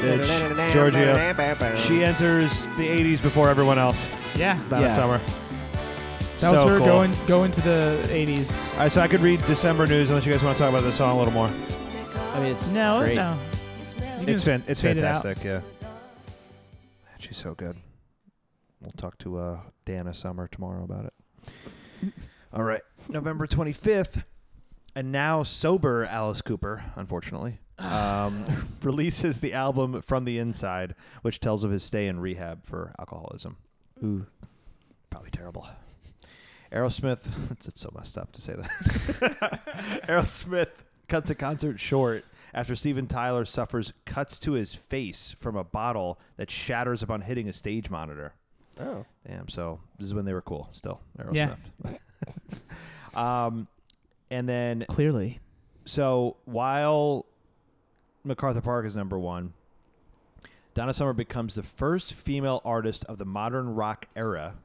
[SPEAKER 4] It's Giorgio. She enters the 80s before everyone else
[SPEAKER 3] Yeah.
[SPEAKER 4] that
[SPEAKER 5] Yeah.
[SPEAKER 4] summer.
[SPEAKER 3] That was
[SPEAKER 4] So
[SPEAKER 3] her
[SPEAKER 4] cool.
[SPEAKER 3] going going to the 80s.
[SPEAKER 4] All right, so I could read December news unless you guys want to talk about this song a little more.
[SPEAKER 5] I mean, it's
[SPEAKER 3] No,
[SPEAKER 5] great.
[SPEAKER 3] no. You
[SPEAKER 4] It's
[SPEAKER 3] can
[SPEAKER 4] fan- it's
[SPEAKER 3] fade it out.
[SPEAKER 4] fantastic, yeah. Man, She's so good. We'll talk to uh, Dana Summer tomorrow about it. All right, November 25th, and now sober Alice Cooper, unfortunately, um, releases the album From the Inside, which tells of his stay in rehab for alcoholism.
[SPEAKER 5] Ooh.
[SPEAKER 4] Probably terrible. Aerosmith, it's, it's so messed up to say that. Aerosmith cuts a concert short after Steven Tyler suffers cuts to his face from a bottle that shatters upon hitting a stage monitor.
[SPEAKER 5] Oh.
[SPEAKER 4] Damn, so this is when they were cool still,
[SPEAKER 3] Yeah.
[SPEAKER 4] Aerosmith. um, and then,
[SPEAKER 3] Clearly.
[SPEAKER 4] so while MacArthur Park is number one, Donna Summer becomes the first female artist of the modern rock era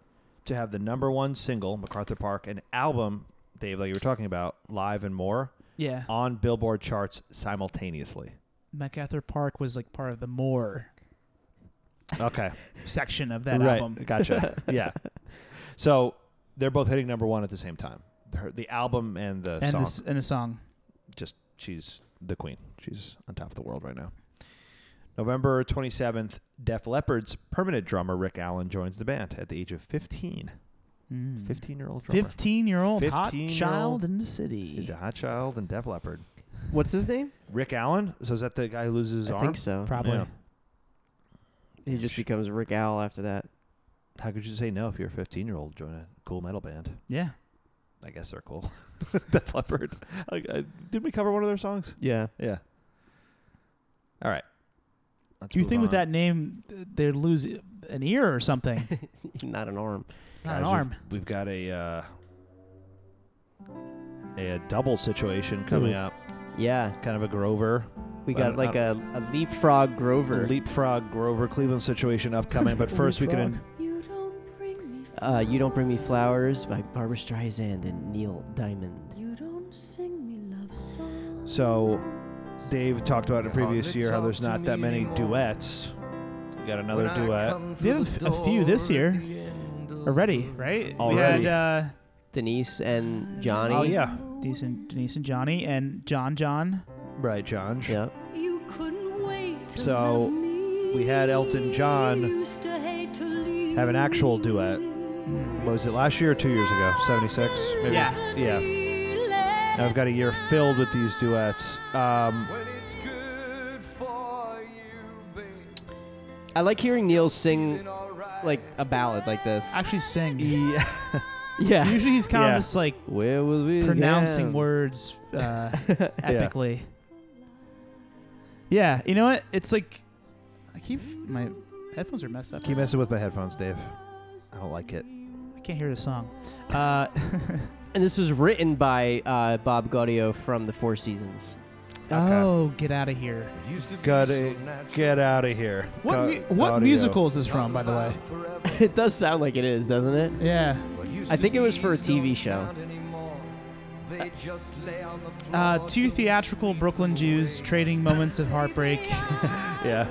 [SPEAKER 4] to have the number one single, MacArthur Park, an album, Dave, like you were talking about, Live and More,
[SPEAKER 3] Yeah.
[SPEAKER 4] on Billboard charts simultaneously.
[SPEAKER 3] MacArthur Park was like part of the Moore
[SPEAKER 4] Okay.
[SPEAKER 3] section of that
[SPEAKER 4] right.
[SPEAKER 3] album.
[SPEAKER 4] Gotcha. yeah. So they're both hitting number one at the same time. Her, the album and the
[SPEAKER 3] And
[SPEAKER 4] song.
[SPEAKER 3] this and a song.
[SPEAKER 4] Just she's the queen. She's on top of the world right now. November 27th, Def Leppard's permanent drummer Rick Allen joins the band at the age of 15.
[SPEAKER 3] Hmm. Mm.
[SPEAKER 4] 15 year old drummer.
[SPEAKER 3] 15 year old hot
[SPEAKER 4] 15-year-old
[SPEAKER 3] child in the city.
[SPEAKER 4] He's a hot child and Def Leppard.
[SPEAKER 5] What's his name?
[SPEAKER 4] Rick Allen? So is that the guy who loses his
[SPEAKER 5] I
[SPEAKER 4] arm?
[SPEAKER 5] think so.
[SPEAKER 3] Probably.
[SPEAKER 4] Yeah.
[SPEAKER 5] He just becomes Rick Owl after that.
[SPEAKER 4] How could you say no if you're a 15 year old joining a cool metal band?
[SPEAKER 3] yeah.
[SPEAKER 4] I guess they're cool. Def Leppard. I, I, did we cover one of their songs?
[SPEAKER 5] Yeah.
[SPEAKER 4] Yeah. All right. Let's
[SPEAKER 3] Do you
[SPEAKER 4] move
[SPEAKER 3] think with
[SPEAKER 4] on.
[SPEAKER 3] that name uh, they'd lose an ear or something?
[SPEAKER 5] Not an arm.
[SPEAKER 3] Not
[SPEAKER 4] Guys,
[SPEAKER 3] an
[SPEAKER 4] we've-
[SPEAKER 3] arm.
[SPEAKER 4] We've, got a uh, a, uh, double situation coming
[SPEAKER 5] Ooh.
[SPEAKER 4] up.
[SPEAKER 5] Yeah.
[SPEAKER 4] Kind of a Grover
[SPEAKER 5] We
[SPEAKER 4] I
[SPEAKER 5] got
[SPEAKER 4] don't-
[SPEAKER 5] like
[SPEAKER 4] I
[SPEAKER 5] a, a leapfrog Grover.
[SPEAKER 4] leapfrog Grover Cleveland situation upcoming. But first, we can
[SPEAKER 5] uh, you Don't Bring Me Flowers by Barbara Streisand and Neil Diamond.
[SPEAKER 4] so Dave talked about in previous year how there's not that many duets. We got another duet.
[SPEAKER 3] We have a, f- a few this year already, right?
[SPEAKER 4] Already.
[SPEAKER 3] We had
[SPEAKER 5] Denise and Johnny.
[SPEAKER 4] Oh yeah,
[SPEAKER 3] uh, decent Denise and Johnny and John John.
[SPEAKER 4] right, John.
[SPEAKER 5] Yeah.
[SPEAKER 6] You couldn't wait to
[SPEAKER 4] So,
[SPEAKER 6] love me.
[SPEAKER 4] we had Elton John
[SPEAKER 6] You used to hate to leave
[SPEAKER 4] Have an actual duet.
[SPEAKER 6] me.
[SPEAKER 4] What was it last year or two years ago? 76? Maybe?
[SPEAKER 3] Yeah.
[SPEAKER 4] Yeah. And I've got a year filled with these duets. Um,
[SPEAKER 5] I like hearing Neil sing like a ballad like this.
[SPEAKER 3] actually sing.
[SPEAKER 4] Yeah.
[SPEAKER 5] yeah.
[SPEAKER 3] Usually he's kind of
[SPEAKER 4] Yeah.
[SPEAKER 3] just like
[SPEAKER 5] Where will we
[SPEAKER 3] pronouncing
[SPEAKER 5] end?
[SPEAKER 3] words uh, epically. Yeah. you know what? It's like I keep my headphones are messed up.
[SPEAKER 4] Keep messing with my headphones, Dave. I don't like it.
[SPEAKER 3] I can't hear the song. Uh,
[SPEAKER 5] And this was written by uh, Bob Gaudio from the Four Seasons.
[SPEAKER 3] Oh, get out of here!
[SPEAKER 4] Gotta get out of here.
[SPEAKER 3] What
[SPEAKER 4] Got-
[SPEAKER 3] mu- what
[SPEAKER 4] audio.
[SPEAKER 3] musical is this from, by the way?
[SPEAKER 5] it does sound like it is, doesn't it?
[SPEAKER 3] Yeah,
[SPEAKER 5] I think it was for a TV show.
[SPEAKER 3] uh, two theatrical Brooklyn Jews trading moments of heartbreak.
[SPEAKER 4] Yeah.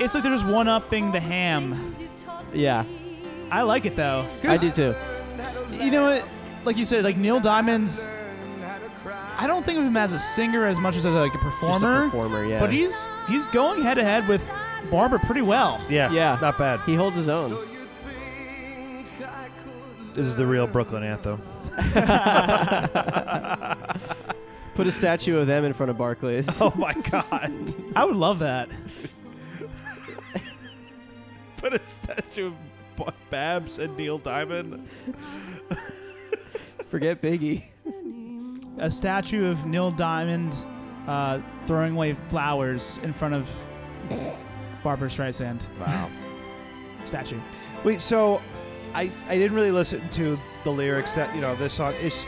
[SPEAKER 3] It's like there's one upping the ham.
[SPEAKER 4] um,
[SPEAKER 5] Yeah,
[SPEAKER 3] I like it though.
[SPEAKER 5] I do too.
[SPEAKER 3] You know what? Like you said, like Neil Diamond's. I don't think of him as a singer as much as as like a performer.
[SPEAKER 5] Just a performer, yeah.
[SPEAKER 3] But he's he's going head to head with Barbara pretty well.
[SPEAKER 4] Yeah.
[SPEAKER 5] Yeah.
[SPEAKER 4] Not bad.
[SPEAKER 5] he holds his own.
[SPEAKER 4] This is the real Brooklyn anthem.
[SPEAKER 5] Put a statue of them in front of Barclays.
[SPEAKER 4] Oh my God.
[SPEAKER 3] I would love that.
[SPEAKER 4] Put a statue of B- Babs and Neil Diamond.
[SPEAKER 5] Forget Biggie.
[SPEAKER 3] A statue of Neil Diamond uh, throwing away flowers in front of Barbara Streisand
[SPEAKER 4] Wow.
[SPEAKER 3] statue.
[SPEAKER 4] Wait, so I I didn't really listen to the lyrics that you know this song is.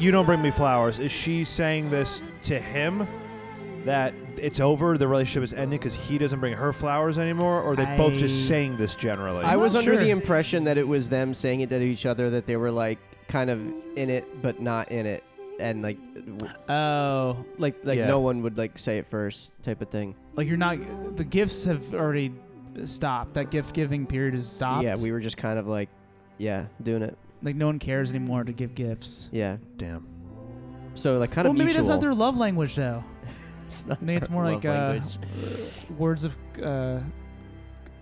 [SPEAKER 4] You don't bring me flowers. Is she saying this to him? That it's over, the relationship is ending because he doesn't bring her flowers anymore, or are they both just
[SPEAKER 3] I-
[SPEAKER 4] saying this generally?
[SPEAKER 5] I was
[SPEAKER 3] not
[SPEAKER 5] under
[SPEAKER 3] sure.
[SPEAKER 5] the impression that it was them saying it to each other that they were like kind of in it but not in it, and like w-
[SPEAKER 3] Oh,
[SPEAKER 5] like like
[SPEAKER 4] Yeah.
[SPEAKER 5] no one would like say it first type of thing.
[SPEAKER 3] like you're not. The gifts have already stopped. That gift giving period is stopped.
[SPEAKER 5] Yeah, we were just kind of like, yeah, doing it.
[SPEAKER 3] like no one cares anymore to give gifts.
[SPEAKER 5] Yeah.
[SPEAKER 4] Damn.
[SPEAKER 5] So like kind
[SPEAKER 3] Well,
[SPEAKER 5] of
[SPEAKER 3] maybe
[SPEAKER 5] mutual.
[SPEAKER 3] that's not their love language though.
[SPEAKER 5] It's not
[SPEAKER 3] Maybe it's
[SPEAKER 5] our
[SPEAKER 3] more
[SPEAKER 5] love
[SPEAKER 3] like uh,
[SPEAKER 5] language.
[SPEAKER 3] words of uh,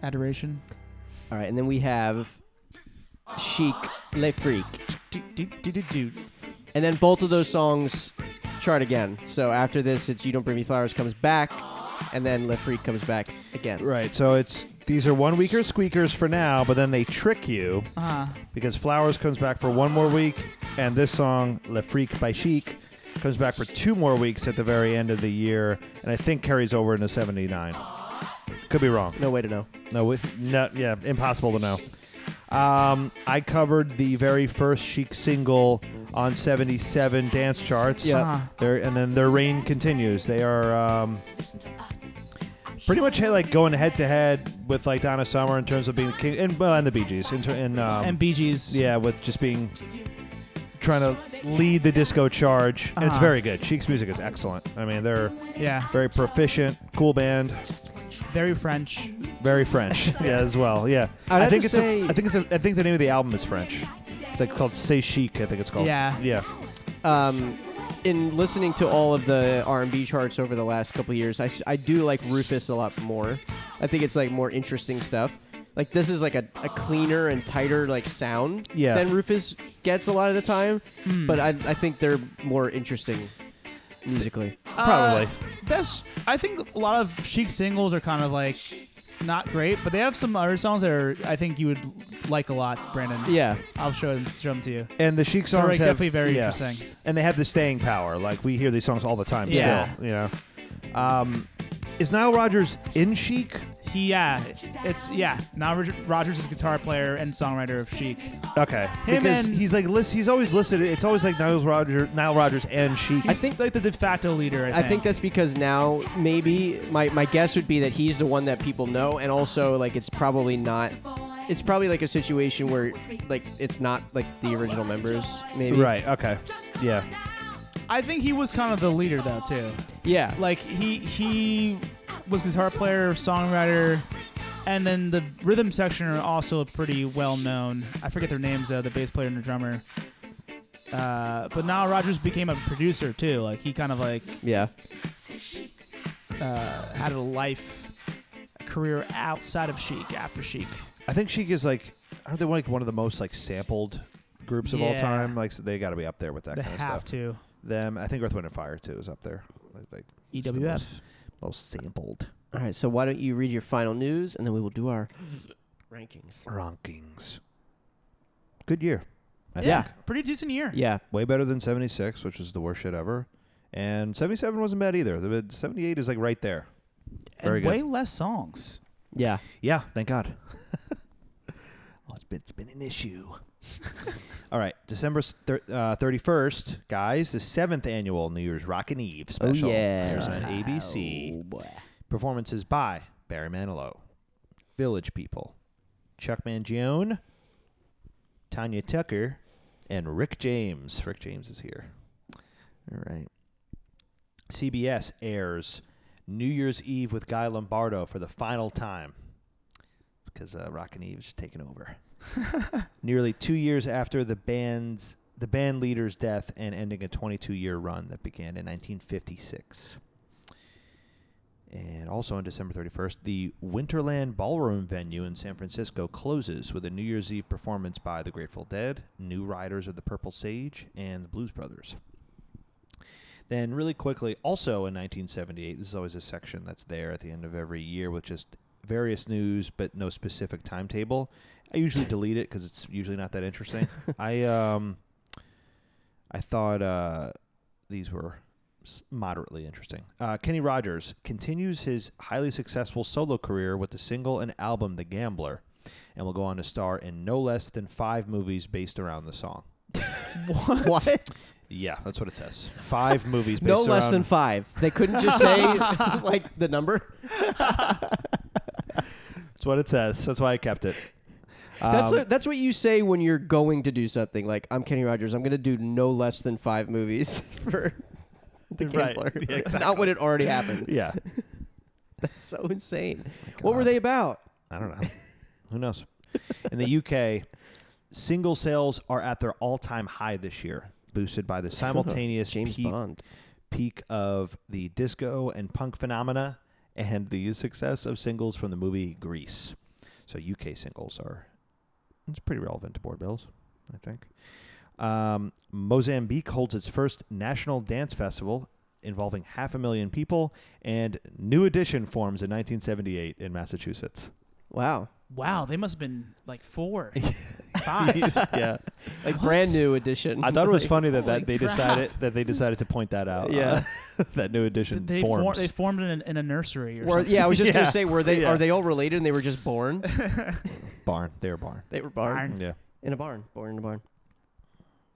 [SPEAKER 3] adoration.
[SPEAKER 5] All right, and then we have Chic, Le Freak,
[SPEAKER 3] Do, do, do, do, do.
[SPEAKER 5] and then both of those songs chart again. So after this, it's "You Don't Bring Me Flowers" comes back, and then Le Freak comes back again.
[SPEAKER 4] Right, so it's these are one weeker squeakers for now, but then they trick you
[SPEAKER 3] Uh-huh.
[SPEAKER 4] because Flowers comes back for one more week, and this song, Le Freak by Chic, comes back for two more weeks at the very end of the year, and I think carries over into 79. Could be wrong.
[SPEAKER 5] No way to know.
[SPEAKER 4] No, we, no, yeah, impossible to know. Um, I covered the very first Chic single on 77 dance charts.
[SPEAKER 5] Yeah.
[SPEAKER 3] Uh-huh.
[SPEAKER 4] Their, and then their reign continues. They are um, pretty much like going head to head with like Donna Summer in terms of being king, and well, and the Bee Gees, in ter- and, um,
[SPEAKER 3] and BG's.
[SPEAKER 4] yeah, with just being trying to lead the disco charge. And it's
[SPEAKER 3] Uh-huh.
[SPEAKER 4] very good. Chic's music is excellent. I mean, they're
[SPEAKER 3] Yeah.
[SPEAKER 4] very proficient, cool band,
[SPEAKER 3] Very French.
[SPEAKER 4] very French, yeah, as well. Yeah,
[SPEAKER 5] I'd have
[SPEAKER 4] think
[SPEAKER 5] to
[SPEAKER 4] it's
[SPEAKER 5] say-
[SPEAKER 4] a, I think it's a, I think the name of the album is French. It's like called Say Chic, I think it's called.
[SPEAKER 3] Yeah.
[SPEAKER 4] yeah.
[SPEAKER 5] Um, in listening to all of the R&B charts over the last couple years, I, s- I do like Rufus a lot more. I think it's like more interesting stuff. Like this is like a, a cleaner and tighter like sound
[SPEAKER 4] Yeah. Hmm.
[SPEAKER 5] than Rufus gets a lot of the time. But I, I think they're more interesting musically.
[SPEAKER 4] Probably.
[SPEAKER 3] That's. Uh, I think a lot of chic singles are kind of like not great, but they have some other songs that are I think you would like a lot, Brandon.
[SPEAKER 5] Yeah.
[SPEAKER 3] I'll show them, show them to you.
[SPEAKER 4] And the Chic songs
[SPEAKER 3] They're
[SPEAKER 4] have
[SPEAKER 3] definitely very
[SPEAKER 4] yeah.
[SPEAKER 3] interesting.
[SPEAKER 4] and they have the staying power. Like we hear these songs all the time.
[SPEAKER 3] Yeah.
[SPEAKER 4] Still, you know. Um, is Nile Rodgers in Chic?
[SPEAKER 3] He, yeah, it's yeah. Now Roger, Rogers is guitar player and songwriter of Chic.
[SPEAKER 4] Okay,
[SPEAKER 3] Him
[SPEAKER 4] because
[SPEAKER 3] and-
[SPEAKER 4] he's like list, he's always listed. It's always like Nile Rodgers, Nile Rodgers and Chic.
[SPEAKER 3] I think like the de facto leader. I
[SPEAKER 5] I
[SPEAKER 3] think,
[SPEAKER 5] think that's because now maybe my, my guess would be that he's the one that people know and also like it's probably not it's probably like a situation where like it's not like the original members maybe.
[SPEAKER 4] right. Okay. Yeah.
[SPEAKER 3] I think he was kind of the leader though too.
[SPEAKER 5] Yeah.
[SPEAKER 3] Like he he was guitar player, songwriter, and then the rhythm section are also pretty well known. I forget their names though, the bass player and the drummer. Uh, but now Rogers became a producer too. Like he kind of like
[SPEAKER 5] Yeah.
[SPEAKER 3] uh, had a life a career outside of Chic after Chic.
[SPEAKER 4] I think Chic is like aren't they like one of the most like sampled groups of all
[SPEAKER 3] Yeah.
[SPEAKER 4] time? Like so they got to be up there with that
[SPEAKER 3] they
[SPEAKER 4] kind of
[SPEAKER 3] have
[SPEAKER 4] stuff.
[SPEAKER 3] to. E
[SPEAKER 4] Them, I think Earth, Wind and Fire too is up there. Like, like, it's the
[SPEAKER 3] EWF.
[SPEAKER 4] most, most sampled.
[SPEAKER 5] All right, so why don't you read your final news and then we will do our rankings.
[SPEAKER 4] Rankings. Good year. I
[SPEAKER 5] Yeah.
[SPEAKER 4] think.
[SPEAKER 3] Pretty decent year.
[SPEAKER 5] Yeah.
[SPEAKER 4] Way better than 76, which is the worst shit ever. And 77 wasn't bad either. The- 78 is like right there. Very
[SPEAKER 3] and
[SPEAKER 4] good.
[SPEAKER 3] way less songs.
[SPEAKER 5] Yeah.
[SPEAKER 4] Yeah, thank God. well, it's been, it's been an issue. All right, December s- thir- uh, 31st, guys, the seventh annual New Year's Rockin' Eve special.
[SPEAKER 5] Oh yeah.
[SPEAKER 4] Airs on ABC.
[SPEAKER 5] Oh, boy.
[SPEAKER 4] Performances by Barry Manilow, Village People, Chuck Mangione, Tanya Tucker, and Rick James. Rick James is here. All right. CBS airs New Year's Eve with Guy Lombardo for the final time because uh, Rockin' Eve is taking over. Nearly two years after the band's the band leader's death and ending a 22-year run that began in 1956. And also on December 31st, the Winterland Ballroom venue in San Francisco closes with a New Year's Eve performance by the Grateful Dead, New Riders of the Purple Sage, and the Blues Brothers. Then, really quickly, also in 1978, this is always a section that's there at the end of every year with just various news, but no specific timetable. I usually delete it because it's usually not that interesting. I um, I thought uh, these were s- moderately interesting. Uh, Kenny Rogers continues his highly successful solo career with the single and album "The Gambler," and will go on to star in no less than five movies based around the song.
[SPEAKER 5] What?
[SPEAKER 4] Yeah, that's what it says. Five movies based
[SPEAKER 5] No less
[SPEAKER 4] around-
[SPEAKER 5] than five. They couldn't just say like the number.
[SPEAKER 4] That's what it says. That's why I kept it.
[SPEAKER 5] That's
[SPEAKER 4] Um,
[SPEAKER 5] what, that's what you say when you're going to do something. Like I'm Kenny Rogers. I'm going to do no less than five movies for the
[SPEAKER 4] Right.
[SPEAKER 5] Gambler.
[SPEAKER 4] Yeah,
[SPEAKER 5] Not when it already happened.
[SPEAKER 4] yeah.
[SPEAKER 5] That's so insane. what were
[SPEAKER 4] Oh God.
[SPEAKER 5] they about?
[SPEAKER 4] I don't know. Who knows? In the UK, single sales are at their all-time high this year, boosted by the simultaneous
[SPEAKER 5] James
[SPEAKER 4] peak,
[SPEAKER 5] Bond.
[SPEAKER 4] peak of the disco and punk phenomena and the success of singles from the movie Grease. So UK singles are it's pretty relevant to board bills, I think. Um, Mozambique holds its first national dance festival involving half a million people, and New Edition forms in 1978 in Massachusetts.
[SPEAKER 5] Wow.
[SPEAKER 3] Wow, they must have been like four, five.
[SPEAKER 4] yeah,
[SPEAKER 5] Like brand new edition.
[SPEAKER 4] I thought it was
[SPEAKER 5] Like,
[SPEAKER 4] funny that, that
[SPEAKER 3] holy
[SPEAKER 4] they
[SPEAKER 3] crap.
[SPEAKER 4] decided that they decided to point that out.
[SPEAKER 5] Yeah.
[SPEAKER 4] uh, that New Edition
[SPEAKER 3] they,
[SPEAKER 4] forms.
[SPEAKER 3] for, they formed in, a- in a nursery or
[SPEAKER 5] were-
[SPEAKER 3] something.
[SPEAKER 5] yeah, I was just
[SPEAKER 4] Yeah.
[SPEAKER 5] gonna say, were they
[SPEAKER 4] Yeah.
[SPEAKER 5] are they all related and they were just born?
[SPEAKER 4] barn. They're barn.
[SPEAKER 5] They were born
[SPEAKER 3] Barn.
[SPEAKER 4] Yeah.
[SPEAKER 5] in a barn. Born in a barn.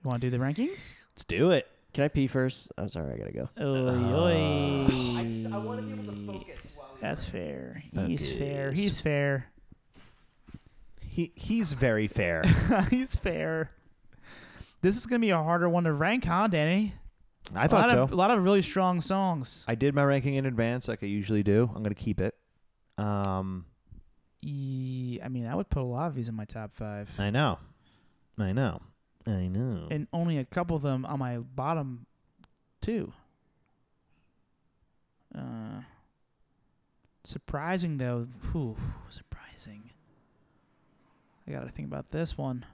[SPEAKER 3] You want to do the rankings?
[SPEAKER 4] Let's do it.
[SPEAKER 5] Can I pee first? I'm sorry, I gotta go.
[SPEAKER 3] Oy,
[SPEAKER 4] Ah.
[SPEAKER 3] oy. That's fair. He's fair. He's fair.
[SPEAKER 4] He he's very fair.
[SPEAKER 3] He's fair. This is gonna be a harder one to rank, huh, Danny?
[SPEAKER 4] I
[SPEAKER 3] a
[SPEAKER 4] thought
[SPEAKER 3] lot
[SPEAKER 4] so.
[SPEAKER 3] Of, a lot of really strong songs.
[SPEAKER 4] I did my ranking in advance, like I usually do. I'm gonna keep it. Um,
[SPEAKER 3] Ye- I mean, I would put a lot of these in my top five,
[SPEAKER 4] I know, I know, I know.
[SPEAKER 3] and only a couple of them on my bottom two. Uh, surprising though. Whew, surprising. I gotta think about this one.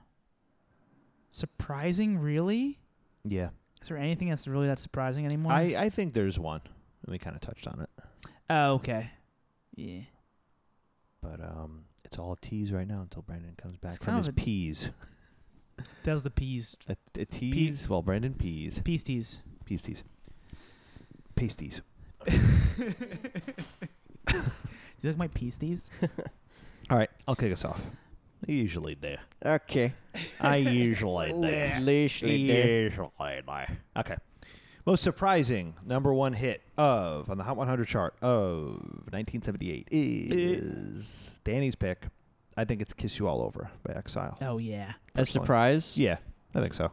[SPEAKER 3] Surprising, really?
[SPEAKER 4] yeah,
[SPEAKER 3] Is there anything that's really that surprising anymore?
[SPEAKER 4] I I think there's one. We kind of touched on it,
[SPEAKER 3] oh, okay. Yeah.
[SPEAKER 4] but um, it's all a tease right now until Brandon comes back
[SPEAKER 3] It's
[SPEAKER 4] from
[SPEAKER 3] kind
[SPEAKER 4] his
[SPEAKER 3] of a-
[SPEAKER 4] peas.
[SPEAKER 3] That was the peas.
[SPEAKER 4] A, a tease. Well, Brandon peas.
[SPEAKER 3] Peas teas.
[SPEAKER 4] Pasties. Pasties.
[SPEAKER 3] You like my peas teas?
[SPEAKER 4] All right, I'll kick us off. I usually do.
[SPEAKER 5] Okay.
[SPEAKER 4] I usually do.
[SPEAKER 5] Lashly there.
[SPEAKER 4] Usually do. Okay. Most surprising number one hit of on the Hot 100 chart of 1978 is Danny's pick. I think it's "Kiss You All Over" by Exile.
[SPEAKER 3] Oh yeah.
[SPEAKER 5] A
[SPEAKER 4] personally.
[SPEAKER 5] surprise.
[SPEAKER 4] Yeah, I think so.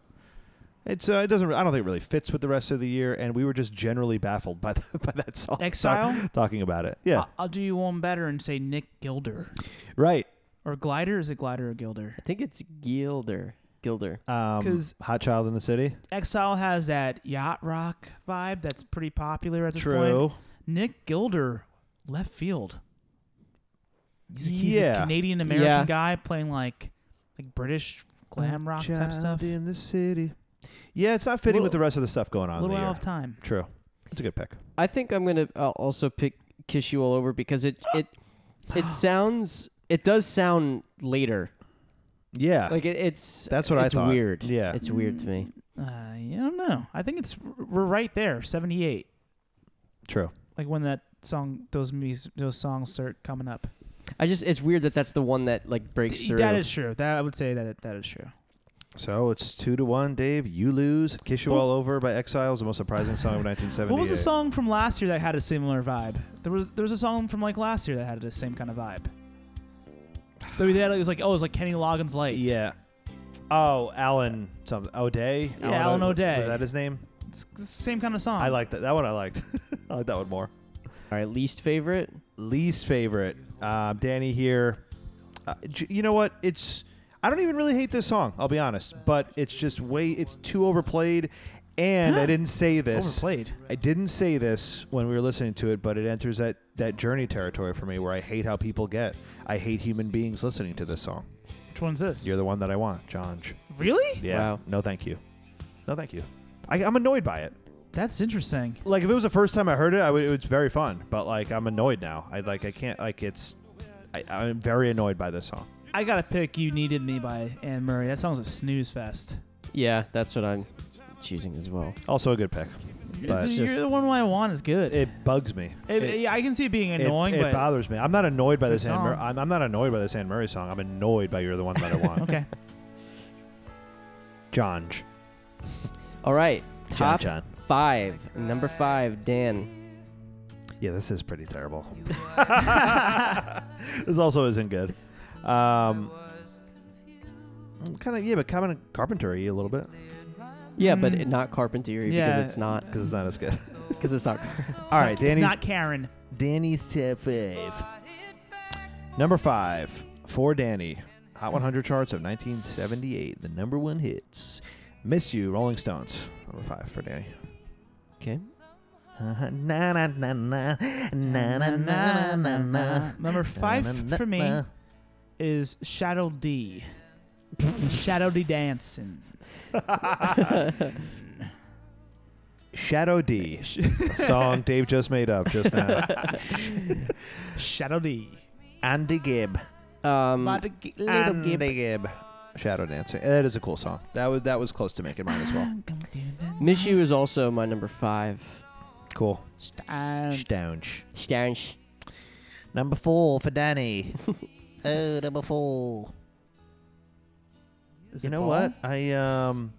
[SPEAKER 4] It's uh, it doesn't. I don't think it really fits with the rest of the year, and we were just generally baffled by the, by that song. Talk-
[SPEAKER 3] Exile? Ah.
[SPEAKER 4] talking about it. Yeah,
[SPEAKER 3] I- I'll do you one better and say Nick Gilder
[SPEAKER 4] right.
[SPEAKER 3] or Glider. Is it Glider or Gilder?
[SPEAKER 5] I think it's Gilder. Gilder.
[SPEAKER 4] Um,
[SPEAKER 3] 'Cause-
[SPEAKER 4] Hot Child in the City.
[SPEAKER 3] Exile has that yacht rock vibe that's pretty popular at this point.
[SPEAKER 4] True.
[SPEAKER 3] Nick Gilder, left field. He's a,
[SPEAKER 4] Yeah.
[SPEAKER 3] Canadian American
[SPEAKER 5] Yeah.
[SPEAKER 3] guy playing like like British glam rock type
[SPEAKER 4] Child
[SPEAKER 3] stuff. A
[SPEAKER 4] in the city. Yeah, it's not fitting with
[SPEAKER 3] Little-
[SPEAKER 4] the rest of the stuff going on. in
[SPEAKER 3] little
[SPEAKER 4] the
[SPEAKER 3] out
[SPEAKER 4] year.
[SPEAKER 3] of time.
[SPEAKER 4] True. It's a good pick.
[SPEAKER 5] I think I'm gonna uh, also pick kiss you all over because it it it sounds it does sound later.
[SPEAKER 4] Yeah.
[SPEAKER 5] Like it, it's
[SPEAKER 4] Uh, That's what I
[SPEAKER 5] it's
[SPEAKER 4] thought.
[SPEAKER 5] Weird.
[SPEAKER 4] Yeah.
[SPEAKER 5] it's weird to me.
[SPEAKER 3] Uh, yeah, I don't know. I think it's we're right there, seventy eight.
[SPEAKER 4] True.
[SPEAKER 3] Like when that song, those mus- those songs start coming up.
[SPEAKER 5] I just it's weird that that's the one that like breaks through.
[SPEAKER 3] That is true. That I would say that that is true.
[SPEAKER 4] So it's two to one, Dave. You lose. Kiss You
[SPEAKER 3] Well-
[SPEAKER 4] All Over by Exiles, the most surprising song of 1978.
[SPEAKER 3] What was the song from last year that had a similar vibe? There was there was a song from like last year that had the same kind of vibe. That we had, it was like oh, it was like Kenny Loggins light.
[SPEAKER 4] Yeah. Oh, Alan something. O'Day?
[SPEAKER 3] Yeah, Alan
[SPEAKER 4] O-
[SPEAKER 3] O'Day.
[SPEAKER 4] Was that his name?
[SPEAKER 3] It's the same kind of song.
[SPEAKER 4] I liked that. That one I liked. I liked that one more.
[SPEAKER 5] All right, least favorite.
[SPEAKER 4] least favorite. Um, Danny here. Uh, j- you know what? It's I don't even really hate this song. I'll be honest, but it's just way it's too overplayed. And I didn't say this.
[SPEAKER 3] overplayed.
[SPEAKER 4] I didn't say this when we were listening to it, but it enters that that journey territory for me where I hate how people get. I hate human beings listening to this song.
[SPEAKER 3] Which one's this?
[SPEAKER 4] You're the one that I want, John.
[SPEAKER 3] really?
[SPEAKER 4] Yeah.
[SPEAKER 5] Wow.
[SPEAKER 4] No, thank you. No, thank you. I, I'm annoyed by it.
[SPEAKER 3] That's interesting.
[SPEAKER 4] Like if it was the first time I heard it, I would, it was very fun. But like I'm annoyed now. I like I can't like it's. I, I'm very annoyed by this song.
[SPEAKER 3] I gotta pick "You Needed Me" by Anne Murray. That song's a snooze fest.
[SPEAKER 5] Yeah, that's what I'm choosing as well.
[SPEAKER 4] Also a good pick. But
[SPEAKER 3] It's-
[SPEAKER 5] It's
[SPEAKER 3] You're
[SPEAKER 5] just-
[SPEAKER 3] the one I want is good.
[SPEAKER 4] it bugs me.
[SPEAKER 3] It- yeah, I can see it being
[SPEAKER 4] it-
[SPEAKER 3] annoying,
[SPEAKER 4] it,
[SPEAKER 3] but
[SPEAKER 4] bothers me. I'm not annoyed by
[SPEAKER 3] Good
[SPEAKER 4] this. Anne Mur-
[SPEAKER 3] song.
[SPEAKER 4] I'm, I'm not annoyed by this Anne Murray song. I'm annoyed by "You're the One That I Want."
[SPEAKER 3] okay.
[SPEAKER 4] John.
[SPEAKER 5] All right,
[SPEAKER 4] John.
[SPEAKER 5] top
[SPEAKER 4] John.
[SPEAKER 5] five. Number five, Dan.
[SPEAKER 4] Yeah, this is pretty terrible. this also isn't good. Um, kind of yeah, but kind of carpentry a little bit
[SPEAKER 5] Yeah, but
[SPEAKER 3] Mm.
[SPEAKER 5] it, not Carpenter
[SPEAKER 3] Yeah.
[SPEAKER 5] because it's not
[SPEAKER 4] because it's not as good.
[SPEAKER 5] because it's not.
[SPEAKER 4] All right,
[SPEAKER 3] It's not-
[SPEAKER 4] Danny's
[SPEAKER 3] It's not Karen.
[SPEAKER 4] Danny's top five. Number five for Danny. Hot 100 charts of 1978. The number one hits. Miss You, Rolling Stones. Number five for Danny.
[SPEAKER 5] Okay.
[SPEAKER 4] Na na na na na na na na na.
[SPEAKER 3] Number five
[SPEAKER 4] Na,
[SPEAKER 3] for
[SPEAKER 4] na,
[SPEAKER 3] me
[SPEAKER 4] na.
[SPEAKER 3] is Shadow D. Shadow D dancing.
[SPEAKER 4] Shadow D. a song Dave just made up just now.
[SPEAKER 3] Shadow D.
[SPEAKER 4] Andy Gibb.
[SPEAKER 5] Um,
[SPEAKER 3] Bada gi- little
[SPEAKER 4] Andy Gibb. Shadow Dancing. That is a cool song. That was that was close to making mine as well.
[SPEAKER 3] gib-
[SPEAKER 5] Miss You is also my number five.
[SPEAKER 4] Cool.
[SPEAKER 3] Stones.
[SPEAKER 4] Stounch.
[SPEAKER 5] Stanch.
[SPEAKER 4] Number four for Danny. oh, number four.
[SPEAKER 3] Is
[SPEAKER 4] you
[SPEAKER 3] it
[SPEAKER 4] know
[SPEAKER 3] Paul?
[SPEAKER 4] what? I um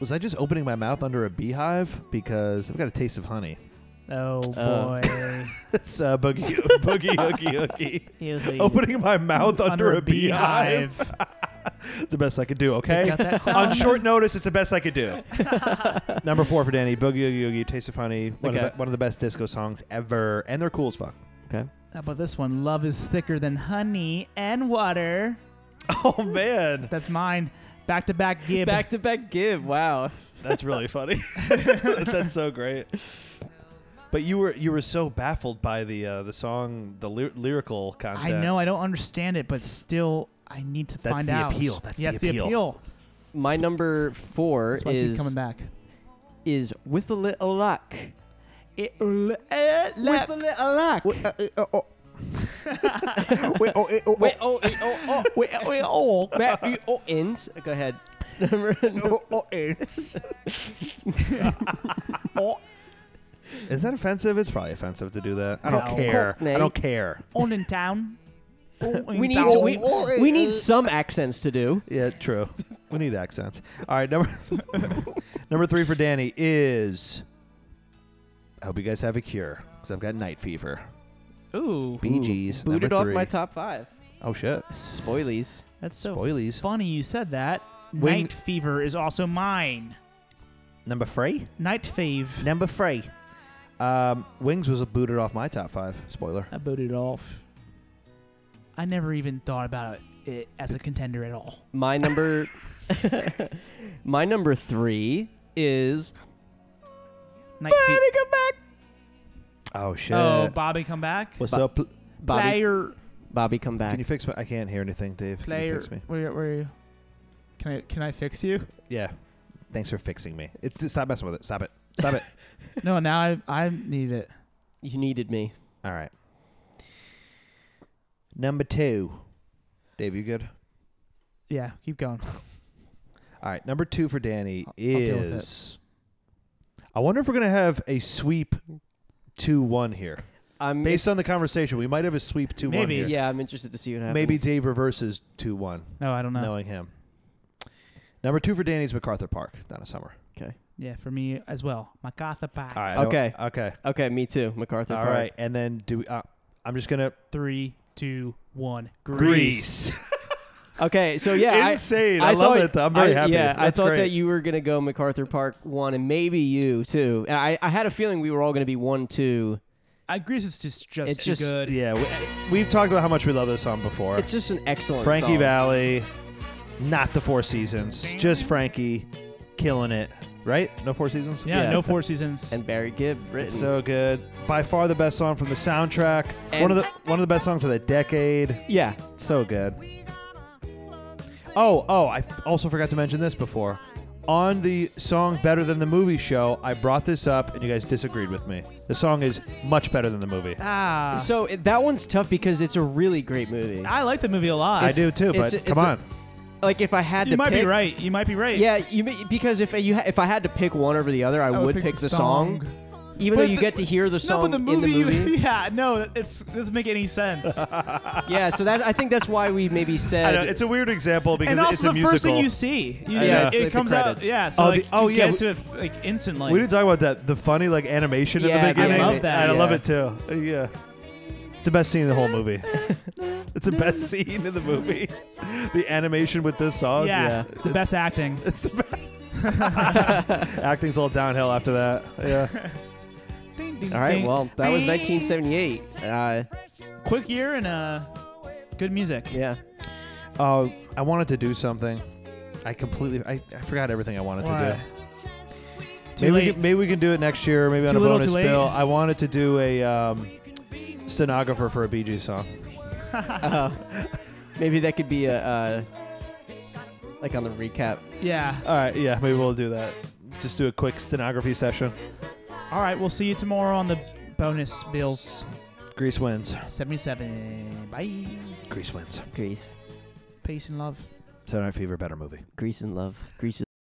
[SPEAKER 4] was I just opening my mouth under a beehive because I've got a taste of honey.
[SPEAKER 3] Oh boy.
[SPEAKER 5] Uh.
[SPEAKER 4] It's uh, boogie boogie hookie hookie.
[SPEAKER 3] Usually
[SPEAKER 4] Opening my mouth under, a beehive.
[SPEAKER 3] beehive.
[SPEAKER 4] It's the best I could do.
[SPEAKER 3] Stick
[SPEAKER 4] Okay.
[SPEAKER 3] out that
[SPEAKER 4] On
[SPEAKER 3] tongue.
[SPEAKER 4] short notice, it's the best I could do. Number four for Danny, Boogie Oogie Oogie, Taste of Honey, one, of
[SPEAKER 5] Okay.
[SPEAKER 4] the, be- one of the best disco songs ever, and they're cool as fuck.
[SPEAKER 5] Okay.
[SPEAKER 3] How about this one? Love is thicker than honey and water.
[SPEAKER 4] Oh man,
[SPEAKER 3] That's mine. Back to back gib.
[SPEAKER 5] Back to back give. Wow.
[SPEAKER 4] that's really funny. that's so great. But you were you were so baffled by the uh, the song, the ly- lyrical
[SPEAKER 3] I
[SPEAKER 4] content.
[SPEAKER 3] know I don't understand it, but still I need to
[SPEAKER 4] That's
[SPEAKER 3] find
[SPEAKER 4] the
[SPEAKER 3] out.
[SPEAKER 4] appeal. That's the
[SPEAKER 3] yes, the
[SPEAKER 4] appeal.
[SPEAKER 3] appeal.
[SPEAKER 5] My number four
[SPEAKER 3] That's why I keep coming
[SPEAKER 5] is
[SPEAKER 3] back.
[SPEAKER 5] is with a little luck.
[SPEAKER 3] uh, With a
[SPEAKER 5] little luck.
[SPEAKER 4] Wait, uh, uh, oh. Wait, oh, eh, oh, oh.
[SPEAKER 5] oh, eh, oh, oh, wait, oh, eh, oh, Matt, you- oh, ends. Go ahead. Number-
[SPEAKER 4] Oh, oh, eh. Oh. Is that offensive? It's probably offensive to do that. I don't
[SPEAKER 3] No.
[SPEAKER 4] care.
[SPEAKER 5] Courtney.
[SPEAKER 4] I don't care.
[SPEAKER 3] on in town.
[SPEAKER 5] we need we, we need some accents to do.
[SPEAKER 4] Yeah, true. We need accents. All right, number number three for Danny is. I hope you guys have a cure because I've got night fever.
[SPEAKER 3] Ooh,
[SPEAKER 4] Bee Gees. E number
[SPEAKER 5] Booted off
[SPEAKER 4] three.
[SPEAKER 5] my top five.
[SPEAKER 4] Oh shit.
[SPEAKER 5] Spoilies.
[SPEAKER 3] that's so
[SPEAKER 4] Spoilies.
[SPEAKER 3] funny you said that.
[SPEAKER 4] Wing-
[SPEAKER 3] Night fever is also mine.
[SPEAKER 4] Number three.
[SPEAKER 3] Night fave.
[SPEAKER 4] Number three. Um, Wings was booted off my top five. Spoiler.
[SPEAKER 3] I booted it off. I never even thought about it as a contender at all.
[SPEAKER 5] My number My number three is
[SPEAKER 3] Night fever.
[SPEAKER 4] Oh shit.
[SPEAKER 3] Oh, Bobby, come back.
[SPEAKER 4] What's
[SPEAKER 5] Bo-
[SPEAKER 4] up?
[SPEAKER 5] Bobby
[SPEAKER 3] Player,
[SPEAKER 5] Bobby come back.
[SPEAKER 4] Can you fix me? I can't hear anything, Dave. Can you
[SPEAKER 3] player.
[SPEAKER 4] fix me?
[SPEAKER 3] Where, where are you? Can I can I fix you?
[SPEAKER 4] Yeah. Thanks for fixing me. It's stop messing with it. Stop it. Stop it.
[SPEAKER 3] No, now I I need it.
[SPEAKER 5] You needed me.
[SPEAKER 2] All right. Number two. Dave, you good?
[SPEAKER 3] Yeah, keep going.
[SPEAKER 4] All right, number two for Danny
[SPEAKER 3] I'll- I'll deal with it.
[SPEAKER 4] is. I wonder if we're gonna have a sweep two one here.
[SPEAKER 5] I'm
[SPEAKER 4] Based on the conversation, we might have a sweep two one
[SPEAKER 3] Maybe,
[SPEAKER 4] here.
[SPEAKER 5] yeah, I'm interested to see what happens.
[SPEAKER 4] Maybe Dave reverses two one,
[SPEAKER 3] No, I don't know.
[SPEAKER 4] knowing him. Number two for Danny is MacArthur Park, Donna Summer.
[SPEAKER 3] Yeah, for me as well. MacArthur Pack.
[SPEAKER 4] All right. I don't-
[SPEAKER 5] Okay.
[SPEAKER 4] Okay.
[SPEAKER 5] Okay, me too. MacArthur.
[SPEAKER 4] All right,
[SPEAKER 5] Park.
[SPEAKER 4] and then do we, uh, I'm just gonna
[SPEAKER 3] Three, two, one.
[SPEAKER 5] Okay, so yeah,
[SPEAKER 4] Insane.
[SPEAKER 5] I,
[SPEAKER 4] I love
[SPEAKER 5] thought-
[SPEAKER 4] it, though. I'm very
[SPEAKER 5] I-
[SPEAKER 4] happy.
[SPEAKER 5] Yeah, I
[SPEAKER 4] That's
[SPEAKER 5] thought
[SPEAKER 4] great.
[SPEAKER 5] that you were gonna go MacArthur Park one, and maybe you too. And I, I had a feeling we were all gonna be one two.
[SPEAKER 3] I Grease is just just
[SPEAKER 5] It's
[SPEAKER 3] too
[SPEAKER 5] just-
[SPEAKER 3] good.
[SPEAKER 4] Yeah, we, we've talked about how much we love this song before.
[SPEAKER 5] It's just an excellent
[SPEAKER 4] Frankie
[SPEAKER 5] song.
[SPEAKER 4] Valley, not the Four Seasons, just Frankie, killing it. Right? No Four Seasons.
[SPEAKER 3] Yeah,
[SPEAKER 5] Yeah.
[SPEAKER 3] no Four Seasons.
[SPEAKER 5] and Barry Gibb written.
[SPEAKER 4] It's so good. By far the best song from the soundtrack. one of the one of the best songs of the decade.
[SPEAKER 5] yeah,
[SPEAKER 4] So good. Oh, oh, I also forgot to mention this before. On the song Better Than the Movie show, I brought this up and you guys disagreed with me. The song is much better than the movie.
[SPEAKER 3] ah,
[SPEAKER 5] so it, that one's tough because it's a really great movie.
[SPEAKER 3] I like the movie a lot.
[SPEAKER 4] I do too,
[SPEAKER 5] it's
[SPEAKER 4] but
[SPEAKER 5] a-
[SPEAKER 4] come
[SPEAKER 5] it's a-
[SPEAKER 4] on.
[SPEAKER 5] like if I had
[SPEAKER 3] You
[SPEAKER 5] to
[SPEAKER 3] might
[SPEAKER 5] pick,
[SPEAKER 3] be right. You might be right.
[SPEAKER 5] Yeah, you may- because if you ha- if I had to pick one over the other, I,
[SPEAKER 3] I
[SPEAKER 5] would pick, the song. Even
[SPEAKER 3] But
[SPEAKER 5] though you
[SPEAKER 3] the-
[SPEAKER 5] get to hear the
[SPEAKER 3] No,
[SPEAKER 5] song
[SPEAKER 3] but the
[SPEAKER 5] in
[SPEAKER 3] movie.
[SPEAKER 5] the movie.
[SPEAKER 3] yeah, no, it's doesn't make any sense.
[SPEAKER 5] yeah, so that I think that's why we maybe said
[SPEAKER 4] I know it's a weird example because
[SPEAKER 3] and
[SPEAKER 4] it's
[SPEAKER 3] also
[SPEAKER 4] a
[SPEAKER 3] the first thing
[SPEAKER 4] musical.
[SPEAKER 3] you see. You-
[SPEAKER 5] I know,
[SPEAKER 3] it,
[SPEAKER 5] it's like the
[SPEAKER 3] comes out.
[SPEAKER 5] credits.
[SPEAKER 3] Yeah, so
[SPEAKER 4] Oh,
[SPEAKER 3] like
[SPEAKER 4] the- oh,
[SPEAKER 3] you
[SPEAKER 4] yeah,
[SPEAKER 3] get to it like instantly.
[SPEAKER 4] we didn't talk about that. The funny like animation in
[SPEAKER 5] Yeah, the
[SPEAKER 4] the beginning.
[SPEAKER 3] I love that,
[SPEAKER 4] And I love
[SPEAKER 5] yeah.
[SPEAKER 4] it too. Uh, Yeah. It's the best scene in the whole movie. it's the best scene in the movie. the animation with this song.
[SPEAKER 3] yeah,
[SPEAKER 5] yeah.
[SPEAKER 3] the best acting.
[SPEAKER 4] It's the best. Acting's all downhill after that. Yeah.
[SPEAKER 5] All right, well, that was 1978. Uh,
[SPEAKER 3] quick year and uh, good music.
[SPEAKER 5] yeah.
[SPEAKER 4] Oh, I wanted to do something. I completely I, I forgot everything I wanted
[SPEAKER 3] Why?
[SPEAKER 4] to do.
[SPEAKER 3] Too
[SPEAKER 4] maybe we
[SPEAKER 3] late.
[SPEAKER 4] can, maybe we can do it next year. Maybe on
[SPEAKER 3] Too
[SPEAKER 4] a
[SPEAKER 3] little,
[SPEAKER 4] bonus
[SPEAKER 3] too late.
[SPEAKER 4] bill. I wanted to do a um, stenographer for a Bee Gees song.
[SPEAKER 5] Uh, maybe that could be a uh, like on the recap.
[SPEAKER 3] Yeah.
[SPEAKER 4] All right, yeah, maybe we'll do that. Just do a quick stenography session.
[SPEAKER 3] All right, we'll see you tomorrow on the bonus bills
[SPEAKER 4] Grease wins.
[SPEAKER 3] 77. Bye.
[SPEAKER 4] Grease wins.
[SPEAKER 5] Grease,
[SPEAKER 3] Peace and love.
[SPEAKER 4] Saturday Night Fever, better movie.
[SPEAKER 5] grease and love, grease